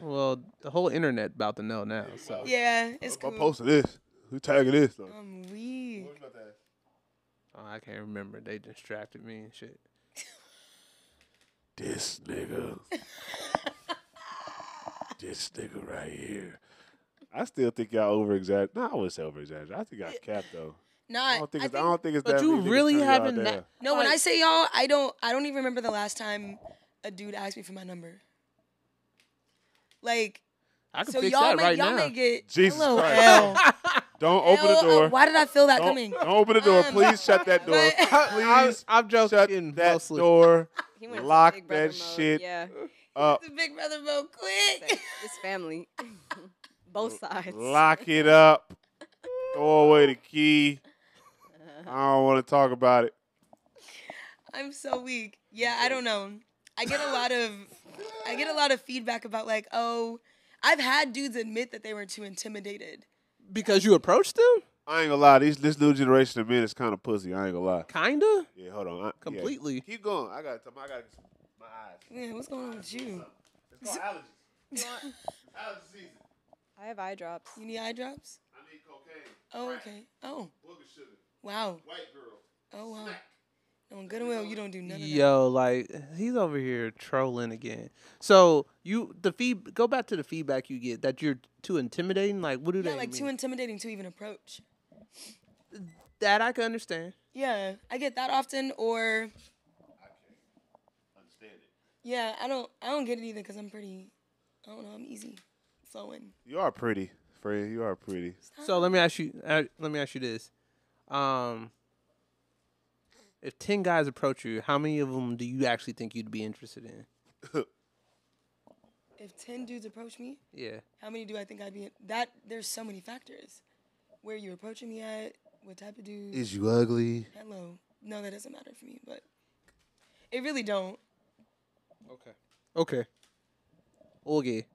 [SPEAKER 2] Well, the whole internet about to know now. So
[SPEAKER 3] yeah, it's
[SPEAKER 1] I'm
[SPEAKER 3] cool.
[SPEAKER 1] posting this. Who tagging this? though?
[SPEAKER 3] I'm weak.
[SPEAKER 2] oh, I can't remember. They distracted me and shit.
[SPEAKER 1] This nigga. this nigga right here. I still think y'all over exaggerate. No, I wouldn't say over exaggerate. I think I capped though.
[SPEAKER 3] Nah,
[SPEAKER 1] I don't think. It's, I, don't think it's
[SPEAKER 2] But
[SPEAKER 1] that.
[SPEAKER 2] you
[SPEAKER 1] many niggas
[SPEAKER 2] really
[SPEAKER 1] turn y'all
[SPEAKER 2] haven't.
[SPEAKER 1] down.
[SPEAKER 2] Na-
[SPEAKER 3] No, when I
[SPEAKER 2] Like,
[SPEAKER 3] say y'all, I don't. I don't even remember the last time a dude asked me for my number. Like,
[SPEAKER 2] I can
[SPEAKER 3] so
[SPEAKER 2] fix
[SPEAKER 3] y'all
[SPEAKER 2] that
[SPEAKER 3] may
[SPEAKER 2] right
[SPEAKER 3] y'all
[SPEAKER 2] now.
[SPEAKER 3] [LAUGHS] may get
[SPEAKER 1] Jesus
[SPEAKER 3] hello,
[SPEAKER 1] Christ.
[SPEAKER 3] L.
[SPEAKER 1] Don't [LAUGHS] open
[SPEAKER 3] L,
[SPEAKER 1] the
[SPEAKER 3] uh,
[SPEAKER 1] door. Oh.
[SPEAKER 3] why did I feel that
[SPEAKER 1] don't, [LAUGHS]
[SPEAKER 3] coming?
[SPEAKER 1] don't open the door.
[SPEAKER 3] Um,
[SPEAKER 1] Please shut that door.
[SPEAKER 3] but-
[SPEAKER 1] Please
[SPEAKER 2] I, am joking
[SPEAKER 1] shut that
[SPEAKER 2] mostly.
[SPEAKER 1] door uh,
[SPEAKER 4] He went into
[SPEAKER 1] Lock
[SPEAKER 4] Big Brother
[SPEAKER 1] that
[SPEAKER 4] mode.
[SPEAKER 1] shit
[SPEAKER 4] Yeah,
[SPEAKER 1] up.
[SPEAKER 3] The big brother mode,
[SPEAKER 4] it's like,
[SPEAKER 3] quick.
[SPEAKER 4] it's family, [LAUGHS] both sides.
[SPEAKER 1] Lock
[SPEAKER 3] [LAUGHS]
[SPEAKER 1] it up. Throw away the key.
[SPEAKER 4] Uh,
[SPEAKER 1] I don't want to talk about it.
[SPEAKER 3] I'm so weak. Yeah, I don't know. I get a lot of I get a lot of feedback about like, oh, I've had dudes admit that they were too intimidated.
[SPEAKER 2] Because you approached them?
[SPEAKER 1] I ain't gonna lie. These, this new generation of men is kind of pussy. I ain't gonna lie.
[SPEAKER 2] Kinda?
[SPEAKER 1] Yeah, hold on. I, yeah.
[SPEAKER 2] Completely.
[SPEAKER 1] Keep going. I got. I got my eyes.
[SPEAKER 3] [LAUGHS] Yeah, what's going on with you?
[SPEAKER 1] It's called
[SPEAKER 3] [LAUGHS]
[SPEAKER 1] allergies. Allergy season.
[SPEAKER 4] I have eye drops.
[SPEAKER 3] You need eye drops?
[SPEAKER 1] I need cocaine.
[SPEAKER 3] Oh, okay. Oh,
[SPEAKER 1] Booger sugar.
[SPEAKER 3] wow.
[SPEAKER 1] White girl.
[SPEAKER 3] Oh, wow. No, in Goodwill, you don't do none of that.
[SPEAKER 2] Yo, like he's over here trolling again. So you the feed go back to the feedback you get that you're too intimidating. Like what do
[SPEAKER 3] Yeah,
[SPEAKER 2] they
[SPEAKER 3] like too
[SPEAKER 2] mean?
[SPEAKER 3] intimidating to even approach.
[SPEAKER 2] that I can understand.
[SPEAKER 3] Yeah, I get that often. Or
[SPEAKER 1] Understand it.
[SPEAKER 3] yeah, I don't. I don't get it either because I'm pretty. I don't know. I'm easy, flowing.
[SPEAKER 1] You are pretty, friend. You are pretty.
[SPEAKER 2] So let me ask you. Uh, let me ask you this. Um, if ten guys approach you, how many of them do you actually think you'd be interested in?
[SPEAKER 3] If ten dudes approach me,
[SPEAKER 2] Yeah.
[SPEAKER 3] how many do I think I'd be? That there's so many factors. Where you're approaching me at, what type of dude?
[SPEAKER 1] Is you ugly?
[SPEAKER 3] Hello. No, that doesn't matter for me, but it really don't.
[SPEAKER 2] Okay. Okay. Okay.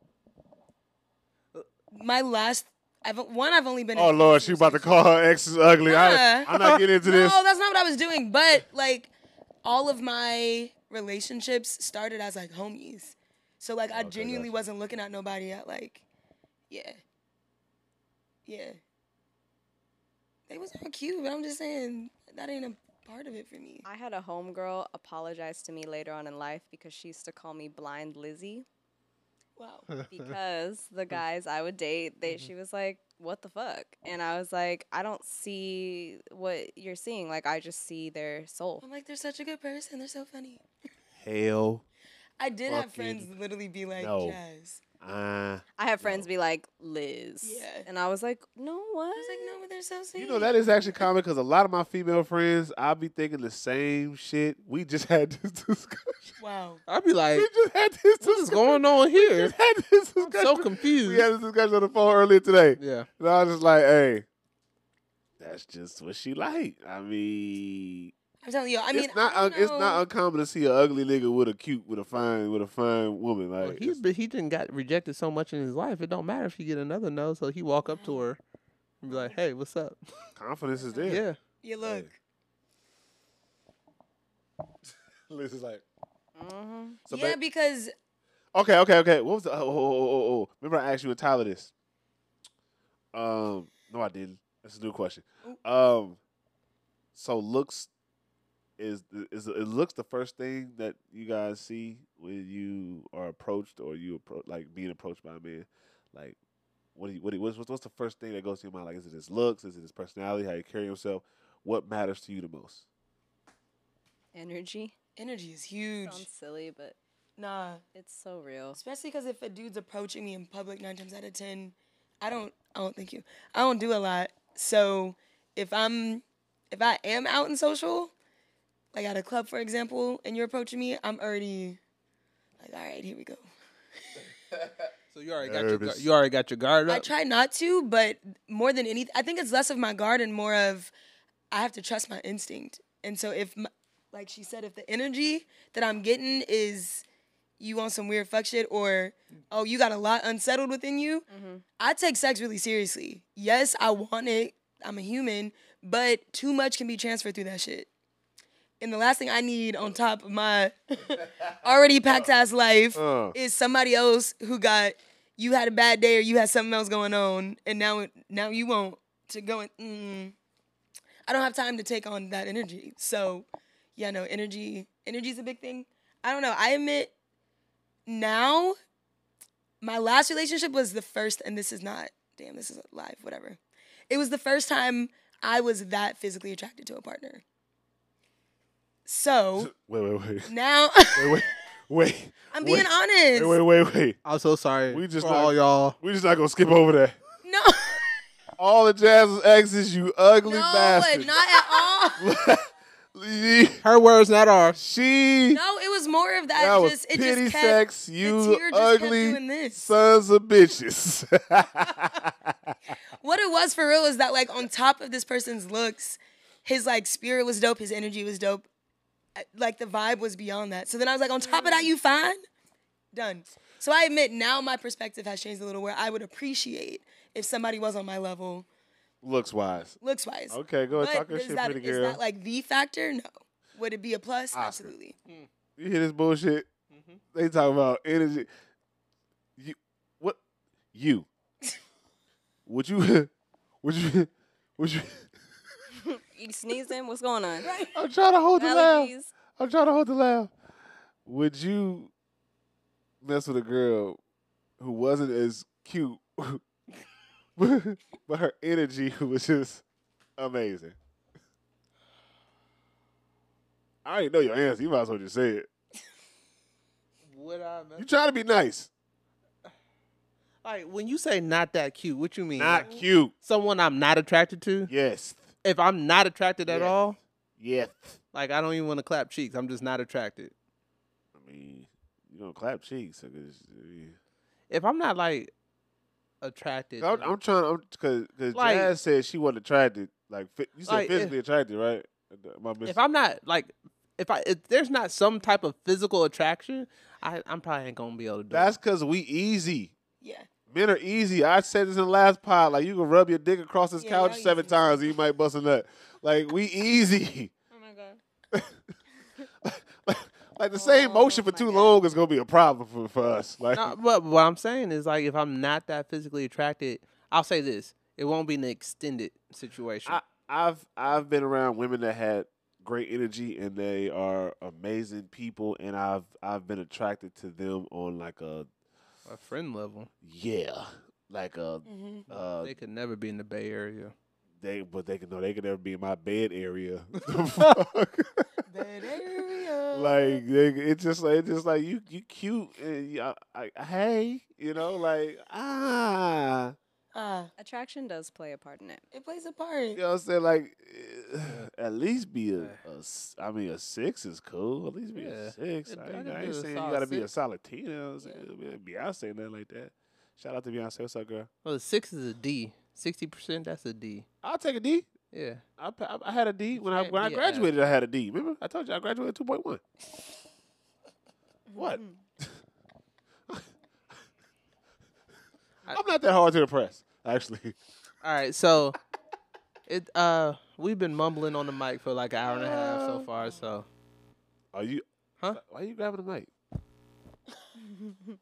[SPEAKER 3] My last, I've one. I've only been. in
[SPEAKER 1] Oh
[SPEAKER 3] two
[SPEAKER 1] Lord, she about to call her exes ugly. I,
[SPEAKER 3] Nah.
[SPEAKER 1] I'm not getting
[SPEAKER 3] [LAUGHS]
[SPEAKER 1] into this.
[SPEAKER 3] No, that's not what I was doing. But like, all of my relationships started as like homies. So like, I genuinely wasn't looking at nobody at like, yeah, yeah. They was all cute, but I'm just saying that ain't a part of it for me.
[SPEAKER 4] I had a homegirl apologize to me later on in life because she used to call me Blind Lizzie
[SPEAKER 1] [LAUGHS]
[SPEAKER 3] Wow.
[SPEAKER 4] because the guys I would date, they she was like, "What the fuck?" And I was like, "I don't see what you're seeing. Like, I just see their soul."
[SPEAKER 3] I'm like, they're such a good person. They're so funny.
[SPEAKER 1] Hell,
[SPEAKER 3] I did have
[SPEAKER 1] Fucking
[SPEAKER 3] friends literally be like,
[SPEAKER 1] no.
[SPEAKER 3] Jazz.
[SPEAKER 1] uh,
[SPEAKER 4] I have friends be like, "Liz,"
[SPEAKER 3] Yeah.
[SPEAKER 4] and I was like, "No, what?"
[SPEAKER 3] I was like, no, but they're so sweet.
[SPEAKER 1] you know that is actually common because a lot of my female friends, I be thinking the same shit. We just had this discussion.
[SPEAKER 3] Wow.
[SPEAKER 2] I'd be
[SPEAKER 1] [LAUGHS]
[SPEAKER 2] like,
[SPEAKER 1] We just had this
[SPEAKER 2] what is
[SPEAKER 1] discussion.
[SPEAKER 2] going [LAUGHS] on
[SPEAKER 1] We
[SPEAKER 2] here?
[SPEAKER 1] just had this discussion.
[SPEAKER 2] So
[SPEAKER 1] We
[SPEAKER 2] confused.
[SPEAKER 1] had this discussion on the phone earlier today.
[SPEAKER 2] Yeah.
[SPEAKER 1] And I was just like, hey, that's just what she like. I mean,
[SPEAKER 3] I'm telling you, I mean,
[SPEAKER 1] it's not
[SPEAKER 3] I
[SPEAKER 1] un-
[SPEAKER 3] don't
[SPEAKER 1] it's
[SPEAKER 3] know.
[SPEAKER 1] not uncommon to see an ugly nigga with a cute with a fine with a fine woman. Like
[SPEAKER 2] Well, he's
[SPEAKER 1] it's-
[SPEAKER 2] been, he didn't got rejected so much in his life. It don't matter if he get another no. So he walk up to her and be like, "Hey, what's up?"
[SPEAKER 1] confidence is
[SPEAKER 2] Yeah.
[SPEAKER 1] there.
[SPEAKER 3] Yeah, look.
[SPEAKER 1] [LAUGHS] Liz is like,
[SPEAKER 4] hmm
[SPEAKER 1] so
[SPEAKER 3] yeah,
[SPEAKER 1] ba-
[SPEAKER 3] because
[SPEAKER 1] okay, okay, okay. What was the? Oh, oh, oh, oh, oh. Remember I asked you and Tyler this. Um, no, I didn't. That's a new question. Um, so looks is is it looks the first thing that you guys see when you are approached or you appro- like being approached by a man, like. What do you, what do you, what's, what's the first thing that goes to your mind? Like, is it his looks? Is it his personality? How you carry yourself? What matters to you the most?
[SPEAKER 4] Energy.
[SPEAKER 3] energy is huge.
[SPEAKER 4] Sounds silly, but
[SPEAKER 3] Nah,
[SPEAKER 4] it's so real.
[SPEAKER 3] especially because if a dude's approaching me in public nine times out of ten, I don't. I don't think you. I don't do a lot. So if I'm, if I am out and social, like at a club for example, and you're approaching me, I'm already like, all right, here we go.
[SPEAKER 2] So you already got your gu-
[SPEAKER 1] Nervous.
[SPEAKER 2] you already got your guard up.
[SPEAKER 3] I try not to, but more than anything, I think it's less of my guard and more of I have to trust my instinct. And so if, m like she said, if the energy that I'm getting is you want some weird fuck shit or oh you got a lot unsettled within you, I take sex really seriously. Yes, I want it. I'm a human, but too much can be transferred through that shit. And the last thing I need on top of my already packed ass life
[SPEAKER 1] Uh.
[SPEAKER 3] is somebody else who got you had a bad day or you had something else going on, and now it- now you want to go and. Mm, I don't have time to take on that energy. So, yeah, no, energy energy's a big thing. I don't know. I admit now my last relationship was the first and this is not damn, this is live, whatever. It was the first time I was that physically attracted to a partner. So
[SPEAKER 1] Wait, wait, wait,
[SPEAKER 3] now [LAUGHS]
[SPEAKER 1] wait, wait, Wait.
[SPEAKER 3] I'm
[SPEAKER 1] wait,
[SPEAKER 3] being honest.
[SPEAKER 1] Wait, wait, wait, wait.
[SPEAKER 5] I'm so sorry
[SPEAKER 1] We just
[SPEAKER 5] for
[SPEAKER 1] not-
[SPEAKER 5] all y'all.
[SPEAKER 1] We just not gonna skip over that.
[SPEAKER 3] No,
[SPEAKER 1] All the jazz was exes, you ugly
[SPEAKER 3] no,
[SPEAKER 1] bastard.
[SPEAKER 3] not at all.
[SPEAKER 5] Her words, not ours.
[SPEAKER 1] [LAUGHS] she
[SPEAKER 3] No, it was more of that.
[SPEAKER 1] that was
[SPEAKER 3] just it
[SPEAKER 1] pity
[SPEAKER 3] just kept,
[SPEAKER 1] sex,
[SPEAKER 3] the
[SPEAKER 1] you
[SPEAKER 3] tear just kept doing
[SPEAKER 1] ugly
[SPEAKER 3] this.
[SPEAKER 1] sons of bitches.
[SPEAKER 3] what it was for real is that like on top of this person's looks, his like spirit was dope, his energy was dope, Uh, like the vibe was beyond that. So then I was like, on top of that, you fine, done. So I admit now my perspective has changed a little, where I would appreciate if somebody was on my level,
[SPEAKER 1] [LAUGHS] Looks wise.
[SPEAKER 3] looks wise.
[SPEAKER 1] Okay, go ahead,
[SPEAKER 3] but
[SPEAKER 1] talk your
[SPEAKER 3] is
[SPEAKER 1] shit,
[SPEAKER 3] that,
[SPEAKER 1] pretty
[SPEAKER 3] is
[SPEAKER 1] girl.
[SPEAKER 3] that like the factor? No. Would it be a plus?
[SPEAKER 1] Oscar.
[SPEAKER 3] Absolutely.
[SPEAKER 1] you hear this bullshit?
[SPEAKER 2] Mm-hmm.
[SPEAKER 1] They talk about energy. You what?
[SPEAKER 3] [LAUGHS]
[SPEAKER 1] You would you [LAUGHS] would you would you?
[SPEAKER 4] You sneezing? What's going on?
[SPEAKER 1] I'm trying to hold the laugh.
[SPEAKER 4] Allergies.
[SPEAKER 1] I'm trying to hold the laugh. Would you mess with a girl who wasn't as cute, [LAUGHS] but but her energy was just amazing? I already know your answer. You might as well just say it.
[SPEAKER 2] Would I?
[SPEAKER 1] You trying to be nice,
[SPEAKER 2] Like when you say not that cute, what you mean?
[SPEAKER 1] not
[SPEAKER 2] Like,
[SPEAKER 1] cute.
[SPEAKER 2] Someone I'm not attracted to.
[SPEAKER 1] Yes,
[SPEAKER 2] If I'm not attracted at
[SPEAKER 1] Yeah.
[SPEAKER 2] all,
[SPEAKER 1] yes.
[SPEAKER 2] like I don't even want to clap cheeks. I'm just not attracted.
[SPEAKER 1] I mean, you don't clap cheeks. I guess, I mean.
[SPEAKER 2] If I'm not like attracted,
[SPEAKER 1] I'm,
[SPEAKER 2] to-
[SPEAKER 1] I'm trying. I'm because because
[SPEAKER 2] Like-
[SPEAKER 1] Jazz said she wasn't attracted. Like fi- you said,
[SPEAKER 2] Like, if-
[SPEAKER 1] physically attracted, right? uh, My
[SPEAKER 2] if
[SPEAKER 1] mis-
[SPEAKER 2] I'm not like, if I if there's not some type of physical attraction, I I'm probably ain't gonna be able to do.
[SPEAKER 1] That's
[SPEAKER 2] it.
[SPEAKER 1] because we easy.
[SPEAKER 3] Yeah.
[SPEAKER 1] Men are easy. I said this in the last pod. Like you can rub your dick across this
[SPEAKER 3] Yeah,
[SPEAKER 1] couch
[SPEAKER 3] y'all
[SPEAKER 1] seven
[SPEAKER 3] easy.
[SPEAKER 1] times and you might bust a nut. Like we easy. [LAUGHS]
[SPEAKER 4] Oh my god.
[SPEAKER 1] like the same
[SPEAKER 4] Oh,
[SPEAKER 1] motion for
[SPEAKER 4] my
[SPEAKER 1] too
[SPEAKER 4] God.
[SPEAKER 1] long is gonna be a problem for, for us. Like
[SPEAKER 2] No, but what I'm saying is like if I'm not that physically attracted, I'll say this: it won't be an extended situation.
[SPEAKER 1] I, I've I've been around women that had great energy and they are amazing people and I've I've been attracted to them on like a
[SPEAKER 2] A friend level,
[SPEAKER 1] yeah like a
[SPEAKER 3] Mhm.
[SPEAKER 1] uh
[SPEAKER 2] they could never be in the Bay Area.
[SPEAKER 1] they but they could no they could never be in my bed area. [LAUGHS]
[SPEAKER 3] That area.
[SPEAKER 1] like they, it's just like it's just like you you cute and you, I, I, hey you know like ah
[SPEAKER 3] Ah,
[SPEAKER 4] Attraction does play a part in it.
[SPEAKER 3] it plays a part.
[SPEAKER 1] you know what I'm saying like eh, [SIGHS] at least be a, a s- I mean a six is cool at least be
[SPEAKER 2] Eh. Yeah.
[SPEAKER 1] a six
[SPEAKER 2] It-
[SPEAKER 1] I,
[SPEAKER 2] I
[SPEAKER 1] ain't-
[SPEAKER 2] can
[SPEAKER 1] I
[SPEAKER 2] do
[SPEAKER 1] ain't
[SPEAKER 2] a
[SPEAKER 1] saying you
[SPEAKER 2] solid
[SPEAKER 1] gotta be a
[SPEAKER 2] six.
[SPEAKER 1] solid ten you know what I'm saying Beyonce nothing like that shout out to Beyonce what's up girl
[SPEAKER 2] Well, the six is a D. Sixty percent. That's a D.
[SPEAKER 1] I'll take a D
[SPEAKER 2] Yeah.
[SPEAKER 1] I, pa- I- I had a D when I
[SPEAKER 2] can't
[SPEAKER 1] when I
[SPEAKER 2] be a F.
[SPEAKER 1] graduated I had a D remember I told you I graduated two point one what
[SPEAKER 2] Mm-hmm.
[SPEAKER 1] [LAUGHS] I'm not that hard to impress actually.
[SPEAKER 2] All right.
[SPEAKER 1] [LAUGHS]
[SPEAKER 2] So, it uh, we've been mumbling on the mic for like an hour and a half so far. So
[SPEAKER 1] Are you?
[SPEAKER 2] Huh?
[SPEAKER 1] Why you grabbing the mic?
[SPEAKER 2] [LAUGHS]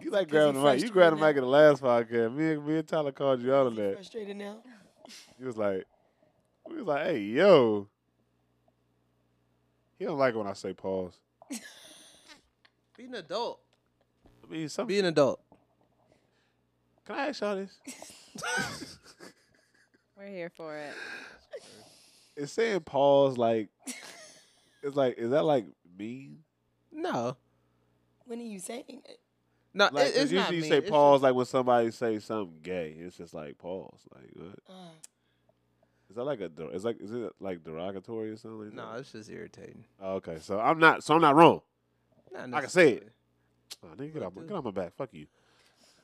[SPEAKER 1] you like grabbing the mic. You
[SPEAKER 3] frustrated
[SPEAKER 1] grabbed the
[SPEAKER 3] now.
[SPEAKER 1] mic in the last podcast. Me and me and Tyler called you out on
[SPEAKER 3] You
[SPEAKER 1] that.
[SPEAKER 3] Frustrated now.
[SPEAKER 1] You was like, we was like, hey yo. He don't like it when I say pause.
[SPEAKER 2] be an adult.
[SPEAKER 1] I mean, some.
[SPEAKER 2] Be an adult.
[SPEAKER 1] Can I ask y'all this?
[SPEAKER 4] We're here for it.
[SPEAKER 1] Is saying pause like? It's like, is that like mean?
[SPEAKER 2] No.
[SPEAKER 3] When are you saying it?
[SPEAKER 2] No.
[SPEAKER 1] Like,
[SPEAKER 2] it-
[SPEAKER 1] 'cause
[SPEAKER 2] it's
[SPEAKER 1] usually
[SPEAKER 2] not
[SPEAKER 1] you
[SPEAKER 2] mean.
[SPEAKER 1] say
[SPEAKER 2] It's
[SPEAKER 1] pause like when somebody say something gay. It's just like pause. Like, what?
[SPEAKER 3] Ah.
[SPEAKER 1] is that like a? der- Is like, is it like derogatory or something? Like
[SPEAKER 2] just-
[SPEAKER 1] that?
[SPEAKER 2] no, it's just irritating.
[SPEAKER 1] Oh, okay, so I'm not. So I'm not wrong.
[SPEAKER 2] Not
[SPEAKER 1] I can say it.
[SPEAKER 2] necessarily.
[SPEAKER 1] Oh, nigga, get, out my, get out my back. Fuck you.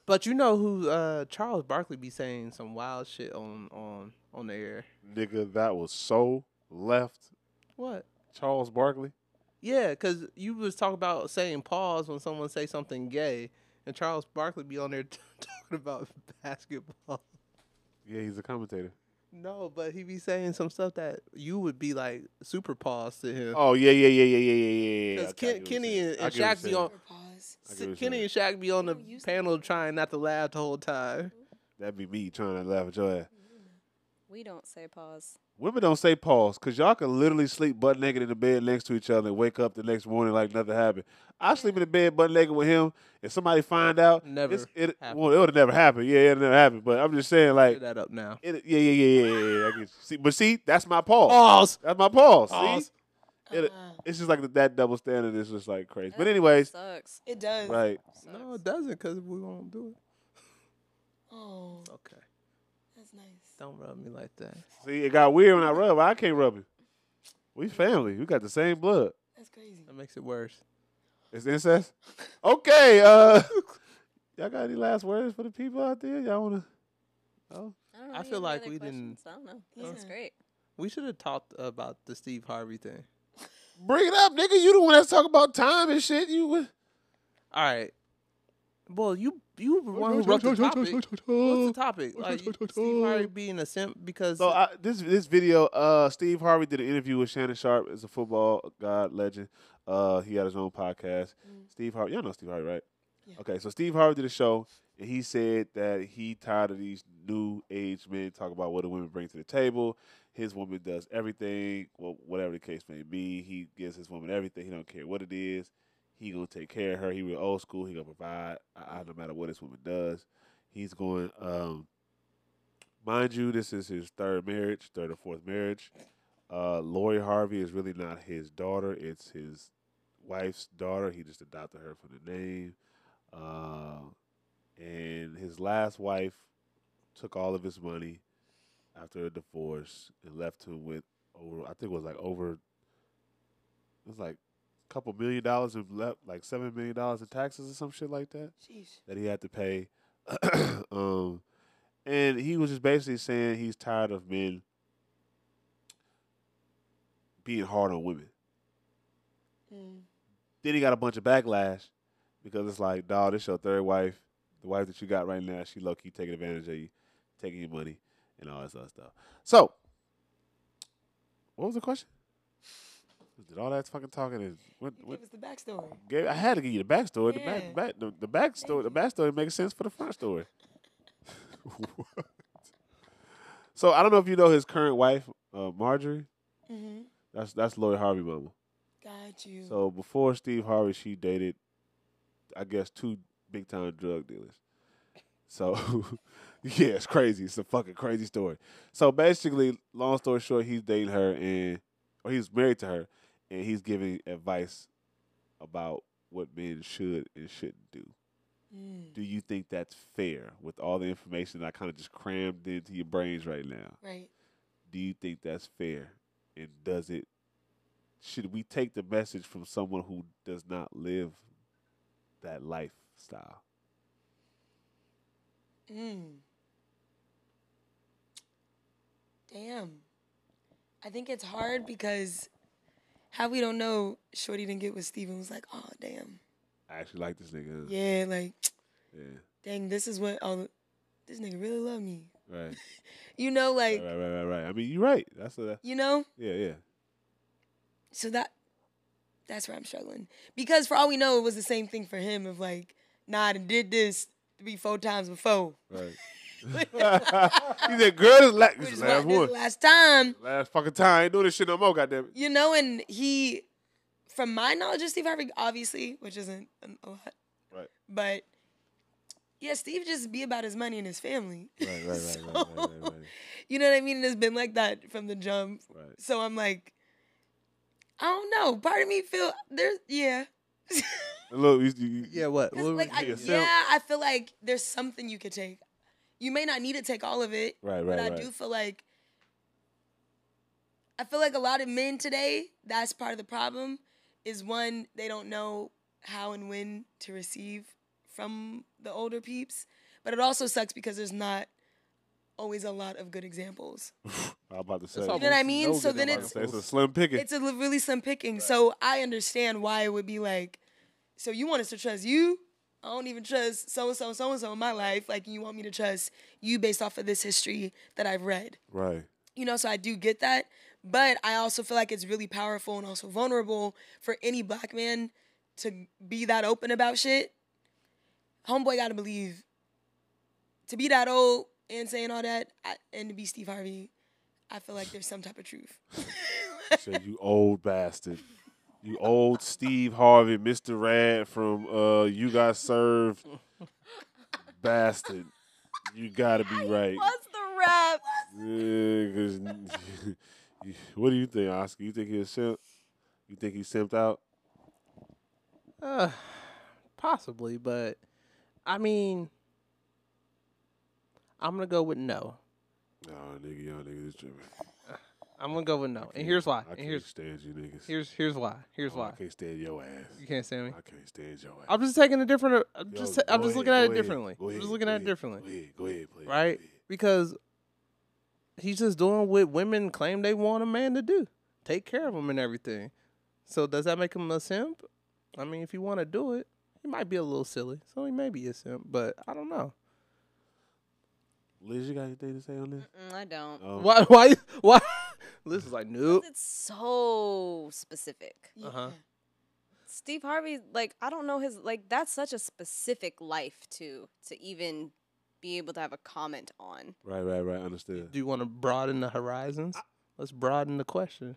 [SPEAKER 2] But you know who uh, Charles Barkley be saying some wild shit on on on the air.
[SPEAKER 1] Nigga, that was so left.
[SPEAKER 2] What?
[SPEAKER 1] Charles Barkley.
[SPEAKER 2] Yeah, because you was talking about saying pause when someone say something gay, and Charles Barkley be on there [LAUGHS] talking about basketball.
[SPEAKER 1] Yeah, he's a commentator.
[SPEAKER 2] No, but he be saying some stuff that you would be like super pause to him.
[SPEAKER 1] Oh yeah, yeah, yeah, yeah, yeah, yeah, yeah. yeah.
[SPEAKER 2] Because
[SPEAKER 1] Okay, I
[SPEAKER 2] Ken-
[SPEAKER 1] get what
[SPEAKER 2] Kenny
[SPEAKER 1] you're
[SPEAKER 2] and-
[SPEAKER 1] saying.
[SPEAKER 2] and
[SPEAKER 1] I get what
[SPEAKER 2] Shaq
[SPEAKER 1] you're
[SPEAKER 2] be on-
[SPEAKER 3] Or pause.
[SPEAKER 1] I
[SPEAKER 2] S-
[SPEAKER 1] get what you're
[SPEAKER 2] Kenny and Shaq be on the panel trying not to laugh the whole time.
[SPEAKER 1] saying. That'd be me trying to laugh at your ass.
[SPEAKER 4] We don't say pause.
[SPEAKER 1] Women don't say pause because y'all can literally sleep butt naked in the bed next to each other and wake up the next morning like nothing happened. I sleep in the bed butt naked with him and somebody find out.
[SPEAKER 2] Never
[SPEAKER 1] it's- It,
[SPEAKER 2] happened.
[SPEAKER 1] well, it would have never happened. Yeah, it never happened. But I'm just saying, like,
[SPEAKER 2] Put that up now.
[SPEAKER 1] it, yeah, yeah, yeah, yeah, yeah. yeah. I get, see, but see, that's my pause.
[SPEAKER 2] Pause.
[SPEAKER 1] That's my pause.
[SPEAKER 2] Pause.
[SPEAKER 1] See? It-
[SPEAKER 3] Uh,
[SPEAKER 1] It's just like that- that double standard is just like crazy. But
[SPEAKER 4] Uh-huh. That
[SPEAKER 1] anyways,
[SPEAKER 4] sucks.
[SPEAKER 3] it does.
[SPEAKER 1] right?
[SPEAKER 4] Sucks.
[SPEAKER 2] No, it doesn't, cause we won't do it.
[SPEAKER 3] Oh,
[SPEAKER 2] Okay,
[SPEAKER 3] that's nice.
[SPEAKER 2] don't rub me like that.
[SPEAKER 1] See, it got weird when I rub. I can't rub it. We family. We got the same blood.
[SPEAKER 3] That's crazy.
[SPEAKER 2] That makes it worse.
[SPEAKER 1] It's incest. Okay. Uh, [LAUGHS] y'all got any last words for the people out there? Y'all wanna? Oh,
[SPEAKER 4] don't
[SPEAKER 2] I
[SPEAKER 4] really
[SPEAKER 2] feel
[SPEAKER 4] have
[SPEAKER 2] like
[SPEAKER 4] other
[SPEAKER 2] we
[SPEAKER 4] questions. I don't know. This is
[SPEAKER 3] Yeah.
[SPEAKER 4] great.
[SPEAKER 2] We should have talked about the Steve Harvey thing.
[SPEAKER 1] bring it up, nigga. You the one that's talking about time and shit. You. would-
[SPEAKER 2] All right. Well, you you were the one who wrote the topic. What's the topic? Like Steve Harvey being a simp because
[SPEAKER 1] So I, this this video, uh, Steve Harvey did an interview with Shannon Sharp, is a football god legend. Uh, he had his own podcast.
[SPEAKER 3] Mm.
[SPEAKER 1] Steve Harvey, y'all know Steve Harvey, right?
[SPEAKER 3] Yeah.
[SPEAKER 1] Okay, so Steve Harvey did a show, and he said that he tired of these new age men talk about what the women bring to the table. His woman does everything, well, whatever the case may be. He gives his woman everything. He don't care what it is. He gonna take care of her. He real old school. He gonna provide. I, I, no matter what his woman does, he's going. Um, mind you, this is his third marriage, third or fourth marriage. Uh, Lori Harvey is really not his daughter; it's his wife's daughter. He just adopted her for the name. Uh, and his last wife took all of his money after a divorce and left him with over. I think it was like over. It was like a couple million dollars of left, like seven million dollars in taxes or some shit like that
[SPEAKER 3] Sheesh.
[SPEAKER 1] that he had to pay. [CLEARS THROAT] um, and he was just basically saying he's tired of men being hard on women.
[SPEAKER 3] Mm.
[SPEAKER 1] Then he got a bunch of backlash because it's like, dog, this your third wife. The wife that you got right now, she low key taking advantage of you, taking your money, and all this other stuff. So, what was the question? Did all that fucking talking is what,
[SPEAKER 3] You
[SPEAKER 1] what
[SPEAKER 3] gave us the backstory.
[SPEAKER 1] gave, I had to give you the backstory.
[SPEAKER 3] Yeah.
[SPEAKER 1] The back, back the, the backstory. The backstory makes sense for the front story. [LAUGHS] What? So I don't know if you know his current wife, uh, Marjorie.
[SPEAKER 3] Mm-hmm.
[SPEAKER 1] That's that's Lori Harvey mama.
[SPEAKER 3] Got you.
[SPEAKER 1] So before Steve Harvey, she dated, I guess, two big time drug dealers. So, [LAUGHS] yeah, it's crazy. It's a fucking crazy story. So basically, long story short, he's dating her and, or he's married to her, and he's giving advice about what men should and shouldn't do.
[SPEAKER 3] mm.
[SPEAKER 1] Do you think that's fair with all the information that I kind of just crammed into your brains right now?
[SPEAKER 3] Right.
[SPEAKER 1] do you think that's fair? And does it should we take the message from someone who does not live that lifestyle?
[SPEAKER 3] Mm. Damn. I think it's hard because how we don't know Shorty didn't get with Steven was like, oh, damn.
[SPEAKER 1] I actually like this nigga. huh?
[SPEAKER 3] Yeah, like,
[SPEAKER 1] Yeah.
[SPEAKER 3] dang, this is what all this nigga really love me.
[SPEAKER 1] Right.
[SPEAKER 3] You know, like,
[SPEAKER 1] right. Right. Right. Right. Right. I mean, you're right. That's a
[SPEAKER 3] you know?
[SPEAKER 1] yeah. Yeah.
[SPEAKER 3] So that that's where I'm struggling. Because for all we know, it was the same thing for him of like, nah, I done did this three, four times before.
[SPEAKER 1] Right.
[SPEAKER 3] [LAUGHS]
[SPEAKER 1] he said, "Girl, this, la-
[SPEAKER 3] We
[SPEAKER 1] this is
[SPEAKER 3] just
[SPEAKER 1] the last
[SPEAKER 3] watched this
[SPEAKER 1] one,
[SPEAKER 3] last time.
[SPEAKER 1] last fucking time. I ain't doing this shit no more. Goddamn it."
[SPEAKER 3] You know, and he, from my knowledge of Steve Harvey, obviously, which isn't um, a lot,
[SPEAKER 1] Right.
[SPEAKER 3] but yeah, Steve just be about his money and his family. [LAUGHS]
[SPEAKER 1] Right. Right. Right.
[SPEAKER 3] right, right, right, right. You know what I mean? And it's been like that from the jump.
[SPEAKER 1] Right.
[SPEAKER 3] So I'm like, I don't know. Part of me feel there's yeah.
[SPEAKER 1] Look, you, you,
[SPEAKER 2] yeah, what?
[SPEAKER 3] 'Cause,
[SPEAKER 2] What-
[SPEAKER 3] like, I,
[SPEAKER 1] nigga simp.
[SPEAKER 3] yeah, I feel like there's something you could take. You may not need to take all of it,
[SPEAKER 1] Right. Right.
[SPEAKER 3] but I
[SPEAKER 1] right.
[SPEAKER 3] do feel like I feel like a lot of men today, that's part of the problem, is one, they don't know how and when to receive from the older peeps. But it also sucks because there's not always a lot of good examples.
[SPEAKER 1] I'm about to say.
[SPEAKER 2] That's
[SPEAKER 1] I'm
[SPEAKER 3] You
[SPEAKER 1] about
[SPEAKER 3] know what I
[SPEAKER 2] almost
[SPEAKER 3] mean?
[SPEAKER 2] no
[SPEAKER 3] So
[SPEAKER 2] good
[SPEAKER 3] then
[SPEAKER 1] to
[SPEAKER 3] it's
[SPEAKER 1] say It's a slim picking.
[SPEAKER 3] it's a li- really slim picking. So I understand why it would be like, so you want us to trust you? I don't even trust so and so and so and so in my life. Like you want me to trust you based off of this history that I've read
[SPEAKER 1] right.
[SPEAKER 3] you know, so I do get that. But I also feel like it's really powerful and also vulnerable for any black man to be that open about shit. Homeboy gotta believe. To be that old and saying all that, I, and to be Steve Harvey, I feel like there's some type of truth.
[SPEAKER 1] said, "You old bastard, you old Steve Harvey, Mr. Rad from uh, You Got Served, bastard. You gotta be right,
[SPEAKER 4] What's the rap?
[SPEAKER 1] [LAUGHS] Yeah, 'cause- what do you think, Oscar? You think he's a simp? You think he simped out?
[SPEAKER 2] Uh, possibly, but I mean, I'm gonna go with no.
[SPEAKER 1] Nah, nigga, y'all niggas is tripping.
[SPEAKER 2] I'm gonna go with no, and here's
[SPEAKER 1] I
[SPEAKER 2] why. And
[SPEAKER 1] can't
[SPEAKER 2] here's
[SPEAKER 1] stand you niggas.
[SPEAKER 2] here's here's why. Here's
[SPEAKER 1] Oh, I
[SPEAKER 2] why.
[SPEAKER 1] can't stand your ass.
[SPEAKER 2] You can't stand me.
[SPEAKER 1] I can't stand your ass.
[SPEAKER 2] I'm just taking a different. uh, I'm
[SPEAKER 1] Yo,
[SPEAKER 2] just I'm
[SPEAKER 1] go ahead,
[SPEAKER 2] just looking at
[SPEAKER 1] go
[SPEAKER 2] it
[SPEAKER 1] ahead,
[SPEAKER 2] differently.
[SPEAKER 1] go
[SPEAKER 2] I'm
[SPEAKER 1] ahead,
[SPEAKER 2] just looking
[SPEAKER 1] go
[SPEAKER 2] at it
[SPEAKER 1] ahead,
[SPEAKER 2] differently.
[SPEAKER 1] Go ahead, go ahead, play.
[SPEAKER 2] right? Because he's just doing what women claim they want a man to do take care of them and everything. So, does that make him a simp? I mean, if you want to do it, he might be a little silly. So, he may be a simp, but I don't know.
[SPEAKER 1] Liz, you got anything to say on this?
[SPEAKER 4] Mm, I don't.
[SPEAKER 1] Oh,
[SPEAKER 2] Why? [LAUGHS] Why? Why? Liz is like, nope.
[SPEAKER 4] It's so specific.
[SPEAKER 2] Uh-huh.
[SPEAKER 3] Yeah.
[SPEAKER 4] Steve Harvey, like I don't know his like that's such a specific life to to even be able to have a comment on.
[SPEAKER 1] Right, right, right. Understood.
[SPEAKER 2] Do you want to broaden the horizons? Let's broaden the question.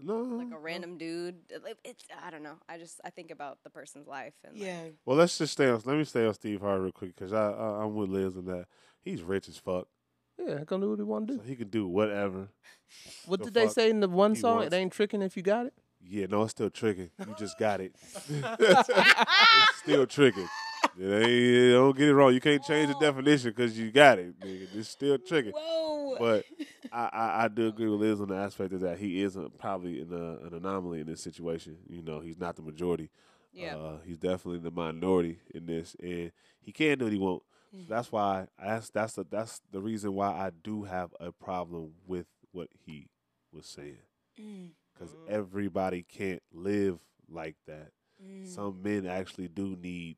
[SPEAKER 1] No.
[SPEAKER 4] Like a random dude, like it's I don't know. I just I think about the person's life and like,
[SPEAKER 3] Yeah.
[SPEAKER 1] Well, let's just stay on. Let me stay on Steve Harvey real quick because I, I I'm with Liz on that. He's rich as fuck,
[SPEAKER 2] Yeah, gonna do what he want to
[SPEAKER 1] so
[SPEAKER 2] do.
[SPEAKER 1] he can do whatever.
[SPEAKER 2] What
[SPEAKER 1] the
[SPEAKER 2] did they
[SPEAKER 1] fuck
[SPEAKER 2] say in the one
[SPEAKER 1] he
[SPEAKER 2] song?
[SPEAKER 1] wants.
[SPEAKER 2] It ain't tricking if you got
[SPEAKER 1] [LAUGHS]
[SPEAKER 2] it. [LAUGHS]
[SPEAKER 1] Yeah, no, it's still tricking. You just got it. [LAUGHS] it's still tricking. It ain't, it- don't get it wrong. You can't change the definition because you got it, nigga. It's still tricking.
[SPEAKER 3] Whoa.
[SPEAKER 1] But I, I, I do agree with Liz on the aspect of that he is a, probably an, uh, an anomaly in this situation. You know, he's not the majority.
[SPEAKER 4] yeah.
[SPEAKER 1] Uh, he's definitely the minority in this, and he can do what he want. So that's why that's that's the that's the reason why I do have a problem with what he was saying
[SPEAKER 3] [LAUGHS] Mm,
[SPEAKER 1] because
[SPEAKER 2] Mm.
[SPEAKER 1] everybody can't live like that.
[SPEAKER 3] mm.
[SPEAKER 1] Some men actually do need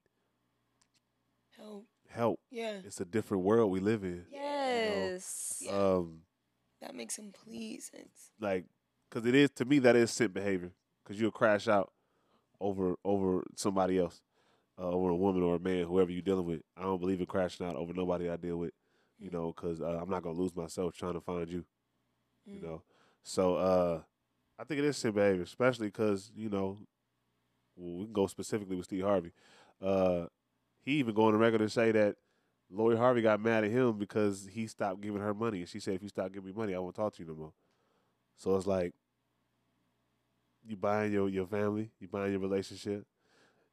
[SPEAKER 3] Help.
[SPEAKER 1] help.
[SPEAKER 3] Yeah.
[SPEAKER 1] It's a different world we live in.
[SPEAKER 4] Yes.
[SPEAKER 3] Yeah.
[SPEAKER 1] Um,
[SPEAKER 3] That makes complete sense.
[SPEAKER 1] like, because it is to me that is simp behavior. Because you'll crash out over over somebody else, uh, over a woman or a man, whoever you're dealing with. I don't believe in crashing out over nobody I deal with. You
[SPEAKER 3] Mm.
[SPEAKER 1] know, because uh, I'm not gonna lose myself trying to find you. you
[SPEAKER 3] Mm.
[SPEAKER 1] know. So uh, I think it is sin behavior, especially because you know well, we can go specifically with Steve Harvey. Uh, he even go on the record and say that Lori Harvey got mad at him because he stopped giving her money, and she said, "If you stop giving me money, I won't talk to you no more." So it's like you buying your your family, you buying your relationship.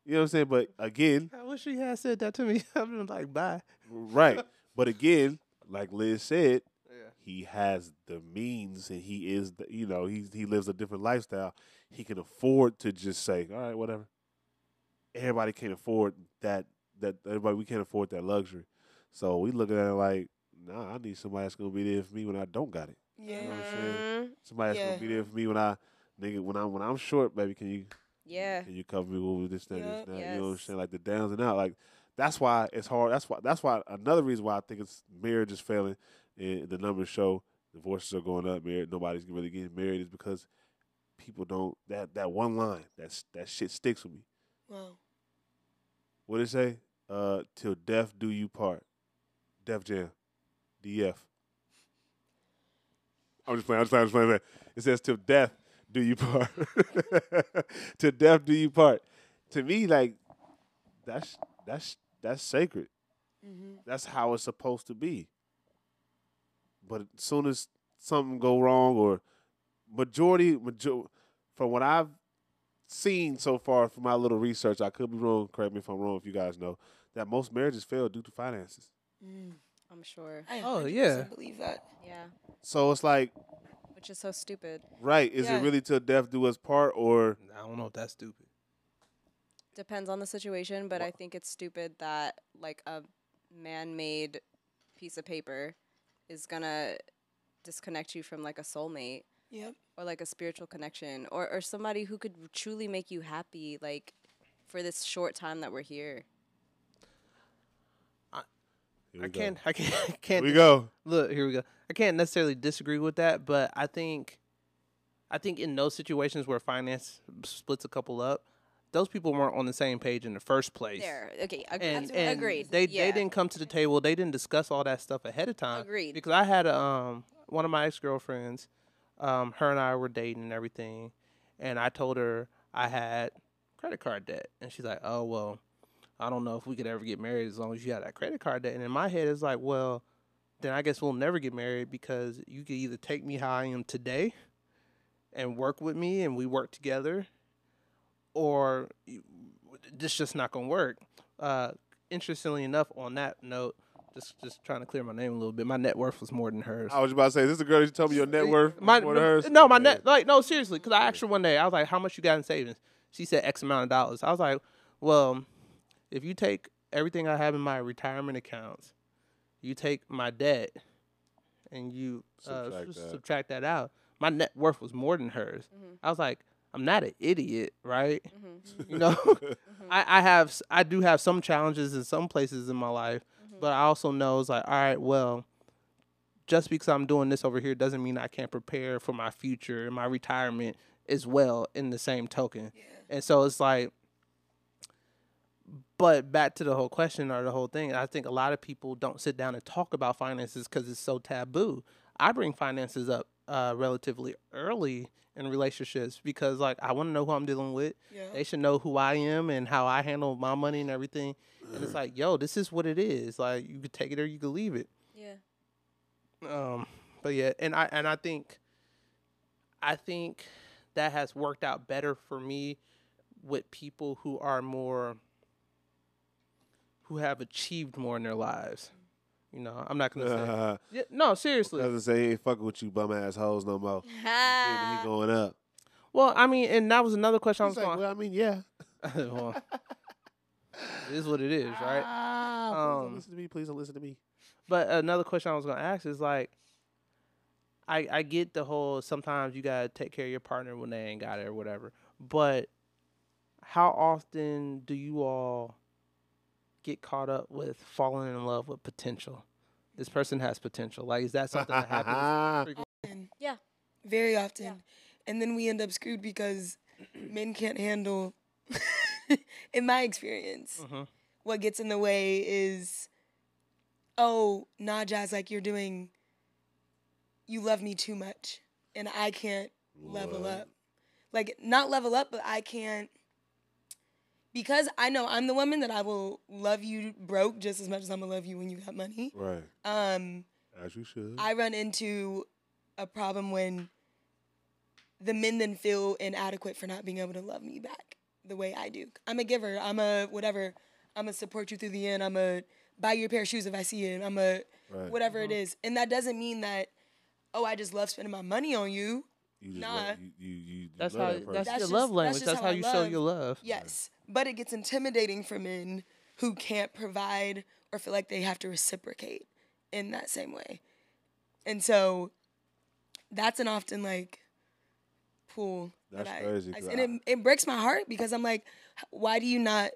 [SPEAKER 1] You know what I'm saying? But again,
[SPEAKER 2] I wish she had said that to me. [LAUGHS] I've been like, bye.
[SPEAKER 1] right? But again, like Liz said,
[SPEAKER 2] [LAUGHS] Yeah.
[SPEAKER 1] he has the means and he is the, you know he he lives a different lifestyle he can afford to just say all right whatever everybody can't afford that that everybody we can't afford that luxury so we looking at it like nah i need somebody that's gonna be there for me when i don't got it
[SPEAKER 3] Yeah.
[SPEAKER 1] know what I'm saying?
[SPEAKER 4] Mhm.
[SPEAKER 1] somebody that's
[SPEAKER 3] Yeah.
[SPEAKER 1] gonna be there for me when i nigga when i'm when i'm short baby can you
[SPEAKER 4] Yeah.
[SPEAKER 1] can you cover me with this thing this,
[SPEAKER 3] Yup.
[SPEAKER 1] that, you know what i'm
[SPEAKER 4] Yes.
[SPEAKER 1] saying like the downs and out like that's why it's hard that's why that's why another reason why i think it's marriage is failing and the numbers show divorces are going up married nobody's really getting married is because people don't that that one line that's that shit sticks with me
[SPEAKER 3] Wow.
[SPEAKER 1] what did it say uh till death do you part def jam df i'm just playing i'm just playing, I'm just playing, I'm just playing. it says till death do you part [LAUGHS] till death do you part to me like that's that's that's sacred
[SPEAKER 3] Mm-hmm.
[SPEAKER 1] that's how it's supposed to be. But as soon as something go wrong, or majority, major, from what I've seen so far from my little research, I could be wrong. Correct me if I'm wrong. If you guys know that most marriages fail due to finances.
[SPEAKER 3] Mm.
[SPEAKER 4] I'm sure.
[SPEAKER 3] I
[SPEAKER 2] Oh,
[SPEAKER 3] 100%
[SPEAKER 2] yeah.
[SPEAKER 3] believe that.
[SPEAKER 4] Yeah.
[SPEAKER 1] So it's like,
[SPEAKER 4] Which is so stupid.
[SPEAKER 1] right? Is
[SPEAKER 3] Yeah.
[SPEAKER 1] it really till death do us part, or
[SPEAKER 2] I don't know if that's stupid.
[SPEAKER 4] Depends on the situation, but I think it's stupid that like a man-made piece of paper is gonna disconnect you from like a soulmate.
[SPEAKER 3] Yep.
[SPEAKER 4] or like a spiritual connection or, or somebody who could truly make you happy like for this short time that we're here
[SPEAKER 1] Here
[SPEAKER 2] I
[SPEAKER 1] we go.
[SPEAKER 2] can't. I can't. [LAUGHS] I
[SPEAKER 1] Here
[SPEAKER 2] can't.
[SPEAKER 1] we go.
[SPEAKER 2] Look, here we go. I can't necessarily disagree with that, but I think, I think in those situations where finance splits a couple up, those people weren't on the same page in the first place.
[SPEAKER 4] there okay ag-
[SPEAKER 2] And,
[SPEAKER 4] abso-
[SPEAKER 2] and
[SPEAKER 4] agreed
[SPEAKER 2] They
[SPEAKER 4] yeah.
[SPEAKER 2] they didn't come to the table. They didn't discuss all that stuff ahead of time.
[SPEAKER 4] Agreed.
[SPEAKER 2] Because I had a, um one of my ex girlfriends, um her and I were dating and everything, and I told her I had credit card debt, and she's like, oh well, I don't know if we could ever get married as long as you have that credit card debt. And in my head, it's like, well, then I guess we'll never get married because you could either take me how I am today and work with me and we work together, or you- this just not gonna work. Uh, interestingly enough, on that note, just just trying to clear my name a little bit. My net worth was more than hers.
[SPEAKER 1] I was about to say, this is the girl that you told me your net worth.
[SPEAKER 2] My,
[SPEAKER 1] more than hers?
[SPEAKER 2] No, my
[SPEAKER 1] Yeah.
[SPEAKER 2] net like no seriously because I asked her one day I was like, "How much you got in savings?" She said X amount of dollars. I was like, "Well, if you take everything I have in my retirement accounts, you take my debt, and you uh,
[SPEAKER 1] Subtract
[SPEAKER 2] s-
[SPEAKER 1] that.
[SPEAKER 2] subtract that out, my net worth was more than hers." I was like, "I'm not an idiot,
[SPEAKER 1] [LAUGHS]
[SPEAKER 2] right?"
[SPEAKER 4] Mm-hmm.
[SPEAKER 2] You know, I, I have s- I do have some challenges in some places in my life, but I also know it's like, all right, well, just because I'm doing this over here doesn't mean I can't prepare for my future and my retirement as well in the same token.
[SPEAKER 3] Yeah.
[SPEAKER 2] And so it's like but back to the whole question or the whole thing, I think a lot of people don't sit down and talk about finances because it's so taboo. I bring finances up uh, relatively early in relationships because, like, I want to know who I'm dealing with.
[SPEAKER 3] Yeah.
[SPEAKER 2] They should know who I am and how I handle my money and everything. And it's like, yo, this is what it is. Like, you could take it or you could leave it.
[SPEAKER 4] [LAUGHS] Yeah.
[SPEAKER 2] Um, but yeah, and I and I think, I think that has worked out better for me with people who are more, who have achieved more in their lives. You know, I'm not gonna say
[SPEAKER 1] I
[SPEAKER 2] Yeah, no, seriously.
[SPEAKER 1] was to say, he ain't fucking with you bum ass hoes no more. He he going up.
[SPEAKER 2] Well, I mean, and that was another question I was
[SPEAKER 1] He's like,
[SPEAKER 2] going.
[SPEAKER 1] well, I mean, yeah.
[SPEAKER 2] [LAUGHS] well, it is what it is, right?
[SPEAKER 1] Ah, please don't
[SPEAKER 2] Um,
[SPEAKER 1] listen to me. Please don't listen to me.
[SPEAKER 2] But another question I was gonna ask is like, I I get the whole sometimes you gotta take care of your partner when they ain't got it or whatever. But how often do you all get caught up with falling in love with potential? This person has potential. Like, is that something
[SPEAKER 1] [LAUGHS]
[SPEAKER 2] that happens?
[SPEAKER 3] Often.
[SPEAKER 4] Yeah.
[SPEAKER 3] Very often. And then we end up screwed because [CLEARS THROAT] men can't handle, [LAUGHS] in my experience,
[SPEAKER 2] Mhm.
[SPEAKER 3] what gets in the way is, oh, nah, Jazz, like you're doing, you love me too much. And I can't level
[SPEAKER 1] What?
[SPEAKER 3] up. Like, not level up, but I can't. Because I know I'm the woman that I will love you broke just as much as I'm gonna love you when you got money.
[SPEAKER 1] Right.
[SPEAKER 3] Um,
[SPEAKER 1] As you should.
[SPEAKER 3] I run into a problem when the men then feel inadequate for not being able to love me back the way I do. I'm a giver. I'm a whatever. I'm a support you through the end. I'm a buy you a pair of shoes if I see it. I'm a
[SPEAKER 1] right. Mm-hmm.
[SPEAKER 3] whatever it is. And that doesn't mean that oh I just love spending my money on you.
[SPEAKER 1] you just
[SPEAKER 3] nah.
[SPEAKER 1] love- you, you, you, you
[SPEAKER 2] That's
[SPEAKER 1] love
[SPEAKER 2] how
[SPEAKER 1] that person.
[SPEAKER 2] that's,
[SPEAKER 3] That's
[SPEAKER 2] your
[SPEAKER 3] just-
[SPEAKER 2] love
[SPEAKER 3] that's
[SPEAKER 2] language.
[SPEAKER 3] just
[SPEAKER 2] That's,
[SPEAKER 3] how
[SPEAKER 2] how
[SPEAKER 3] I
[SPEAKER 2] you show
[SPEAKER 3] love.
[SPEAKER 2] your love.
[SPEAKER 3] Yes, but it gets intimidating for men who can't provide or feel like they have to reciprocate in that same way. And so that's an often like pool. that
[SPEAKER 1] That's
[SPEAKER 3] I-
[SPEAKER 1] crazy,
[SPEAKER 3] I,
[SPEAKER 1] 'cause
[SPEAKER 3] and it, it breaks my heart because I'm like, "H- why do you not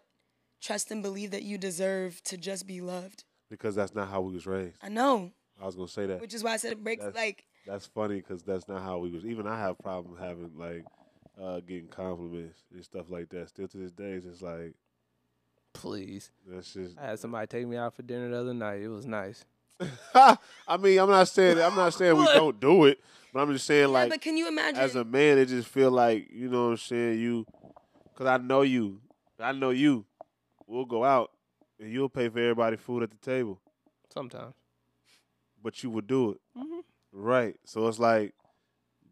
[SPEAKER 3] trust and believe that you deserve to just be loved?
[SPEAKER 1] because that's not how we was raised.
[SPEAKER 3] I know,
[SPEAKER 1] I was gonna say that.
[SPEAKER 3] which is why I said it breaks
[SPEAKER 1] That's-
[SPEAKER 3] like
[SPEAKER 1] That's funny because that's not how we was. Even I have problem having like uh, getting compliments and stuff like that. Still to this day, it's just like
[SPEAKER 2] Please.
[SPEAKER 1] that's just.
[SPEAKER 2] I had somebody take me out for dinner the other night. It was nice.
[SPEAKER 1] [LAUGHS] I mean, I'm not saying I'm not saying we don't do it, but I'm just saying
[SPEAKER 3] yeah, but
[SPEAKER 1] like
[SPEAKER 3] can you imagine?
[SPEAKER 1] as a man, it just feel like you know what I'm saying. You, because I know you, I know you. We'll go out and you'll pay for everybody food at the table,
[SPEAKER 2] Sometimes.
[SPEAKER 1] but you would do it.
[SPEAKER 2] Mhm.
[SPEAKER 1] Right. So it's like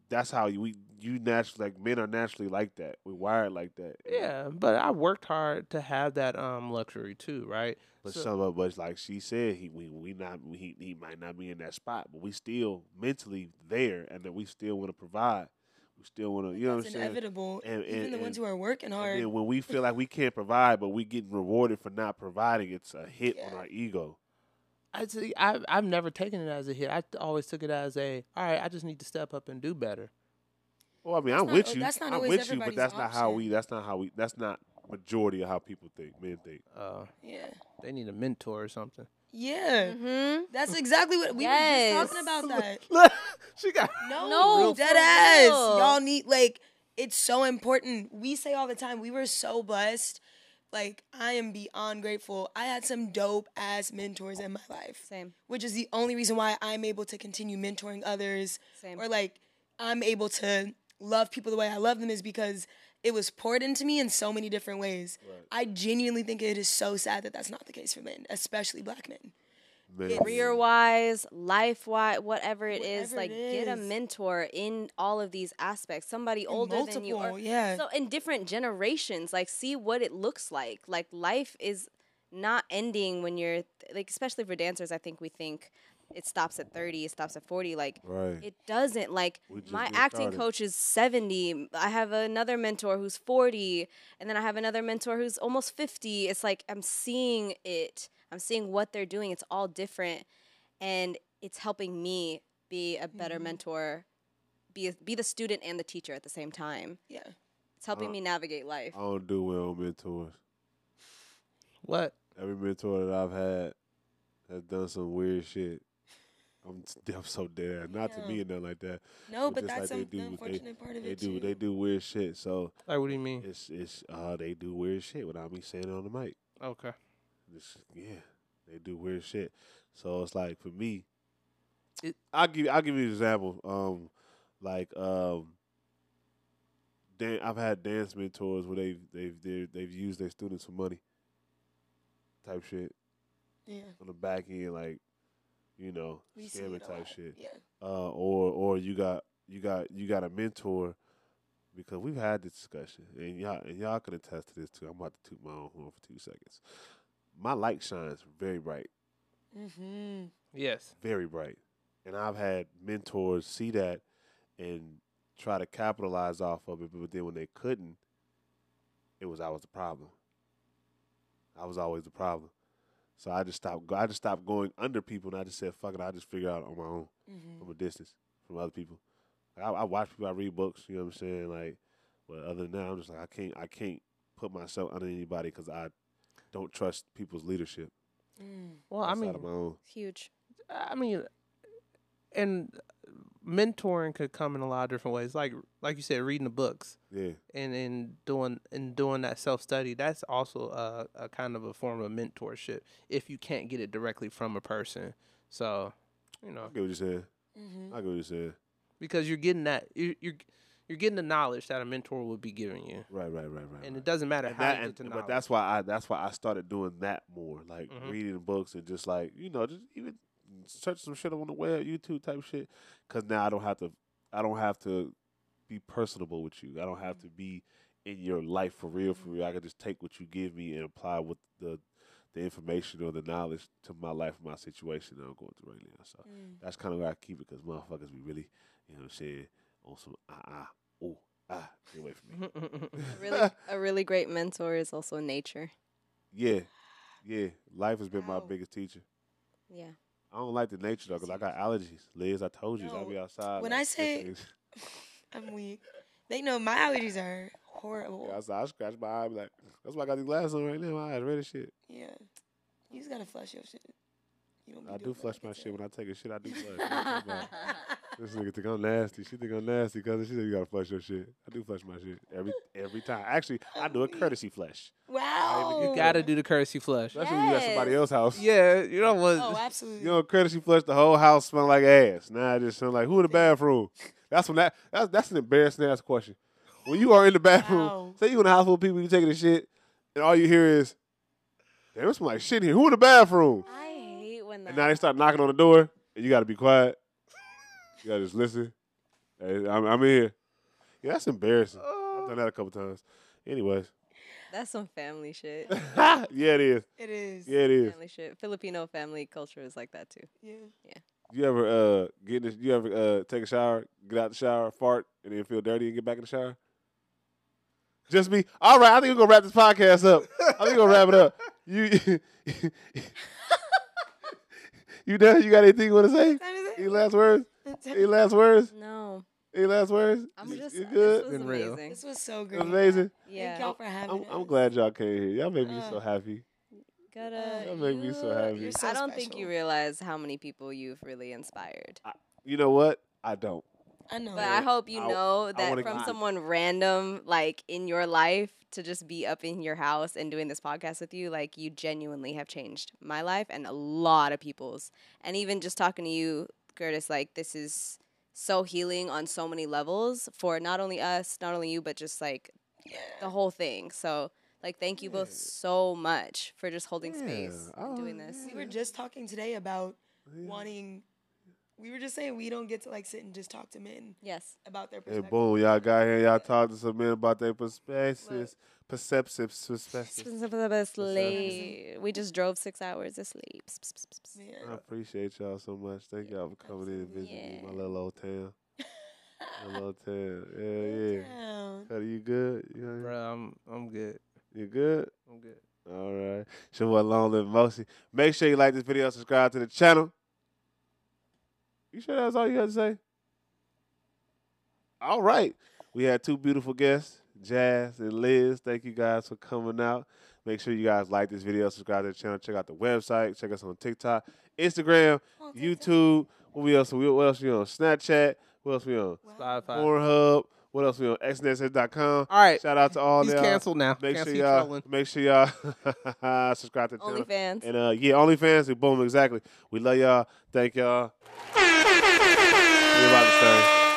[SPEAKER 1] that's how you we you naturally like men are naturally like that. We wired like that.
[SPEAKER 2] Yeah, but I worked hard to have that um luxury too, right?
[SPEAKER 1] But
[SPEAKER 2] So-
[SPEAKER 1] some of us, like she said, he we, we not he he might not be in that spot, but we still mentally there, and that we still want to provide. We still want to, you know what I'm
[SPEAKER 3] that's
[SPEAKER 1] saying.
[SPEAKER 3] inevitable.
[SPEAKER 1] And-
[SPEAKER 3] Even
[SPEAKER 1] and-
[SPEAKER 3] the ones
[SPEAKER 1] and-
[SPEAKER 3] who are working hard.
[SPEAKER 1] And then when we feel like we can't provide, but we getting rewarded for not providing, it's a hit on
[SPEAKER 3] Yeah.
[SPEAKER 1] our ego.
[SPEAKER 2] I see. I've I've never taken it as a hit. I t- always took it as a all right. I just need to step up and do better.
[SPEAKER 1] Well, I mean,
[SPEAKER 3] That's
[SPEAKER 1] I'm
[SPEAKER 3] not
[SPEAKER 1] with
[SPEAKER 3] al-
[SPEAKER 1] you.
[SPEAKER 3] that's not
[SPEAKER 1] I'm
[SPEAKER 3] always
[SPEAKER 1] with you, but
[SPEAKER 3] everybody's
[SPEAKER 1] that's not how
[SPEAKER 3] option.
[SPEAKER 1] we. That's not how we. That's not majority of how people think. Men think.
[SPEAKER 2] Uh,
[SPEAKER 3] yeah.
[SPEAKER 2] they need a mentor or something.
[SPEAKER 3] Yeah.
[SPEAKER 4] Mm-hmm.
[SPEAKER 3] That's exactly what we were
[SPEAKER 4] Yes.
[SPEAKER 3] just talking about.
[SPEAKER 2] [LAUGHS]
[SPEAKER 3] That
[SPEAKER 2] she got
[SPEAKER 3] no,
[SPEAKER 4] No,
[SPEAKER 3] dead
[SPEAKER 4] for
[SPEAKER 3] ass.
[SPEAKER 4] real.
[SPEAKER 3] Y'all need like it's so important. We say all the time we were so blessed. Like I am beyond grateful. I had some dope ass mentors in my life,
[SPEAKER 4] Same.
[SPEAKER 3] which is the only reason why I'm able to continue mentoring others,
[SPEAKER 4] Same.
[SPEAKER 3] or like I'm able to love people the way I love them is because it was poured into me in so many different ways. I genuinely think it is so sad that that's not the case for men, especially black men.
[SPEAKER 1] Man.
[SPEAKER 4] career wise, life wise, whatever it is,
[SPEAKER 3] Whatever
[SPEAKER 4] like
[SPEAKER 3] it
[SPEAKER 4] get a
[SPEAKER 3] is.
[SPEAKER 4] mentor in all of these aspects. Somebody older
[SPEAKER 3] multiple,
[SPEAKER 4] than you, or
[SPEAKER 3] yeah.
[SPEAKER 4] so in different generations, like see what it looks like. Like life is not ending when you're like, especially for dancers, I think we think it stops at thirty, it stops at forty. Like
[SPEAKER 1] Right.
[SPEAKER 4] it doesn't. Like
[SPEAKER 1] We just
[SPEAKER 4] my
[SPEAKER 1] getting
[SPEAKER 4] acting
[SPEAKER 1] started.
[SPEAKER 4] coach is 70. I have another mentor who's 40, and then I have another mentor who's almost 50. It's like I'm seeing it. I'm seeing what they're doing. It's all different, and it's helping me be a better
[SPEAKER 3] Mhm.
[SPEAKER 4] mentor, be a, be the student and the teacher at the same time.
[SPEAKER 3] yeah.
[SPEAKER 4] It's helping
[SPEAKER 1] Uh,
[SPEAKER 4] me navigate life.
[SPEAKER 1] I don't do well on mentors.
[SPEAKER 2] What?
[SPEAKER 1] Every mentor that I've had has done some weird shit. I'm, t- [LAUGHS] I'm so dead. Not to
[SPEAKER 3] Yeah.
[SPEAKER 1] me and nothing like that.
[SPEAKER 3] No,
[SPEAKER 1] But
[SPEAKER 3] but
[SPEAKER 1] just
[SPEAKER 3] that's
[SPEAKER 1] like they
[SPEAKER 3] some,
[SPEAKER 1] do
[SPEAKER 3] the
[SPEAKER 1] with they-
[SPEAKER 3] unfortunate part of
[SPEAKER 1] They
[SPEAKER 3] it
[SPEAKER 1] do.
[SPEAKER 3] too.
[SPEAKER 1] They do weird shit. So
[SPEAKER 2] Like, what do you mean?
[SPEAKER 1] it's it's uh they do weird shit without me saying it on the mic.
[SPEAKER 2] Okay.
[SPEAKER 1] It's- yeah, they do weird shit. So it's like for me,
[SPEAKER 2] It-
[SPEAKER 1] I'll give I'll give you an example. Um, like um, dan- I've had dance mentors where they they've they've they've used their students for money, type shit
[SPEAKER 3] Yeah,
[SPEAKER 1] on the back end, like you know
[SPEAKER 3] we see
[SPEAKER 1] scamming
[SPEAKER 3] it a
[SPEAKER 1] type
[SPEAKER 3] lot.
[SPEAKER 1] shit.
[SPEAKER 3] Yeah,
[SPEAKER 1] Uh, or or you got you got you got a mentor. Because we've had this discussion, and y'all and y'all can attest to this too. I'm about to toot my own horn for two seconds. My light shines very bright.
[SPEAKER 3] mm-hmm.
[SPEAKER 2] Yes.
[SPEAKER 1] very bright. And I've had mentors see that and try to capitalize off of it, but then when they couldn't, it was I was the problem. I was always the problem. So I just stopped go- I just stopped going under people and I just said, fuck it, I'll just figure it out on my own
[SPEAKER 3] Mm-hmm.
[SPEAKER 1] from a distance from other people. Like, I, I watch people, I read books, you know what I'm saying? Like but other than that, I'm just like I can't I can't put myself under anybody because I don't trust people's leadership
[SPEAKER 3] Mm.
[SPEAKER 2] Well, I
[SPEAKER 1] outside
[SPEAKER 2] mean,
[SPEAKER 1] of my own.
[SPEAKER 4] Huge.
[SPEAKER 2] I mean, and mentoring could come in a lot of different ways. Like, like you said, reading the books
[SPEAKER 1] Yeah.
[SPEAKER 2] and and doing and doing that self study. That's also a, a kind of a form of mentorship if you can't get it directly from a person. So, you
[SPEAKER 1] I
[SPEAKER 2] know,
[SPEAKER 1] get what you're saying.
[SPEAKER 3] Mm-hmm.
[SPEAKER 1] I get what you're saying.
[SPEAKER 2] because you're getting that you're you're, you're getting the knowledge that a mentor would be giving you,
[SPEAKER 1] Right, right, right, right. right.
[SPEAKER 2] and it doesn't matter
[SPEAKER 1] and
[SPEAKER 2] how
[SPEAKER 1] that,
[SPEAKER 2] you
[SPEAKER 1] and,
[SPEAKER 2] get the knowledge.
[SPEAKER 1] but that's why I that's why I started doing that more, like
[SPEAKER 2] Mhm.
[SPEAKER 1] reading books and just like you know, just even search some shit on the web, YouTube type shit. Because now I don't have to, I don't have to be personable with you. I don't have to be in your life for real, for real. I can just take what you give me and apply what the the information or the knowledge to my life, my situation that I'm going through right now. So
[SPEAKER 3] Mm.
[SPEAKER 1] that's kind of where I keep it because motherfuckers be really, you know, what I'm saying on some ah ah oh ah, get away
[SPEAKER 2] [LAUGHS]
[SPEAKER 1] from me.
[SPEAKER 4] A really, a really great mentor is also nature.
[SPEAKER 1] [LAUGHS] Yeah, yeah. Life has been my
[SPEAKER 3] Wow.
[SPEAKER 1] biggest teacher.
[SPEAKER 4] Yeah.
[SPEAKER 1] I don't like the nature though, 'cause I got allergies. Liz, I told you, I'll
[SPEAKER 3] No,
[SPEAKER 1] be outside. [LAUGHS]
[SPEAKER 3] when
[SPEAKER 1] like,
[SPEAKER 3] I say-
[SPEAKER 1] scratching things.
[SPEAKER 3] I'm weak. They know my allergies are horrible.
[SPEAKER 1] yeah, outside, I scratch my eye, be like, that's why I got these glasses on right now. My eyes red as shit.
[SPEAKER 3] Yeah. You just gotta flush your shit. You don't be
[SPEAKER 1] I do
[SPEAKER 3] doing that
[SPEAKER 1] flush
[SPEAKER 3] like
[SPEAKER 1] my
[SPEAKER 3] it's
[SPEAKER 1] shit
[SPEAKER 3] a-
[SPEAKER 1] when I take a shit. I do flush. What you talking
[SPEAKER 3] [LAUGHS]
[SPEAKER 1] about? this nigga think I'm nasty. She think I'm nasty, cousin. She think you gotta flush your shit. I do flush my shit every every time. Actually, I do a courtesy flush.
[SPEAKER 3] Wow.
[SPEAKER 1] even- you
[SPEAKER 2] you gotta do the courtesy flush.
[SPEAKER 1] Especially when you at somebody
[SPEAKER 4] Yes.
[SPEAKER 1] else's house.
[SPEAKER 2] Yeah, you don't [LAUGHS] want.
[SPEAKER 3] Oh, absolutely.
[SPEAKER 1] You know, courtesy flush, the whole house smell like ass. Now it just smell like who in the bathroom? That's when that that's, that's an embarrassing ass question. When you are in the bathroom,
[SPEAKER 3] Wow.
[SPEAKER 1] say you in the house full of people, you taking a shit, and all you hear is, "Damn, it smell like shit in here. Who in the bathroom?"
[SPEAKER 4] I hate when
[SPEAKER 1] And now they start knocking on the door, and you got to be quiet. You got to just listen. Hey, I'm, I'm in here. Yeah, that's embarrassing. I've
[SPEAKER 2] Oh.
[SPEAKER 1] done that a couple times. Anyways, [LAUGHS]
[SPEAKER 4] That's some family shit.
[SPEAKER 1] yeah, it is.
[SPEAKER 3] It is.
[SPEAKER 1] Yeah, it is.
[SPEAKER 4] family shit. Filipino family culture is like that too.
[SPEAKER 3] Yeah.
[SPEAKER 1] You ever uh get in the, you ever uh take a shower, get out the shower, fart, and then feel dirty and get back in the shower? Just me. All right, I think we're gonna wrap this podcast up. [LAUGHS] I think we're gonna wrap it up. You [LAUGHS] You done? You got anything you wanna say?
[SPEAKER 3] Time is
[SPEAKER 1] Any
[SPEAKER 3] it?
[SPEAKER 1] last words?
[SPEAKER 3] What time
[SPEAKER 1] Any
[SPEAKER 3] is it?
[SPEAKER 1] last words?
[SPEAKER 4] No,
[SPEAKER 1] Any last words?
[SPEAKER 4] I'm
[SPEAKER 1] You-
[SPEAKER 4] just.
[SPEAKER 1] you
[SPEAKER 4] This
[SPEAKER 1] good.
[SPEAKER 4] was
[SPEAKER 2] Been real.
[SPEAKER 4] amazing.
[SPEAKER 3] This was so
[SPEAKER 1] It
[SPEAKER 3] great.
[SPEAKER 1] was amazing.
[SPEAKER 3] Thank
[SPEAKER 4] Yeah,
[SPEAKER 3] y'all for having
[SPEAKER 1] I'm,
[SPEAKER 3] us.
[SPEAKER 1] I'm glad y'all came here. Y'all made me
[SPEAKER 3] Uh,
[SPEAKER 1] so happy.
[SPEAKER 4] gotta.
[SPEAKER 1] That made me so happy.
[SPEAKER 3] You're so
[SPEAKER 4] I don't think you
[SPEAKER 3] special.
[SPEAKER 4] realize how many people you've really inspired.
[SPEAKER 1] You know what? I don't.
[SPEAKER 3] I know.
[SPEAKER 4] But I hope you
[SPEAKER 1] I-
[SPEAKER 4] know that
[SPEAKER 1] wanna
[SPEAKER 4] from
[SPEAKER 1] keep-
[SPEAKER 4] someone random, like in your life, to just be up in your house and doing this podcast with you, like you genuinely have changed my life and a lot of people's. And even just talking to you, Curtis, like this is so healing on so many levels for not only us, not only you, but just like
[SPEAKER 3] yeah.
[SPEAKER 4] the whole thing. So Like, thank you both
[SPEAKER 1] Yeah.
[SPEAKER 4] so much for just holding space
[SPEAKER 1] Yeah,
[SPEAKER 4] and doing
[SPEAKER 1] I-
[SPEAKER 4] this.
[SPEAKER 3] We were just talking today about
[SPEAKER 1] yeah.
[SPEAKER 3] wanting. We were just saying we don't get to like sit and just talk to men
[SPEAKER 4] Yes.
[SPEAKER 3] about their
[SPEAKER 1] And
[SPEAKER 3] perspective.
[SPEAKER 1] boom, y'all got here. Y'all talked to some men about their perspectives, perceptives,
[SPEAKER 4] [LAUGHS]
[SPEAKER 1] perspectives.
[SPEAKER 4] Slay. We just drove six hours to sleep.
[SPEAKER 1] I
[SPEAKER 3] Yeah.
[SPEAKER 1] appreciate y'all so much. Thank y'all for coming in and visiting me, my
[SPEAKER 4] Yeah.
[SPEAKER 1] little old town. My little town. Yeah, yeah.
[SPEAKER 3] Down.
[SPEAKER 1] Cuddy, you good? You, know,
[SPEAKER 2] Bruh, I'm I'm good.
[SPEAKER 1] you good?
[SPEAKER 2] I'm good.
[SPEAKER 1] All right. It's your boy Long Live Moshi. Make sure you like this video, subscribe to the channel. You sure that's all you had to say? All right. We had two beautiful guests, Jazz and Liz. Thank you guys for coming out. Make sure you guys like this video, subscribe to the channel, check out the website, check us on TikTok, Instagram,
[SPEAKER 3] Oh, thank
[SPEAKER 1] YouTube. What we else? What else we on? Snapchat. What else we on?
[SPEAKER 3] Wow.
[SPEAKER 2] Spotify.
[SPEAKER 1] Pornhub. What else we on? XNSS.com.
[SPEAKER 2] All right.
[SPEAKER 1] Shout out to all
[SPEAKER 2] He's
[SPEAKER 1] y'all.
[SPEAKER 2] canceled now.
[SPEAKER 1] Make
[SPEAKER 2] Cancel
[SPEAKER 1] sure
[SPEAKER 2] you
[SPEAKER 1] y'all
[SPEAKER 2] trolling.
[SPEAKER 1] make sure y'all [LAUGHS] subscribe to the channel.
[SPEAKER 4] OnlyFans.
[SPEAKER 1] And uh yeah, OnlyFans, we boom, exactly. We love y'all. Thank y'all. We about to start.